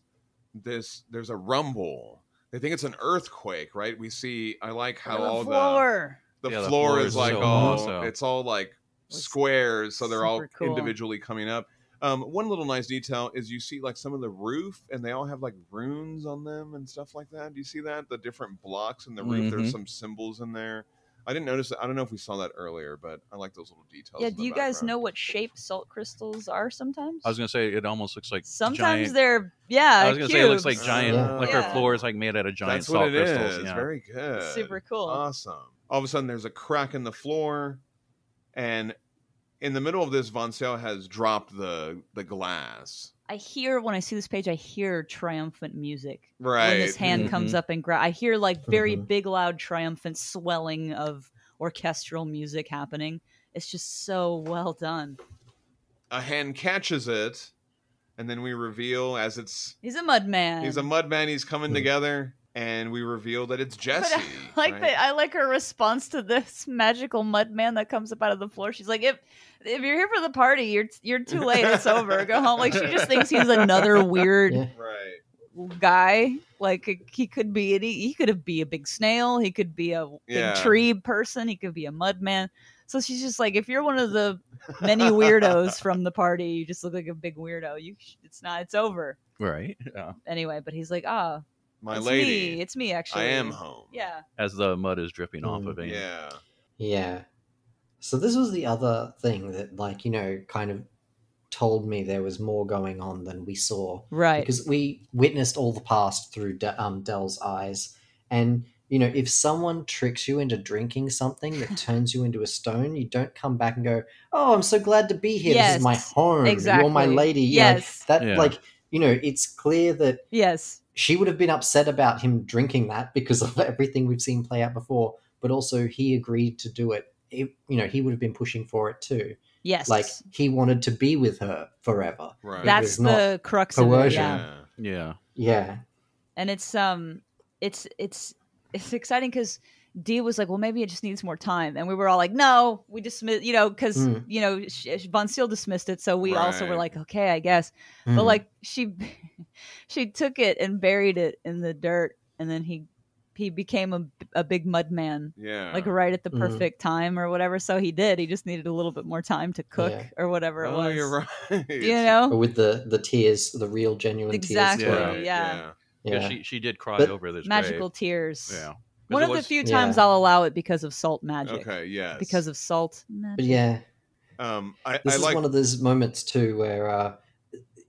this there's a rumble. They think it's an earthquake, right? We see. I like how uh, all
floor.
the the,
Yeah,
floor
the floor
is
is
like
so
all
awesome.
it's all like
Looks
squares, so they're all
super cool.
individually coming up. Um, one little nice detail is you see like some of the roof, and they all have like runes on them and stuff like that. Do you see that? The different blocks in the roof. There's
Mhm.
some symbols in there. I didn't notice. I don't know if we saw that earlier, but I like those little details.
Yeah.
in
Do
the
you guys
background.
know what shape salt crystals are? Sometimes.
I was gonna say it almost looks like
Sometimes
giant-
they're yeah.
I was gonna say it looks like
cubes.
giant,
Yeah.
like
Yeah.
her floor is like made out of giant
That's
salt
what it is.
crystals. Yeah.
Very good.
Super cool.
Awesome. All of a sudden, there's a crack in the floor, and in the middle of this, Von Sale has dropped the the glass.
I hear when I see this page, I hear triumphant music. When
Right.
this hand comes
Mhm.
up and grabs, I hear like very
Mm-hmm.
Mhm.
big, loud, triumphant swelling of orchestral music happening. It's just so well done.
a hand catches it, and then we reveal as it's
He's a mud man.
he's a mud man. He's coming
Hmm.
together, and we reveal that it's
But
Jesse.
I like
right?
that. I like her response to this magical mud man that comes up out of the floor. She's like, "If if you're here for the party, you're you're too late. It's over. Go home." Like she just thinks he's another weird
Yeah.
Right.
guy. Like he could be any. He could be a big snail. He could be a
Yeah.
big tree person. He could be a mud man. So she's just like, if you're one of the many weirdos from the party, you just look like a big weirdo. You, sh- it's not. It's over
Right. Yeah.
anyway. But he's like, ah,
My
it's
lady,
me. It's me. Actually,
I am home.
Yeah.
As the mud is dripping off
Mm.
of it.
Yeah.
Yeah. So this was the other thing that, like, you know, kind of told me there was more going on than we saw
Right.
because we witnessed all the past through De- um, Dell's eyes, and you know, if someone tricks you into drinking something that turns you into a stone, you don't come back and go, "Oh, I'm so glad to be here. This is my
Yes,
home. You're my
exactly.
lady." You know,
Yes.
that
Yeah.
like you know, it's clear that
yes.
she would have been upset about him drinking that because of everything we've seen play out before but also he agreed to do it It- you know he would have been pushing for it too
Yes.
like he wanted to be with her forever
Right.
that's
It was not
the crux of it.
coercion.
Yeah.
yeah.
Yeah.
yeah
And it's um it's it's it's exciting cuz Dee was like, "Well, maybe it just needs more time." And we were all like, "No, we dismiss, you know, cuz
Mm.
you know, sh- sh- Von Seal dismissed it, so we also were
Right.
like, "Okay, I guess." But
Mm.
like she she took it and buried it in the dirt and then he he became a, a big mud man
Yeah.
like right at the
Mhm.
perfect time or whatever so he did he just needed a little bit more time to cook
Yeah. Oh.
or whatever it
oh,
was
you're right.
you know
But with the the tears the real genuine
Exactly.
tears
Right,
were-
Yeah.
Yeah,
yeah
She she did cry
But-
over this.
magical tears
grave. Yeah. 'Cause
One
it
of the
was-
few
Yeah.
times I'll allow it because of salt magic.
Okay. Yes.
Because of salt
but
magic.
yeah
um, I,
this
I
is
like
one of those moments too where uh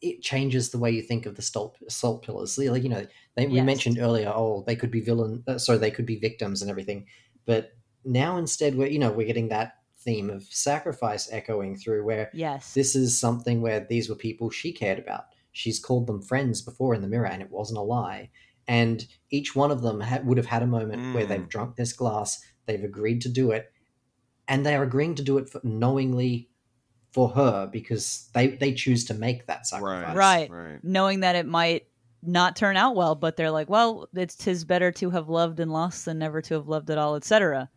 it changes the way you think of the salt, salt pillars. So, Like you know, they, we
Yes.
mentioned earlier, oh, they could be villain, uh, sorry, they could be victims and everything. But now instead, we're you know we're getting that theme of sacrifice echoing through, where
Yes.
this is something where these were people she cared about. She's called them friends before in the mirror, and it wasn't a lie. And each one of them ha- would have had a moment where
Mm.
they've drunk this glass, they've agreed to do it, and they are agreeing to do it for, knowingly for her because they they choose to make that sacrifice.
Right.
right.
Knowing that it might not turn out well, but they're like, well, it's tis better to have loved and lost than never to have loved at all, etc.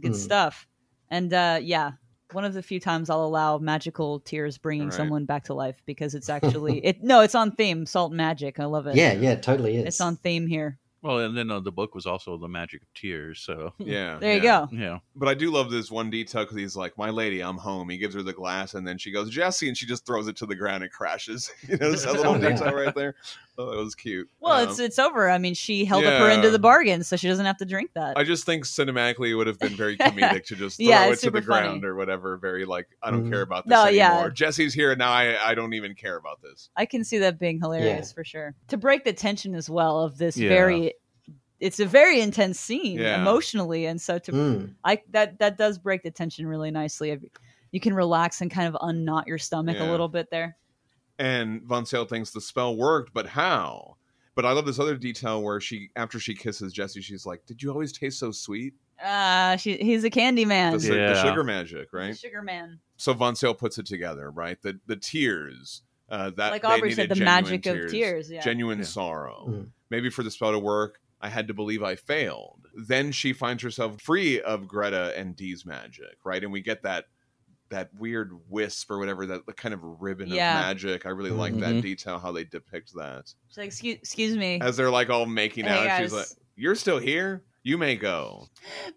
Good
Mm.
stuff. And uh, yeah, one of the few times I'll allow magical tears bringing
Right.
someone back to life because it's actually it. No, it's on theme. Salt magic. I love it.
Yeah, yeah, it totally is.
it's on theme here.
Well, and then uh, the book was also the magic of tears. So
Yeah.
There you
yeah.
go.
yeah.
But I do love this one detail because he's like, "My lady, I'm home." He gives her the glass, and then she goes, "Jesse," and she just throws it to the ground and crashes. You know, it's a little
Yeah.
detail right there. Oh, that was cute.
Well,
Um,
it's it's over. I mean, she held up her end
yeah.
of the bargain, so she doesn't have to drink that.
I just think cinematically it would have been very comedic to just throw
Yeah,
it
it's
to the
super funny.
ground or whatever. Very like, I don't
Mhm.
care about this
No, yeah.
anymore. Jesse's here and now. I I don't even care about this.
I can see that being hilarious for sure. To break the tension as well of this
Yeah.
very it's a very intense scene
Yeah.
emotionally and so to
Mm,
I that that does break the tension really nicely. If- You can relax and kind of unknot your stomach
Yeah.
a little bit there.
And Von Sale thinks the spell worked, but how? But I love this other detail where she, after she kisses Jesse, she's like, "Did you always taste so sweet?"
Uh she, he's a candy man.
The, su- the
Yeah.
sugar magic, right?
Sugar man.
so Von Sale puts it together, right? The the tears uh, that
like
they
Aubrey
needed
said, the
genuine
magic of tears. Yeah.
genuine
Yeah.
sorrow.
Mm.
Maybe for the spell to work, I had to believe I failed. Then she finds herself free of Greta and Dee's magic, right? And we get that that weird wisp or whatever that the kind of ribbon
Yeah.
of magic. I really like that
Mhm.
detail how they depict that.
She's like, excuse, excuse me.
As they're like all making
Hey,
out, and she's like,
guys.
"You're still here. You may go.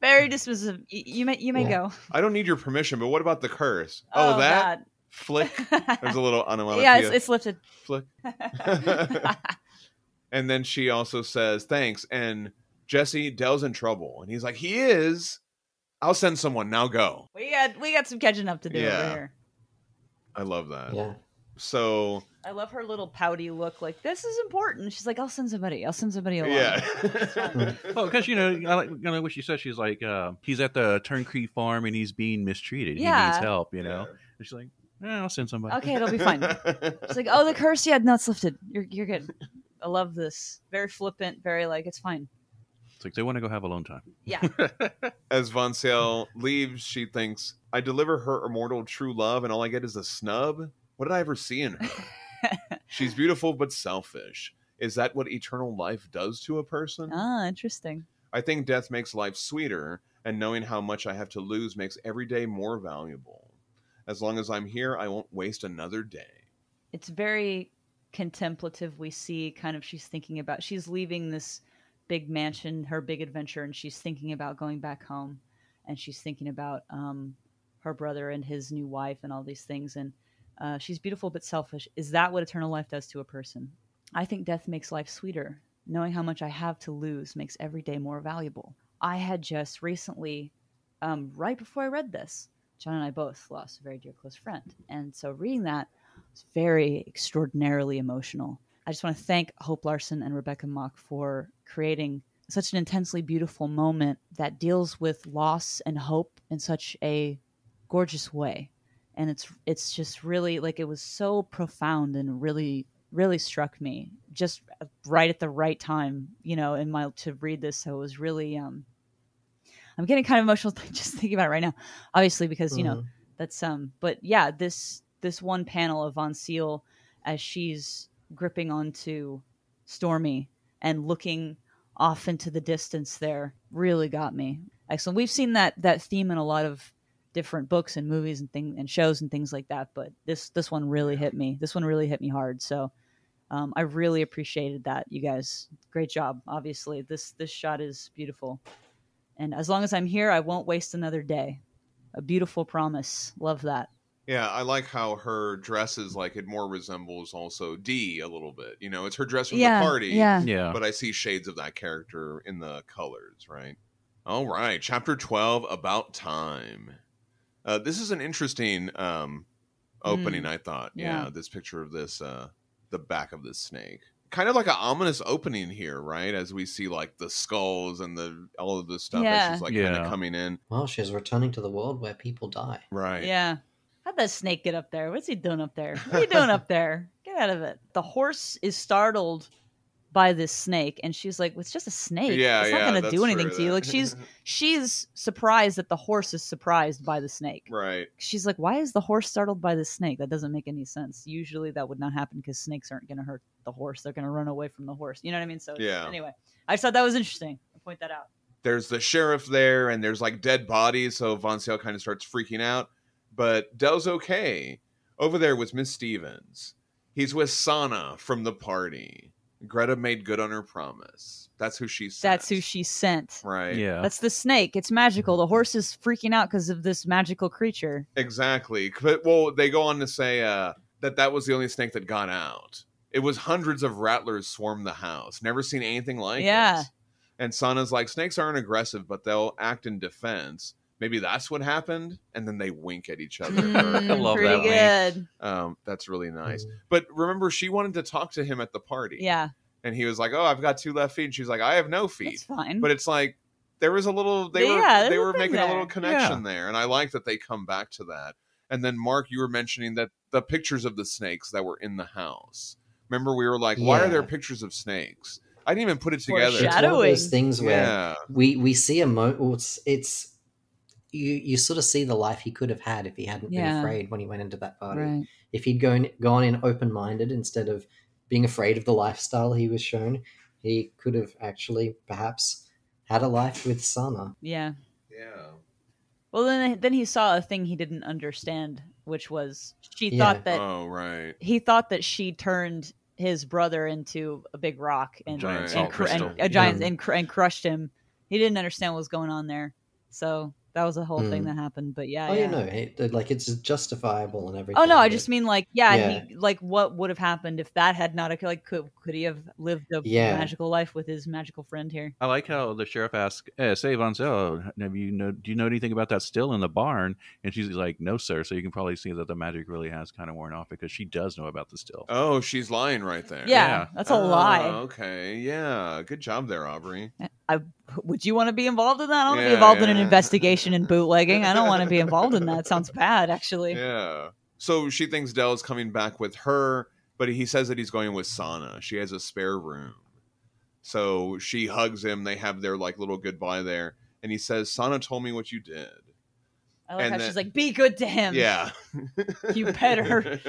Very dismissive. Y- You may you may
Yeah.
go.
I don't need your permission, but what about the curse? Oh, that flick.
God.
There's a little onomatopoeia.
yeah, it's, it's lifted.
flick. And then she also says, "Thanks." And Jesse Dell's in trouble, and he's like, "He is. I'll send someone now. Go."
we got we got some catching up to do
Yeah.
over here.
I love that.
Yeah.
So
I love her little pouty look. Like this is important. She's like, I'll send somebody. I'll send somebody along.
yeah,
Oh, because you know, I like you know what she said. She's like, uh, he's at the turnkey farm and he's being mistreated. He
Yeah.
needs help, you know. And she's like, eh, I'll send somebody.
Okay, it'll be fine. She's like, oh, the curse. Yeah, no, it's lifted. You're you're good. I love this. Very flippant. Very like it's fine.
It's like they want to go have alone time.
Yeah.
As Von Sale leaves, she thinks, "I deliver her immortal true love, and all I get is a snub. What did I ever see in her? She's beautiful but selfish. Is that what eternal life does to a person?
ah, interesting.
I think death makes life sweeter, and knowing how much I have to lose makes every day more valuable. As long as I'm here, I won't waste another day.
it's very contemplative we see kind of she's thinking about she's leaving this big mansion her big adventure and she's thinking about going back home and she's thinking about um, her brother and his new wife and all these things and uh, she's beautiful but selfish is that what eternal life does to a person i think death makes life sweeter knowing how much i have to lose makes every day more valuable i had just recently um, right before i read this john and i both lost a very dear close friend and so reading that it's very extraordinarily emotional. I just want to thank Hope Larson and Rebecca Mock for creating such an intensely beautiful moment that deals with loss and hope in such a gorgeous way. And it's it's just really like it was so profound and really really struck me just right at the right time, you know, in my to read this. So it was really um I'm getting kind of emotional just thinking about it right now. Obviously because, you know,
Mhm.
that's um but yeah this this one panel of von seal as she's gripping onto stormy and looking off into the distance there really got me excellent we've seen that that theme in a lot of different books and movies and things and shows and things like that but this this one really hit me this one really hit me hard so um, i really appreciated that you guys great job obviously this this shot is beautiful and as long as i'm here i won't waste another day a beautiful promise. Love that.
Yeah, I like how her dress is like it more resembles also D a little bit. You know, it's her dress from the party.
Yeah.
Yeah.
But I see shades of that character in the colors, right? All right, chapter 12 about time. Uh, this is an interesting um, opening, I thought. Yeah.
yeah.
this picture of this, uh, the back of this snake. Kind of like an ominous opening here, right? As we see like the skulls and the all of this stuff
Yeah.
as she's like kind
Yeah.
of coming in.
Well, she's returning to the world where people die.
Right.
Yeah. How'd that snake get up there? What's he doing up there? What are you doing up there? Get out of it. The horse is startled by this snake and she's like, It's just a snake.
Yeah,
it's not
yeah,
gonna
that's
do anything
true,
to you.
that-
Like she's she's surprised that the horse is surprised by the snake.
right.
She's like, Why is the horse startled by the snake? That doesn't make any sense. Usually that would not happen because snakes aren't gonna hurt the horse. They're gonna run away from the horse. You know what I mean? So it's-
Yeah.
anyway. I just thought that was interesting. I point that out.
there's the sheriff there and there's like dead bodies so von Sale kind of starts freaking out but dell's okay over there with miss stevens he's with sana from the party greta made good on her promise that's who she sent.
That's who she sent.
right
Yeah.
That's the snake. It's magical. The horse is freaking out because of this magical creature.
exactly but well they go on to say uh, that that was the only snake that got out it was hundreds of rattlers swarmed the house never seen anything like
Yeah.
it and sana's like snakes aren't aggressive but they'll act in defense maybe that's what happened and then they wink at each other
I love
Hmm, pretty
that
good.
Um, that's really nice.
Mm.
But remember, she wanted to talk to him at the party.
Yeah,
And he was like, Oh, I've got two left feet. And she's like, I have no
it's
feet.
fine.
But it's like there was a little they
Mm-hmm.
were
Yeah, there's
they
a
were
thing
making a little
there.
connection there. And I like that they come back to that. And then Mark, you were mentioning that the pictures of the snakes that were in the house. Remember, we were like, Why are
Yeah.
there pictures of snakes? I didn't even put it together.
It's
Foreshadowing.
one of those things where
Yeah.
we we see a mo. well, It's it's you you sort of see the life he could have had if he hadn't been
Yeah.
afraid when he went into that party.
right.
If he'd gone gone in open minded instead of being afraid of the lifestyle he was shown, he could
Uh,
have actually perhaps had a life with Sana.
Yeah.
Yeah.
Well, Well, then then he saw a thing he didn't understand, which was she
Yeah.
thought that
oh right.
he thought that she turned his brother into a big rock and
Giant
and,
salt
cr- and-
crystal.
a giant
Yeah.
and, cr- and crushed him. He didn't understand what was going on there, so that was the whole thing
Mm.
that happened. But yeah,
oh,
yeah.
you know, it, like it's justifiable and everything.
Oh no, I
but-
just mean like yeah,
Yeah.
He, like what would have happened if that had not occurred? like could could he have lived a
Yeah.
magical life with his magical friend here?
I like how the sheriff asks, eh, "Say, Vonzel, have you know? Do you know anything about that still in the barn?" And she's like, "No, sir." So you can probably see that the magic really has kind of worn off because she does know about the still.
Oh, she's lying right there.
Yeah,
Yeah.
that's a
Oh,
lie.
Okay, yeah. Good job there, Aubrey.
Would you want to be involved in that? I don't want to be
Yeah,
involved in an
yeah.
investigation and bootlegging. I don't want to be involved in that. Sounds bad, actually.
Yeah. So she thinks Dell is coming back with her, but he says that he's going with Sana. She has a spare room. So she hugs him. They have their like little goodbye there, and he says, "Sana told me what you did."
I like
And
how
then-
she's like, "Be good to him."
Yeah.
You better.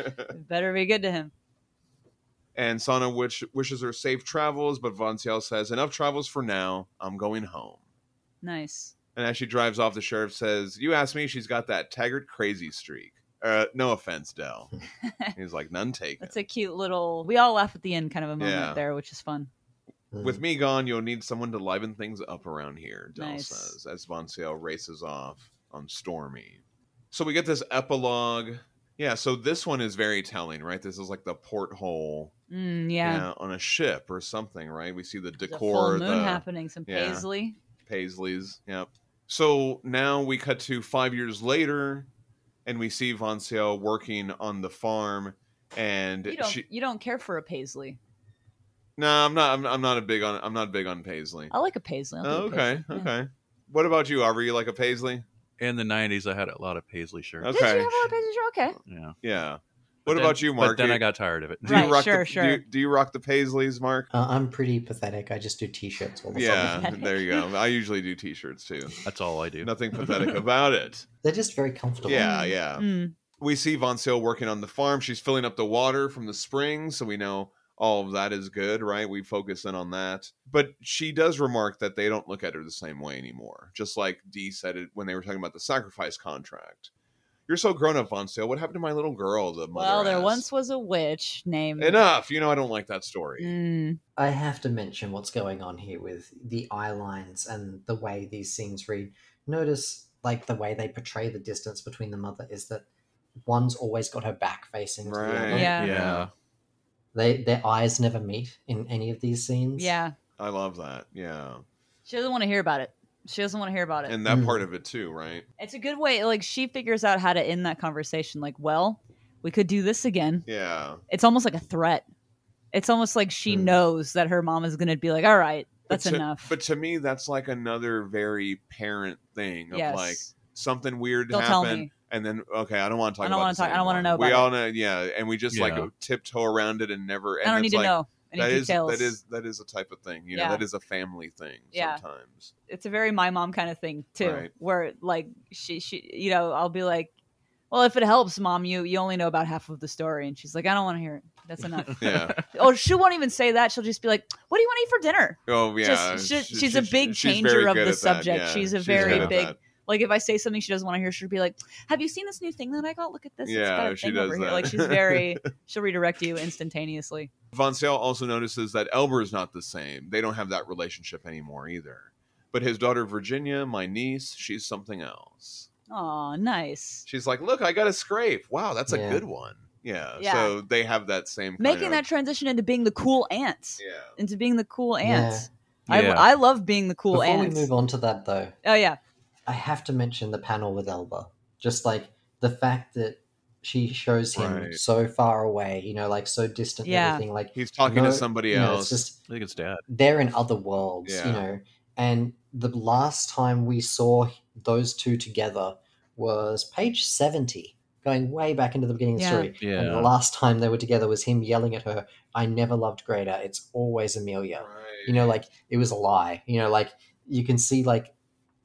better be good to him.
and Sana wish, wishes her safe travels, but Von Ciel says, "Enough travels for now. I'm going home."
Nice.
And as she drives off, the sheriff says, "You asked me. She's got that Taggart crazy streak. Uh, no offense, Dell." He's like, "None taken."
That's a cute little. We all laugh at the end, kind of a moment
Yeah.
there, which is fun.
Mm.
With me gone, you'll need someone to liven things up around here, Dell
Nice.
says, as Von Sale races off on Stormy. So we get this epilogue. Yeah, so this one is very telling, right? This is like the porthole
Mm, yeah.
yeah, on a ship or something, right? We see the
There's a
decor,
full moon
the
happening. Some
yeah.
paisley.
Paisleys. Yep. So now we cut to five years later, and we see Von Sale working on the farm. And
You don't.
she,
you don't care for a paisley.
no, I'm not. I'm, I'm not a big on. I'm not big on Paisley.
I like a paisley. I'll do
Oh,
a
okay,
paisley. Yeah.
okay. What about you, Aubrey? You like a paisley?
In the '90s, I had a lot of paisley shirts.
Okay.
Did you have a lot of paisley? Sure, Okay.
Yeah.
Yeah.
But
What
then-
about you, Mark?
But then
Do you-
I got tired of it.
do you
Right,
rock
sure,
the,
sure.
Do you, do you rock the paisleys, Mark?
Uh, I'm pretty pathetic. I just do t-shirts all the time.
yeah,
pathetic.
there you go. I usually do T-shirts too.
That's all I do.
Nothing pathetic about it.
They're just very comfortable.
Yeah,
Mm,
yeah.
mm.
We see Von Sale working on the farm. She's filling up the water from the spring, so we know all of that is good, right? We focus in on that. But she does remark that they don't look at her the same way anymore. Just like Dee said it when they were talking about the sacrifice contract. You're so grown up, Von Sale. What happened to my little girl? The mother
Well, there
asked.
once was a witch named.
enough. You know I don't like that story.
Mm,
I have to mention what's going on here with the eye lines and the way these scenes read. Notice, like, the way they portray the distance between the mother is that one's always got her back facing to the other.
Right.
Yeah.
Yeah.
They, their eyes never meet in any of these scenes.
yeah.
I love that. Yeah.
She doesn't want to hear about it. She doesn't want to hear about it.
And that
Mm.
part of it too, right?
it's a good way. Like she figures out how to end that conversation. Like, well, we could do this again.
Yeah.
it's almost like a threat. It's almost like she
Hmm.
knows that her mom is going to be like, "All right, that's
but to,
enough."
But to me, that's like another very parent thing of
yes,
like something weird
don't tell
happened,
me.
and then okay, I don't want to talk.
I don't
want
wanna
to
talk- I don't wanna know
we
about
all know, yeah, and we just
Yeah.
like tiptoe around it and never. And
I don't
it's
need to
like,
know any
that is
details.
that is that is a type of thing. You know,
Yeah.
that is a family thing.
Yeah.
Sometimes.
it's a very my mom kind of thing too,
Right.
where like she she you know I'll be like, "Well, if it helps, mom, you you only know about half of the story," and she's like, "I don't want to hear it. That's enough."
Yeah.
oh, she won't even say that. She'll just be like, "What do you want to eat for dinner?"
Oh yeah.
Just- she-
She-
she's a big
she's
changer
very
of
good at
the
that,
subject.
yeah.
She's a
very
good at
big-
that.
Like if I say something she doesn't want to hear, she'll be like, "Have you seen this new thing that I got? Look at this. it's
Yeah,
got a
she
thing
does
over here."
that.
Like she's very she'll redirect you instantaneously.
Von Sale also notices that Elber is not the same. They don't have that relationship anymore either. But his daughter Virginia, my niece, she's something else.
Oh, nice.
She's like, "Look, I got a scrape. Wow, that's a
Yeah.
good one." Yeah.
Yeah.
So they have that same kind
Making
of-
that transition into being the cool aunt,
Yeah.
into being the cool
Yeah.
aunt.
Yeah.
I, I love being the cool
Before
aunt.
we move on to that, though,
Oh yeah,
I have to mention the panel with Elba. Just like the fact that she shows him
Right.
so far away, you know, like so distant
Yeah.
and everything. Like,
He's talking
no-
to somebody
you know, it's
else.
just
I think it's dad.
they're in other worlds,
Yeah.
you know. And the last time we saw those two together was page 70, going way back into the beginning of the
Yeah.
story. And the
Yeah.
last time they were together was him yelling at her, I never loved Greta. It's always Amelia. You know, like it was a lie. You know, like you can see, like,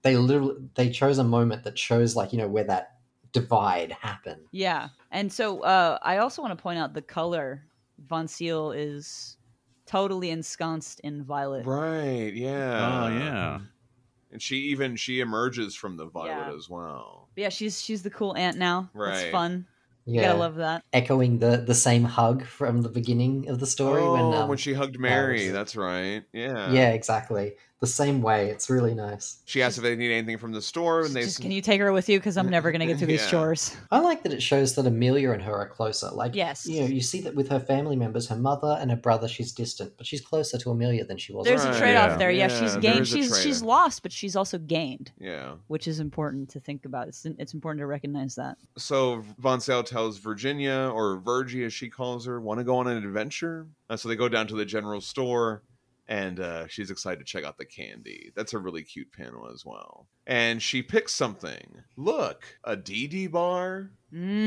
they literally they chose a moment that shows, like, you know, where that divide happened.
yeah. And so uh, I also want to point out the color. Von Seal is totally ensconced in violet.
Uh, right? Yeah.
Oh yeah.
and she even she emerges from the violet
Yeah.
as well.
But yeah, she's she's the cool aunt now. It's
Right.
fun. You
Yeah,
gotta love that.
echoing the the same hug from the beginning of the story
oh,
when, um,
she hugged Mary,
was-
that's right. Yeah.
yeah,
Um,
exactly the same way. It's really nice.
She asks if they need anything from the store, and they
Just, can you take her with you? Because I'm never gonna get through these
Yeah.
chores.
I like that it shows that Amelia and her are closer. Like,
Yes.
you know, you see that with her family members, her mother and her brother, she's distant, but she's closer to Amelia than she was.
There's
Right,
a trade off
yeah.
there. Yeah,
Yeah,
she's
there
gained.
is a
She's she's
trade-off.
lost, but she's also gained,
yeah.
which is important to think about. It's it's important to recognize that.
So Von Sale tells Virginia or Virgie, as she calls her, want to go on an adventure. Uh, so they go down to the general store, and uh, she's excited to check out the candy. That's a really cute panel as well. And she picks something. Look, a DD bar.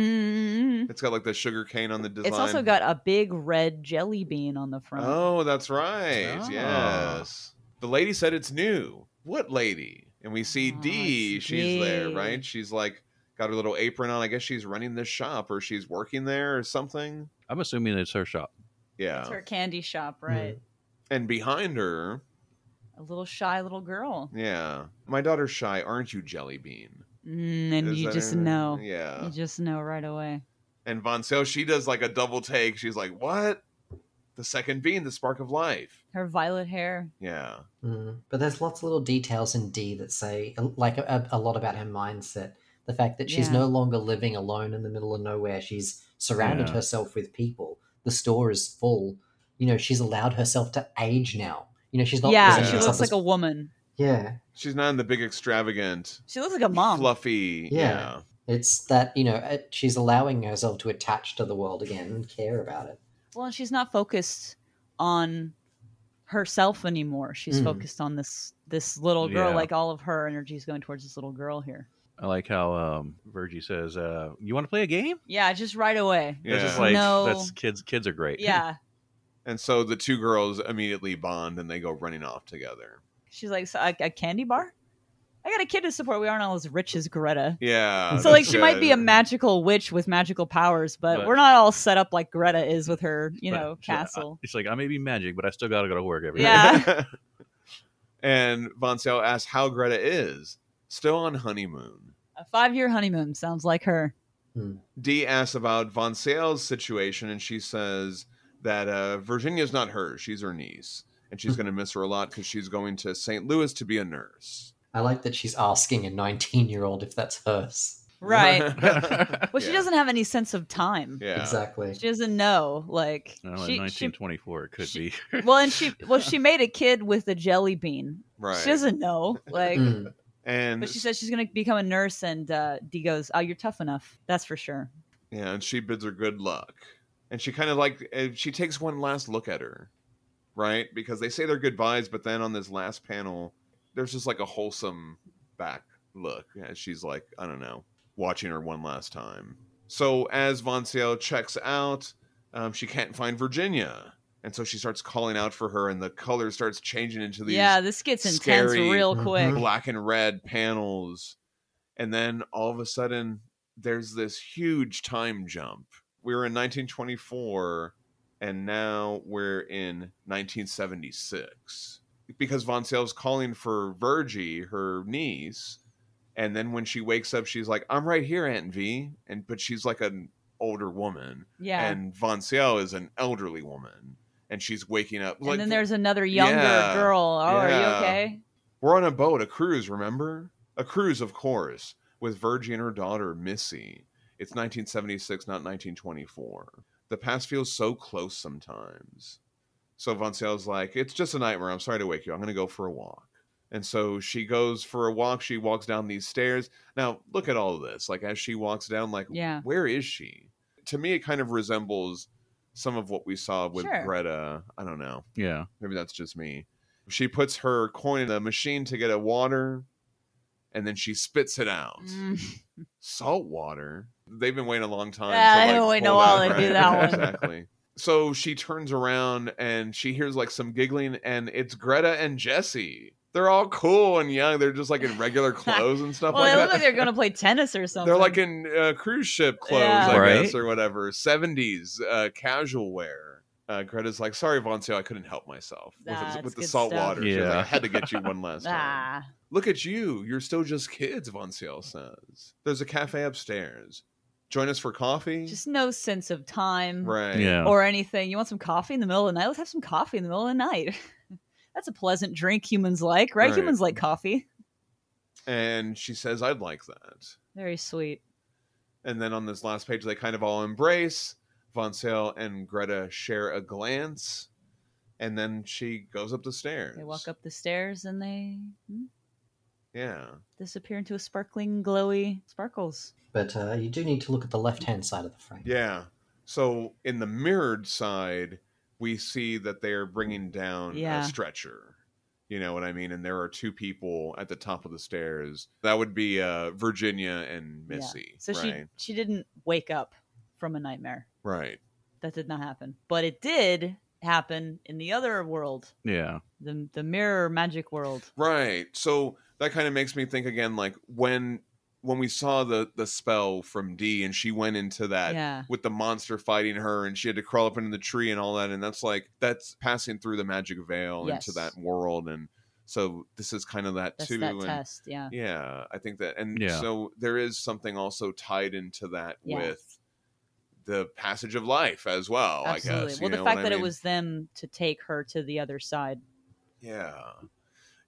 Mm.
It's got like the sugar cane on the design.
It's also got a big red jelly bean on the front.
Oh, that's right.
Oh.
Ah.
Yes. The lady said it's new. What lady? And we see
Ah,
Dee.
it's
She's there,
Dee.
right? She's like got her little apron on. I guess she's running this shop or she's working there or something.
I'm assuming it's her shop.
Yeah.
It's her candy shop, right?
And behind her,
A little shy little girl.
yeah. My daughter's shy, aren't you, Jelly Bean?
Mm, and
Is
you
that
just
her-
know.
Yeah.
You just know right away.
And Von Sale, she does like a double take. She's like, What? The second bean, the spark of life.
Her violet hair.
Yeah.
Mm. But there's lots of little details in D that say, uh, like, a, a lot about her mindset. The fact that she's
Yeah.
no longer living alone in the middle of nowhere, she's surrounded
Yeah.
herself with people. The store is full. You know, she's allowed herself to age now. You know, she's not.
yeah,
presenting
she
herself
looks like
as-
a woman.
Yeah,
She's not in the big extravagant,
She looks like a mom.
fluffy.
Yeah.
yeah.
it's that you know uh, she's allowing herself to attach to the world again and care about it.
Well, and she's not focused on herself anymore. She's
Mm.
focused on this this little girl.
Yeah.
Like all of her energy is going towards this little girl here.
I like how um, Virgie says, uh, "You want to play a game?"
Yeah, just right away.
Yeah.
It's just like
No.
that's kids. Kids are great.
Yeah,
And so the two girls immediately bond and they go running off together.
she's like so, a, a candy bar. I got a kid to support. We aren't all as rich as Greta.
Yeah.
so like
Uh, that's
she might be a
good.
magical witch with magical powers, but,
But-
we're not all set up like Greta is with her, you
But
know,
she-
uh,
I-
castle.
It's like I may be magic, but I still gotta go to work every day.
Yeah.
and Von Sale asks how Greta is, still on honeymoon.
A five year honeymoon sounds like her.
Dee asks about Von Sale's situation and she says that uh, Virginia's not her, she's her niece. And
Hmm.
she's going to miss her a lot because she's going to St. Louis to be a nurse.
I like that she's asking a 19 year old if that's hers.
Right. well, she
Yeah.
doesn't have any sense of time.
Yeah. Oh,
Exactly.
She doesn't know. Like
No, in
she- she
1924, it could
she-
be.
she- well, and she well she made a kid with a jelly bean.
Right.
She doesn't know. Like,
Mm.
and
but she says she's gonna become a nurse, and uh, D goes, "Oh, you're tough enough. That's for sure."
Yeah, and she bids her good luck. And she kind of like eh, she takes one last look at her, right? Because they say their goodbyes, but then on this last panel, there's just like a wholesome back look as she's like, I don't know, watching her one last time. So as Von Ciel checks out, um, she can't find Virginia, and so she starts calling out for her, and the color starts changing into these
yeah, this gets intense
scary-
real quick.
Mhm.
black and red panels and then all of a sudden there's this huge time jump we were in 1924 and now we're in 1976 because von sale's calling for virgie her niece and then when she wakes up she's like i'm right here aunt v and but she's like an older woman
Yeah, and,
and von sale is an elderly woman and she's waking up like
then there's another younger
Yeah.
girl. Oh, are you
Yeah.
okay?
we're on a boat, a cruise, remember? A cruise, of course, with Virgie and her daughter, Missy. It's 1976, not 1924. The past feels so close sometimes. So Von Sale's like, It's just a nightmare. I'm sorry to wake you. I'm going to go for a walk. And so she goes for a walk. She walks down these stairs. Now, look at all of this. Like, as she walks down, like,
Yeah.
where is she? To me, it kind of resembles some of what we saw with
Sure.
Greta. I don't know
yeah.
maybe that's just me. She puts her coin in the machine to get a water, and then she spits it out.
Mm.
Salt water. They've been waiting a long time.
Yeah,
to,
I
like,
know we
pull
know all
that,
they do that one.
Exactly. So she turns around and she hears like some giggling, and it's Greta and Jesse. They're all cool and young. They're just like in regular clothes and stuff
Well, they
like
look
that.
like they're gonna play tennis or something.
They're like in uh, cruise ship clothes,
Yeah.
I
Right.
guess, or whatever. 70s uh, casual wear. uh, Greta's like, "Sorry, Voncio, I couldn't help myself with,
Nah,
the- with
it's
the
good
salt
stuff.
water. She's like,
Yeah.
I had to get you one last time.
Ah,
Look at you, you're still just kids." Voncio says, "There's a cafe upstairs. Join us for coffee."
just mm-hmm. no sense of time
right.
Yeah.
or anything. You want some coffee in the middle of the night? Let's have some coffee in the middle of the night. That's a pleasant drink humans like, right?
Right.
Humans like coffee.
And she says, "I'd like that."
Very sweet.
And then on this last page, they kind of all embrace. Von Sale and Greta share a glance, and then she goes up the stairs.
They walk up the stairs and they hmm,
Yeah.
disappear into a sparkling, glowy sparkles.
But uh, you do need to look at the left hand side of the frame.
Yeah. So in the mirrored side, we see that they are bringing down
Yeah.
a stretcher. You know what I mean? And there are two people at the top of the stairs. That would be uh, Virginia and
Yeah.
Missy.
So
right.
she she didn't wake up from a nightmare.
Right.
That did not happen. But it did happen in the other world,
Yeah.
the the mirror magic world.
Right. So that kind of makes me think again, like when when we saw the the spell from D and she went into that
yeah.
with the monster fighting her and she had to crawl up into the tree and all that and that's like that's passing through the magic veil
Yes.
into that world and so this is kind of that
That's
too
that
and
test. Yeah.
yeah i think that and
Yeah.
so there is something also tied into that
Yeah.
with the passage of life as well i
Absolutely.
guess you
well,
know
the
what
fact
I
that it
mean?
was them to take her to the other side.
yeah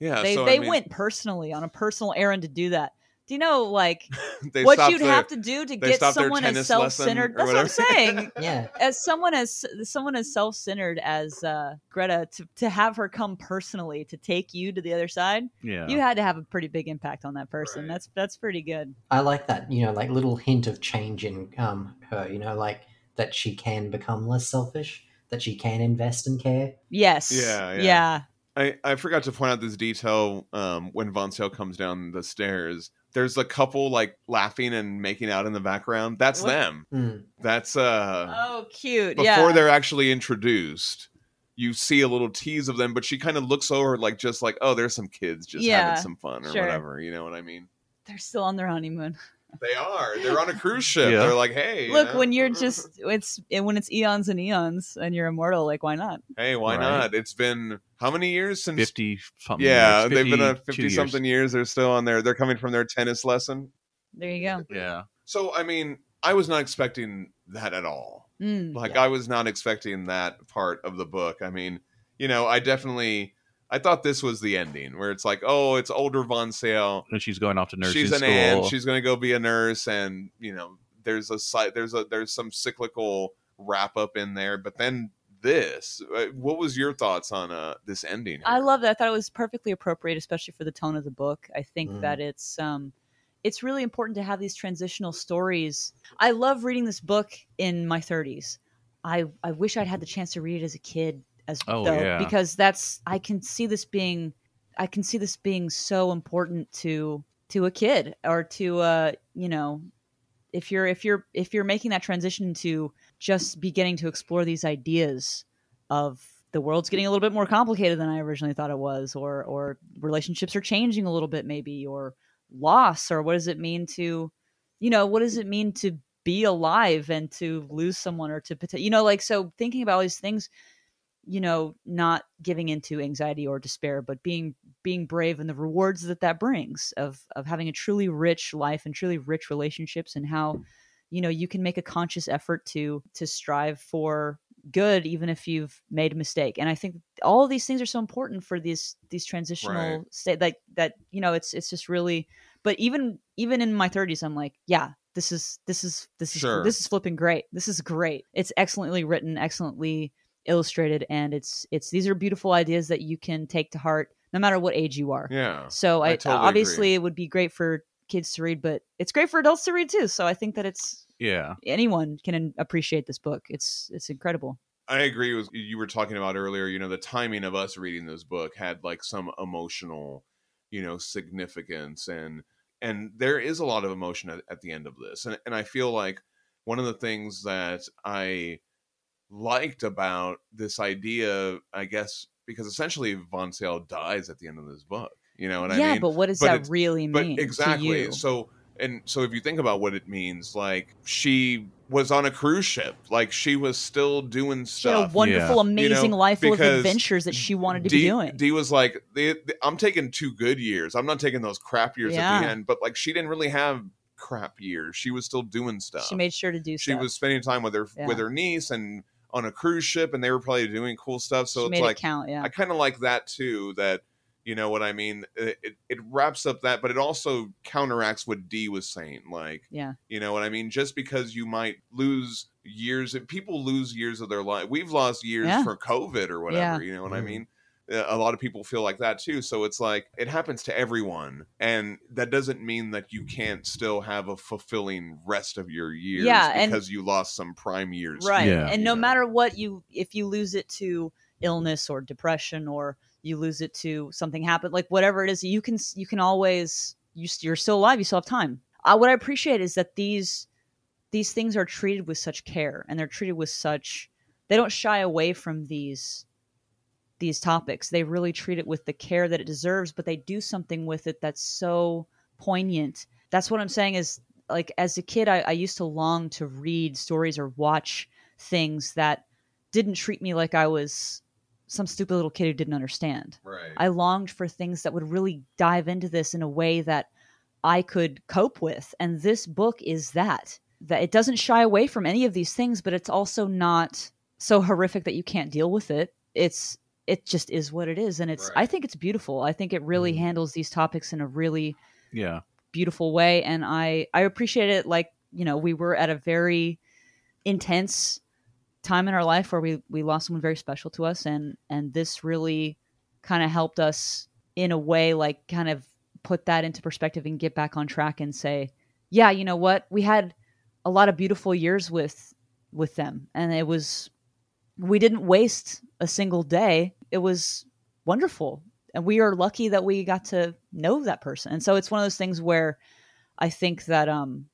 yeah
they
so, I
they
mean,
went personally on a personal errand to do that. Do you know like
they
what
stopped
you'd
their-
have to do
they
to get
stopped their
someone as
tennis lesson
self-centered?
or
That's what I'm
whatever.
saying.
Yeah.
as someone as someone as self-centered as uh, Greta to, to have her come personally to take you to the other side,
Yeah.
you had to have a pretty big impact on that person.
Right.
That's that's pretty good.
I like that, you know, like little hint of change in um, her, you know, like that she can become less selfish, that she can invest and care.
Yes.
Yeah, yeah.
Yeah.
I, I forgot to point out this detail um, when Von Sale comes down the stairs. There's a couple like laughing and making out in the background. That's
What?
them.
Mm.
That's uh
Oh, cute.
before
yeah.
they're actually introduced. You see a little tease of them, but she kind of looks over like just like, oh, there's some kids just
Yeah,
having some fun or
sure.
whatever. You know what I mean?
they're still on their honeymoon.
They are. They're on a cruise ship.
Yeah.
They're like, hey, you
Look,
know?
when you're just it's when it's eons and eons and you're immortal, like why not?
hey, why
Right.
not? It's been how many years since?
50 something.
yeah,
years,
they've been on
52
fifty something years. They're still on there. They're coming from their tennis lesson.
There you go.
Years. Yeah.
So I mean, I was not expecting that at all.
Mm.
Like
Yeah.
I was not expecting that part of the book. I mean, you know, I definitely I thought this was the ending where it's like, oh, it's older Von Sale.
And she's going off to nursing
She's an
school.
aunt. She's going to go be a nurse, and you know, there's a site. There's a there's some cyclical wrap up in there. But then this. Uh, What was your thoughts on uh this ending?
I
here?
love that. I thought it was perfectly appropriate, especially for the tone of the book. I think
Mhm.
that it's um, it's really important to have these transitional stories. I love reading this book in my 30s. I I wish I'd had the chance to read it as a kid, as
Oh,
though,
yeah.
because that's I can see this being I can see this being so important to to a kid or to uh you know if you're if you're if you're making that transition to just beginning to explore these ideas of the world's getting a little bit more complicated than I originally thought it was, or or relationships are changing a little bit, maybe, or loss, or what does it mean to, you know, what does it mean to be alive and to lose someone or to, pot- you know, like so thinking about all these things, you know, not giving into anxiety or despair, but being being brave and the rewards that that brings of of having a truly rich life and truly rich relationships and how, you know, you can make a conscious effort to to strive for good even if you've made a mistake and i think all of these things are so important for these these transitional state like that you know it's it's just really but even even in my 30s i'm like yeah this is this is this is
Sure.
this is flipping great this is great it's excellently written excellently illustrated and it's it's these are beautiful ideas that you can take to heart no matter what age you are
Yeah.
so
I
i, uh,
totally
obviously
agree.
it would be great for kids to read but it's great for adults to read too so i think that it's
Yeah.
anyone can appreciate this book it's it's incredible
I agree with you were talking about earlier, you know, the timing of us reading this book had like some emotional, you know, significance and and there is a lot of emotion at, at the end of this. And and I feel like one of the things that I liked about this idea, I guess, because essentially Von Sale dies at the end of this book. You know what I
yeah,
mean?
but what does
But
that
it's-
really
but
mean? to
exactly
you?
so and so if you think about what it means, like she was on a cruise ship, like she was still doing
She had a
stuff.
wonderful,
You know,
amazing life full of
because
adventures that she wanted to
D,
be doing.
D was like, "The- the- I'm taking two good years. I'm not taking those crap years at the
Yeah.
end. But like, she didn't really have crap years. She was still doing stuff.
She made sure to do
she
stuff.
was spending time with her
Yeah.
with her niece and on a cruise ship, and they were probably doing cool stuff. So
she
it's
made
like
it count. Yeah.
I kind of like that too. That you know what I mean. It, it it wraps up that, but it also counteracts what D was saying. Like,
Yeah.
you know what I mean. Just because you might lose years, people lose years of their life. We've lost years
Yeah.
for COVID or whatever. You know what I
Mm.
Mhm.
mean. Uh, A lot of people feel like that too. So it's like it happens to everyone, and that doesn't mean that you can't still have a fulfilling rest of your years
Yeah, and-
because you lost some prime years.
right
Yeah.
and no
Yeah.
matter what you if you lose it to illness or depression or you lose it to something happen like whatever it is you can you can always you, s- you're still alive you still have time uh, what i appreciate is that these these things are treated with such care and they're treated with such they don't shy away from these these topics they really treat it with the care that it deserves but they do something with it that's so poignant that's what i'm saying is like as a kid i, I used to long to read stories or watch things that didn't treat me like i was some stupid little kid who didn't understand
Right.
I longed for things that would really dive into this in a way that I could cope with. And this book is that. That it doesn't shy away from any of these things, but it's also not so horrific that you can't deal with it. It's it just is what it is. And it's I
Right. Mm.
think it's beautiful. I think it really
Mhm.
handles these topics in a really
Yeah.
beautiful way and i i appreciate it like you know we were at a very intense time in our life where we we lost someone very special to us and and this really kind of helped us in a way like kind of put that into perspective and get back on track and say yeah you know what we had a lot of beautiful years with with them and it was we didn't waste a single day it was wonderful and we are lucky that we got to know that person and so it's one of those things where i think that um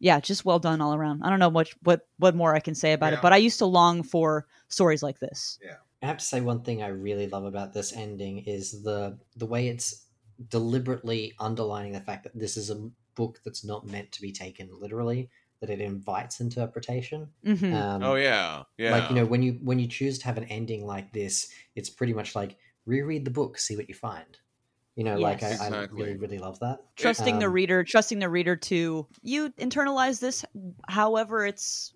yeah just well done all around i don't know much what what more i can say about
Yeah.
it but i used to long for stories like this
I have to say one thing I really love about this ending is the the way it's deliberately underlining the fact that this is a book that's not meant to be taken literally, that it invites interpretation.
hmm
Um,
oh yeah, yeah.
Like you know, when you when you choose to have an ending like this, it's pretty much like reread the book, see what you find. You know, like I,
Yes.
Exactly.
I really really love that.
trusting the
um,
reader trusting the reader to you internalize this however it's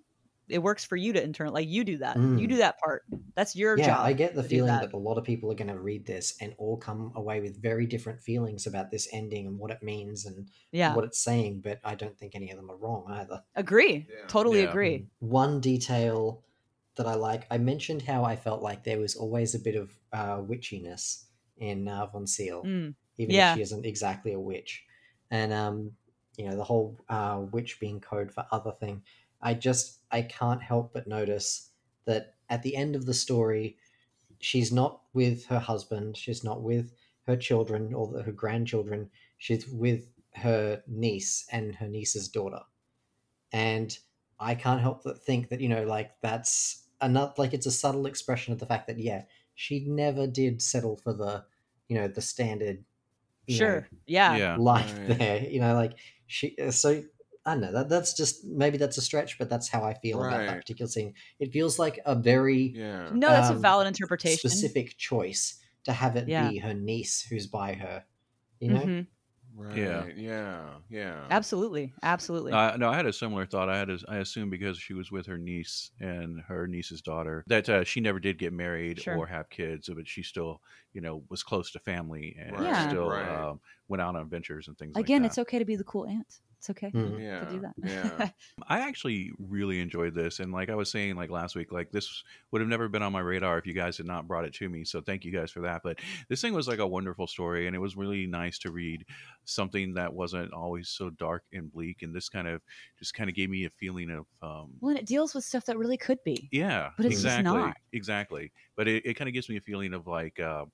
it works for you to internal like you do that
Mm.
you do that part that's your
yeah,
job
I get the
to do
feeling
that.
that. a lot of people are going to read this and all come away with very different feelings about this ending and what it means and
yeah
what it's saying, but I don't think any of them are wrong either. Mm.
agree
Yeah.
totally
Yeah.
agree
One detail that I like, I mentioned how I felt like there was always a bit of uh, witchiness in uh, Von Seal,
Mm.
even
yeah.
if she isn't exactly a witch. And, um, you know, the whole uh, witch being code for other thing. I just, I can't help but notice that at the end of the story, she's not with her husband, she's not with her children or the- her grandchildren, she's with her niece and her niece's daughter. And I can't help but think that, you know, like that's another, like it's a subtle expression of the fact that, yeah, she never did settle for the, you know, the standard you know,
sure yeah
Yeah.
life
Right.
there. You know, like she, uh, so I don't know, that, that's just, maybe that's a stretch, but that's how I feel about that
Right.
particular scene. It feels like a very,
yeah.
no that's a
Um,
valid interpretation
specific choice to have it
Yeah.
be her niece who's by her. You know,
Mhm.
Right.
Yeah.
Yeah. Yeah.
absolutely absolutely
I, no, I had a similar thought. I had, a, I assume, because she was with her niece and her niece's daughter, that uh, she never did get married
Sure.
or have kids, but she still, you know, was close to family and
Right,
Yeah.
still
right.
um, went out on ventures and things.
Again,
like
it's okay to be the cool aunt. It's okay
Mm.
Yeah.
to do that.
Yeah.
I actually really enjoyed this, and like I was saying, like last week, like this would have never been on my radar if you guys had not brought it to me. So thank you guys for that. But this thing was like a wonderful story, and it was really nice to read something that wasn't always so dark and bleak. And this kind of just kind of gave me a feeling of, um,
well, and it deals with stuff that really could be.
yeah,
But it's just
exactly,
not.
exactly. But it, it kind of gives me a feeling of like, uh,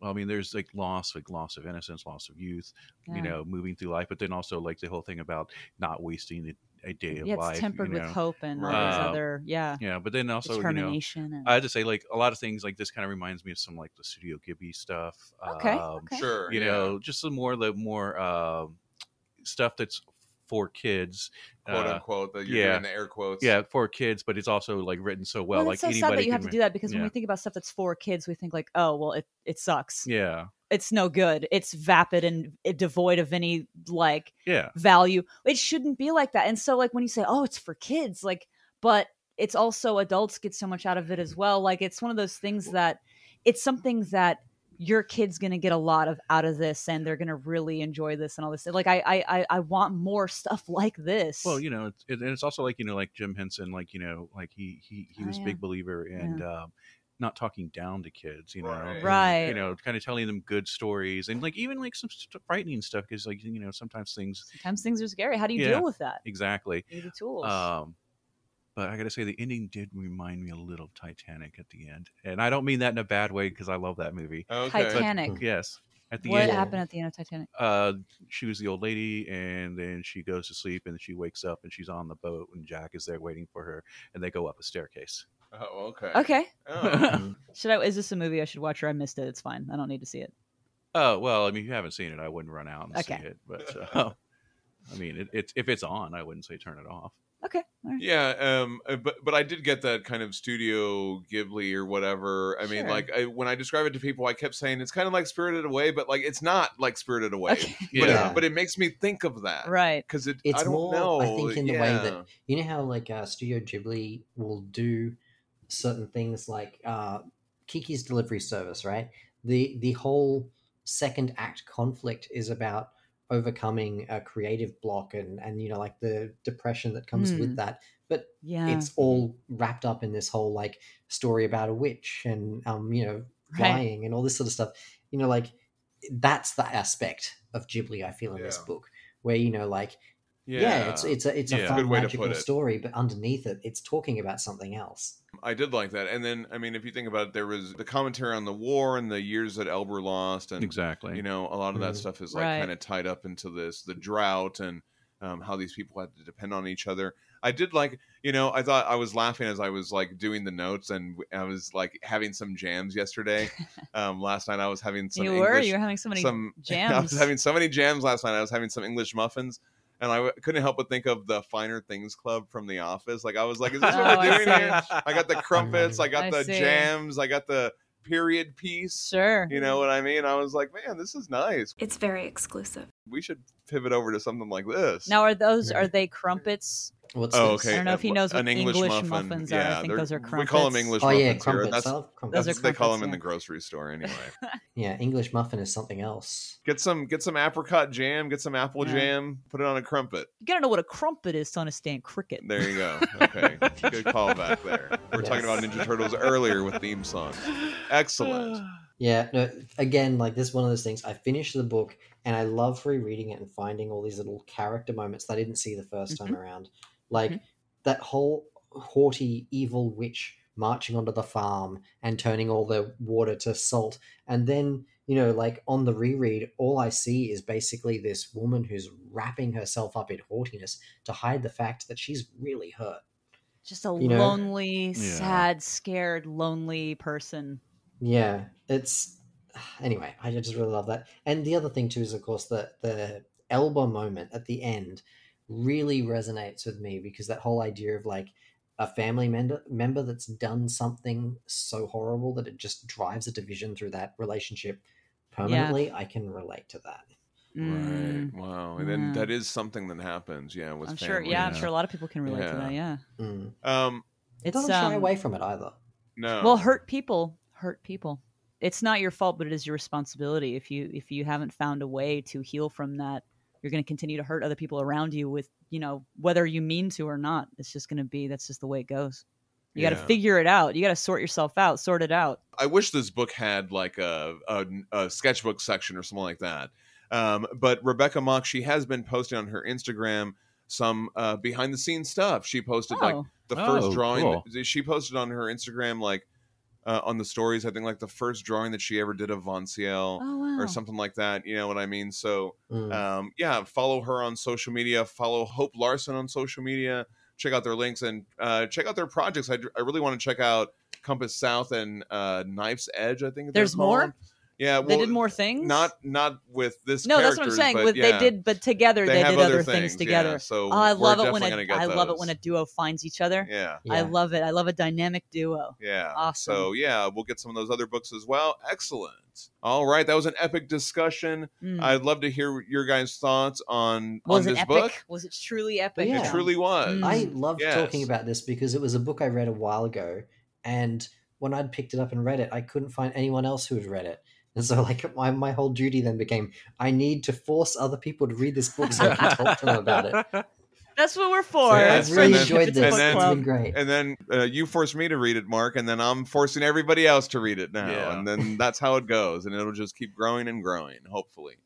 well, I mean, there's like loss, like loss of innocence, loss of youth,
Yeah.
you know, moving through life, but then also like the whole thing about not wasting a, a day of
Yeah, it's
life.
tempered
you
with
know?
hope and all these
Right.
other, yeah,
Yeah, but then also, you know,
determination. and,
I had to say, like, a lot of things like this kind of reminds me of some like the Studio Ghibli stuff.
okay,
Um,
okay.
Sure.
You
yeah.
know, just some more, the more, um stuff that's for kids.
quote
uh,
unquote. The you're
yeah.
doing the air quotes.
yeah, for kids, but it's also like written so well.
well,
like
it's so sad
anybody
that you have
can
to do that because when
yeah.
we think about stuff that's for kids, we think like, oh, well, it it sucks.
Yeah,
It's no good. It's vapid and it devoid of any like
yeah,
value. It shouldn't be like that. And so like when you say, "Oh, it's for kids," like but it's also adults get so much out of it as well. Like it's one of those things that it's something that your kid's gonna get a lot of out of this and they're gonna really enjoy this and all this. Like I I I, I want more stuff like this.
Well, you know, it's, it, and it's also like you know, like Jim Henson, like you know, like he he he
Oh,
was a
yeah.
big believer in um, not talking down to kids, you know,
Right.
and,
Right.
you know, kind of telling them good stories and like even like some st- frightening stuff because like you know sometimes things
Sometimes things are scary. How do you
Yeah.
deal with that?
exactly.
You need the tools.
Um, but I gotta say, the ending did remind me a little of Titanic at the end, and I don't mean that in a bad way because I love that movie.
Okay.
Titanic.
Yes, at the
Oh. what
end,
happened at the end of Titanic?
uh, she was the old lady, and then she goes to sleep, and she wakes up, and she's on the boat, and Jack is there waiting for her, and they go up a staircase. Um,
oh, okay.
Okay.
Oh.
Should I? Is this a movie I should watch or I missed it? It's fine. I don't need to see it.
Oh well, I mean, if you haven't seen it, I wouldn't run out and see
Okay.
it, but
Oh.
uh, I mean, it, it's if it's on, I wouldn't say turn it off.
Okay. All right.
Yeah, um, uh, but but I did get that kind of Studio Ghibli or whatever. I mean,
Sure.
like I, when I describe it to people, I kept saying it's kind of like Spirited Away, but like it's not like Spirited Away.
Okay.
But,
Yeah.
it, but it makes me think of that
Right.
because it.
It's
I don't
more,
know.
I think, in the way
yeah.
that you know how like uh, Studio Ghibli will do certain things like uh, Kiki's Delivery Service, right? The the whole second act conflict is about overcoming a creative block and and you know like the depression that comes
Hmm.
with that. But
Yeah.
it's all wrapped up in this whole like story about a witch and um you know
right.
flying and all this sort of stuff. You know, like that's the aspect of Ghibli I feel in this
Yeah.
book where you know like
yeah,
yeah, it's it's a it's a
Yeah.
fun
Good way to put
magical
it.
story, but underneath it, it's talking about something else.
I did like that. And then I mean, if you think about it, there was the commentary on the war and the years that Elber lost, and
Exactly.
you know a lot of that
Mhm.
stuff is like
Mm-hmm. Right.
kind of tied up into this the drought and um, how these people had to depend on each other i did like you know i thought i was laughing as i was like doing the notes and w- i was like having some jams yesterday um, last night i was having some
you
english,
were. You were having so many.
some i was
jams.
having so many jams last night i was having some english muffins and I w- couldn't help but think of the Finer Things Club from The Office. Like I was like, "Is this what
Oh,
we're
I
doing
see.
here?" I got the crumpets, I got
I
the
see.
jams, I got the period piece.
Sure.
You know what I mean? I was like, "Man, this is nice."
It's very exclusive.
we should pivot over to something like this.
Now are those are they crumpets?
What's
oh,
this?
okay.
I don't know if he knows what
An English,
English
muffin.
muffins are. I
Yeah,
think
they're-
those are
We call them
crumpets.
English
Oh
muffins
yeah,
here.
crumpets.
That's,
I love crumpets.
Those are
that's- they call them
crumpets,
in the
yeah.
grocery store anyway.
yeah, English muffin is something else.
get some get some apricot jam, get some apple
Yeah.
jam, put it on a crumpet.
You gotta know what a crumpet is to understand cricket.
There you go. Okay, good callback there. We are talking about Ninja Turtles earlier with theme songs. Excellent.
Yeah, no, again, like this is one of those things. I finished the book and I love rereading it and finding all these little character moments that I didn't see the 1st time around. Like
Mhm.
that whole haughty evil witch marching onto the farm and turning all the water to salt. And then, you know, like on the reread, all I see is basically this woman who's wrapping herself up in haughtiness to hide the fact that she's really hurt.
Just a
You know?
lonely,
Yeah.
sad, scared, lonely person.
Yeah, it's anyway. I just really love that. And the other thing too is, of course, the the elbow moment at the end really resonates with me because that whole idea of like a family member member that's done something so horrible that it just drives a division through that relationship permanently. I can relate to that.
Mm.
Right. Wow. And then
Mm.
that is something that happens. Yeah. With
I'm sure.
family.
Yeah, I'm
yeah.
sure a lot of people can relate to
Yeah.
that. Yeah.
Mm.
Um.
It
It's
doesn't shy
um,
away from it either.
No.
well, hurt people hurt people. It's not your fault, but it is your responsibility. If you if you haven't found a way to heal from that, you're going to continue to hurt other people around you with you know whether you mean to or not. It's just going to be that's just the way it goes. You got
Yeah.
to figure it out. You got to sort yourself out. Sort it out.
I wish this book had like a, a, a sketchbook section or something like that. Um, but Rebecca Mock, she has been posting on her Instagram some uh, behind the scenes stuff. She posted like
Oh,
the
Oh,
first drawing.
cool.
that- she posted on her Instagram like uh, on the stories. I think like the first drawing that she ever did of Von Ciel
oh wow.
or something like that. You know what I mean? So
Mm.
um, yeah, follow her on social media. Follow Hope Larson on social media. Check out their links and uh, check out their projects. I, I really want to check out Compass South and uh, Knife's Edge. I think they're
There's more?
called. Yeah,
they
well,
did more things.
not not with this.
no, that's what I'm
characters,
saying.
but
With,
yeah,
They did, but together they,
have
did other things,
yeah,
together.
so
Oh, I
we're
love it when
definitely
a,
gonna
I
get
love it
those.
when a duo finds each other.
yeah.
I
Yeah.
love it. I love a dynamic duo.
Yeah.
Awesome.
So yeah, we'll get some of those other books as well. Excellent. All right, that was an epic discussion.
Mm.
I'd love to hear your guys' thoughts on on
was it
this
epic?
book.
Was it truly epic?
It
Yeah.
truly was.
Mm.
I loved
Yes.
talking about this because it was a book I read a while ago, and when I'd picked it up and read it, I couldn't find anyone else who had read it. And so, like, my, my whole duty then became I need to force other people to read this book so I can talk to them about it.
That's what we're
So
for.
I
Yes, and
really
then-
enjoyed
and
this.
then-
it's been great.
And then uh, you forced me to read it, Mark, and then I'm forcing everybody else to read it now.
Yeah.
And then that's how it goes. And it'll just keep growing and growing, hopefully.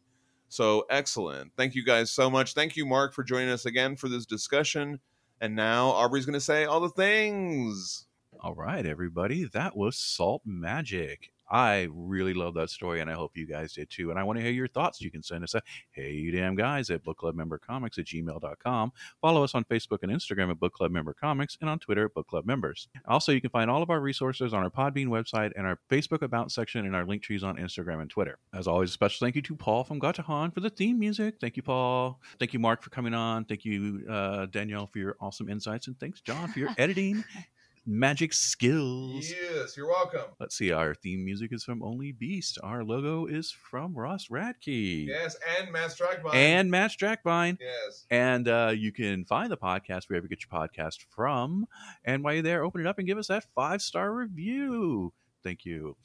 So excellent. Thank you guys so much. Thank you, Mark, for joining us again for this discussion. And now Aubrey's going to say all the things.
All right, everybody. That was Salt Magic. I really love that story, and I hope you guys did too. And I want to hear your thoughts. You can send us a hey, you damn guys at book club member comics at gmail.com. Follow us on Facebook and Instagram at book club member comics and on Twitter at book club members. Also, you can find all of our resources on our Podbean website and our Facebook About section and our link trees on Instagram and Twitter. As always, a special thank you to Paul from Gatahan for the theme music. Thank you, Paul. Thank you, Mark, for coming on. Thank you, uh, Danielle, for your awesome insights. And thanks, John, for your editing magic skills.
Yes, you're welcome.
Let's see, our theme music is from Only Beast. Our logo is from Ross Radke
Yes, and Mass Trackbot.
and Matt Strackbine.
yes.
And uh, you can find the podcast wherever you get your podcast from. And while you're there, open it up and give us that five star review. Thank you.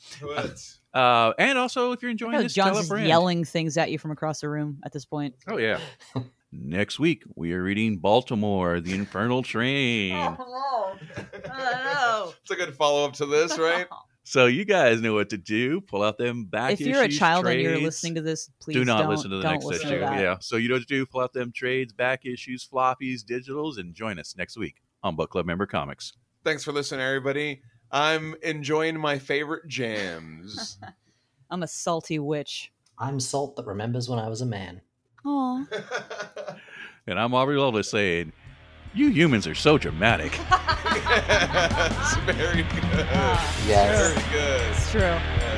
Uh, and also, if you're
I
enjoying
know
this, tell a
John's just
friend.
yelling things at you from across the room at this point.
Oh, yeah. Next week, we are reading Baltimore, The Infernal
Oh,
Train.
no.
It's a good follow up to this, right?
So, you guys know what to do. Pull out them back
if you're a
issues,
child and you're
trades.
listening to this, please
do not
not
listen to the
don't
next
listen
issue.
To that.
Yeah. So you know what to do. Pull out them trades, back issues, floppies, digitals, and join us next week on Book Club Member Comics.
Thanks for listening, everybody. I'm enjoying my favorite jams.
I'm a salty witch.
I'm salt that remembers when I was a man.
Aw.
And I'm Aubrey Lovelace saying, you humans are so dramatic.
yes, very good.
Ah,
Very good.
it's true.
Yes.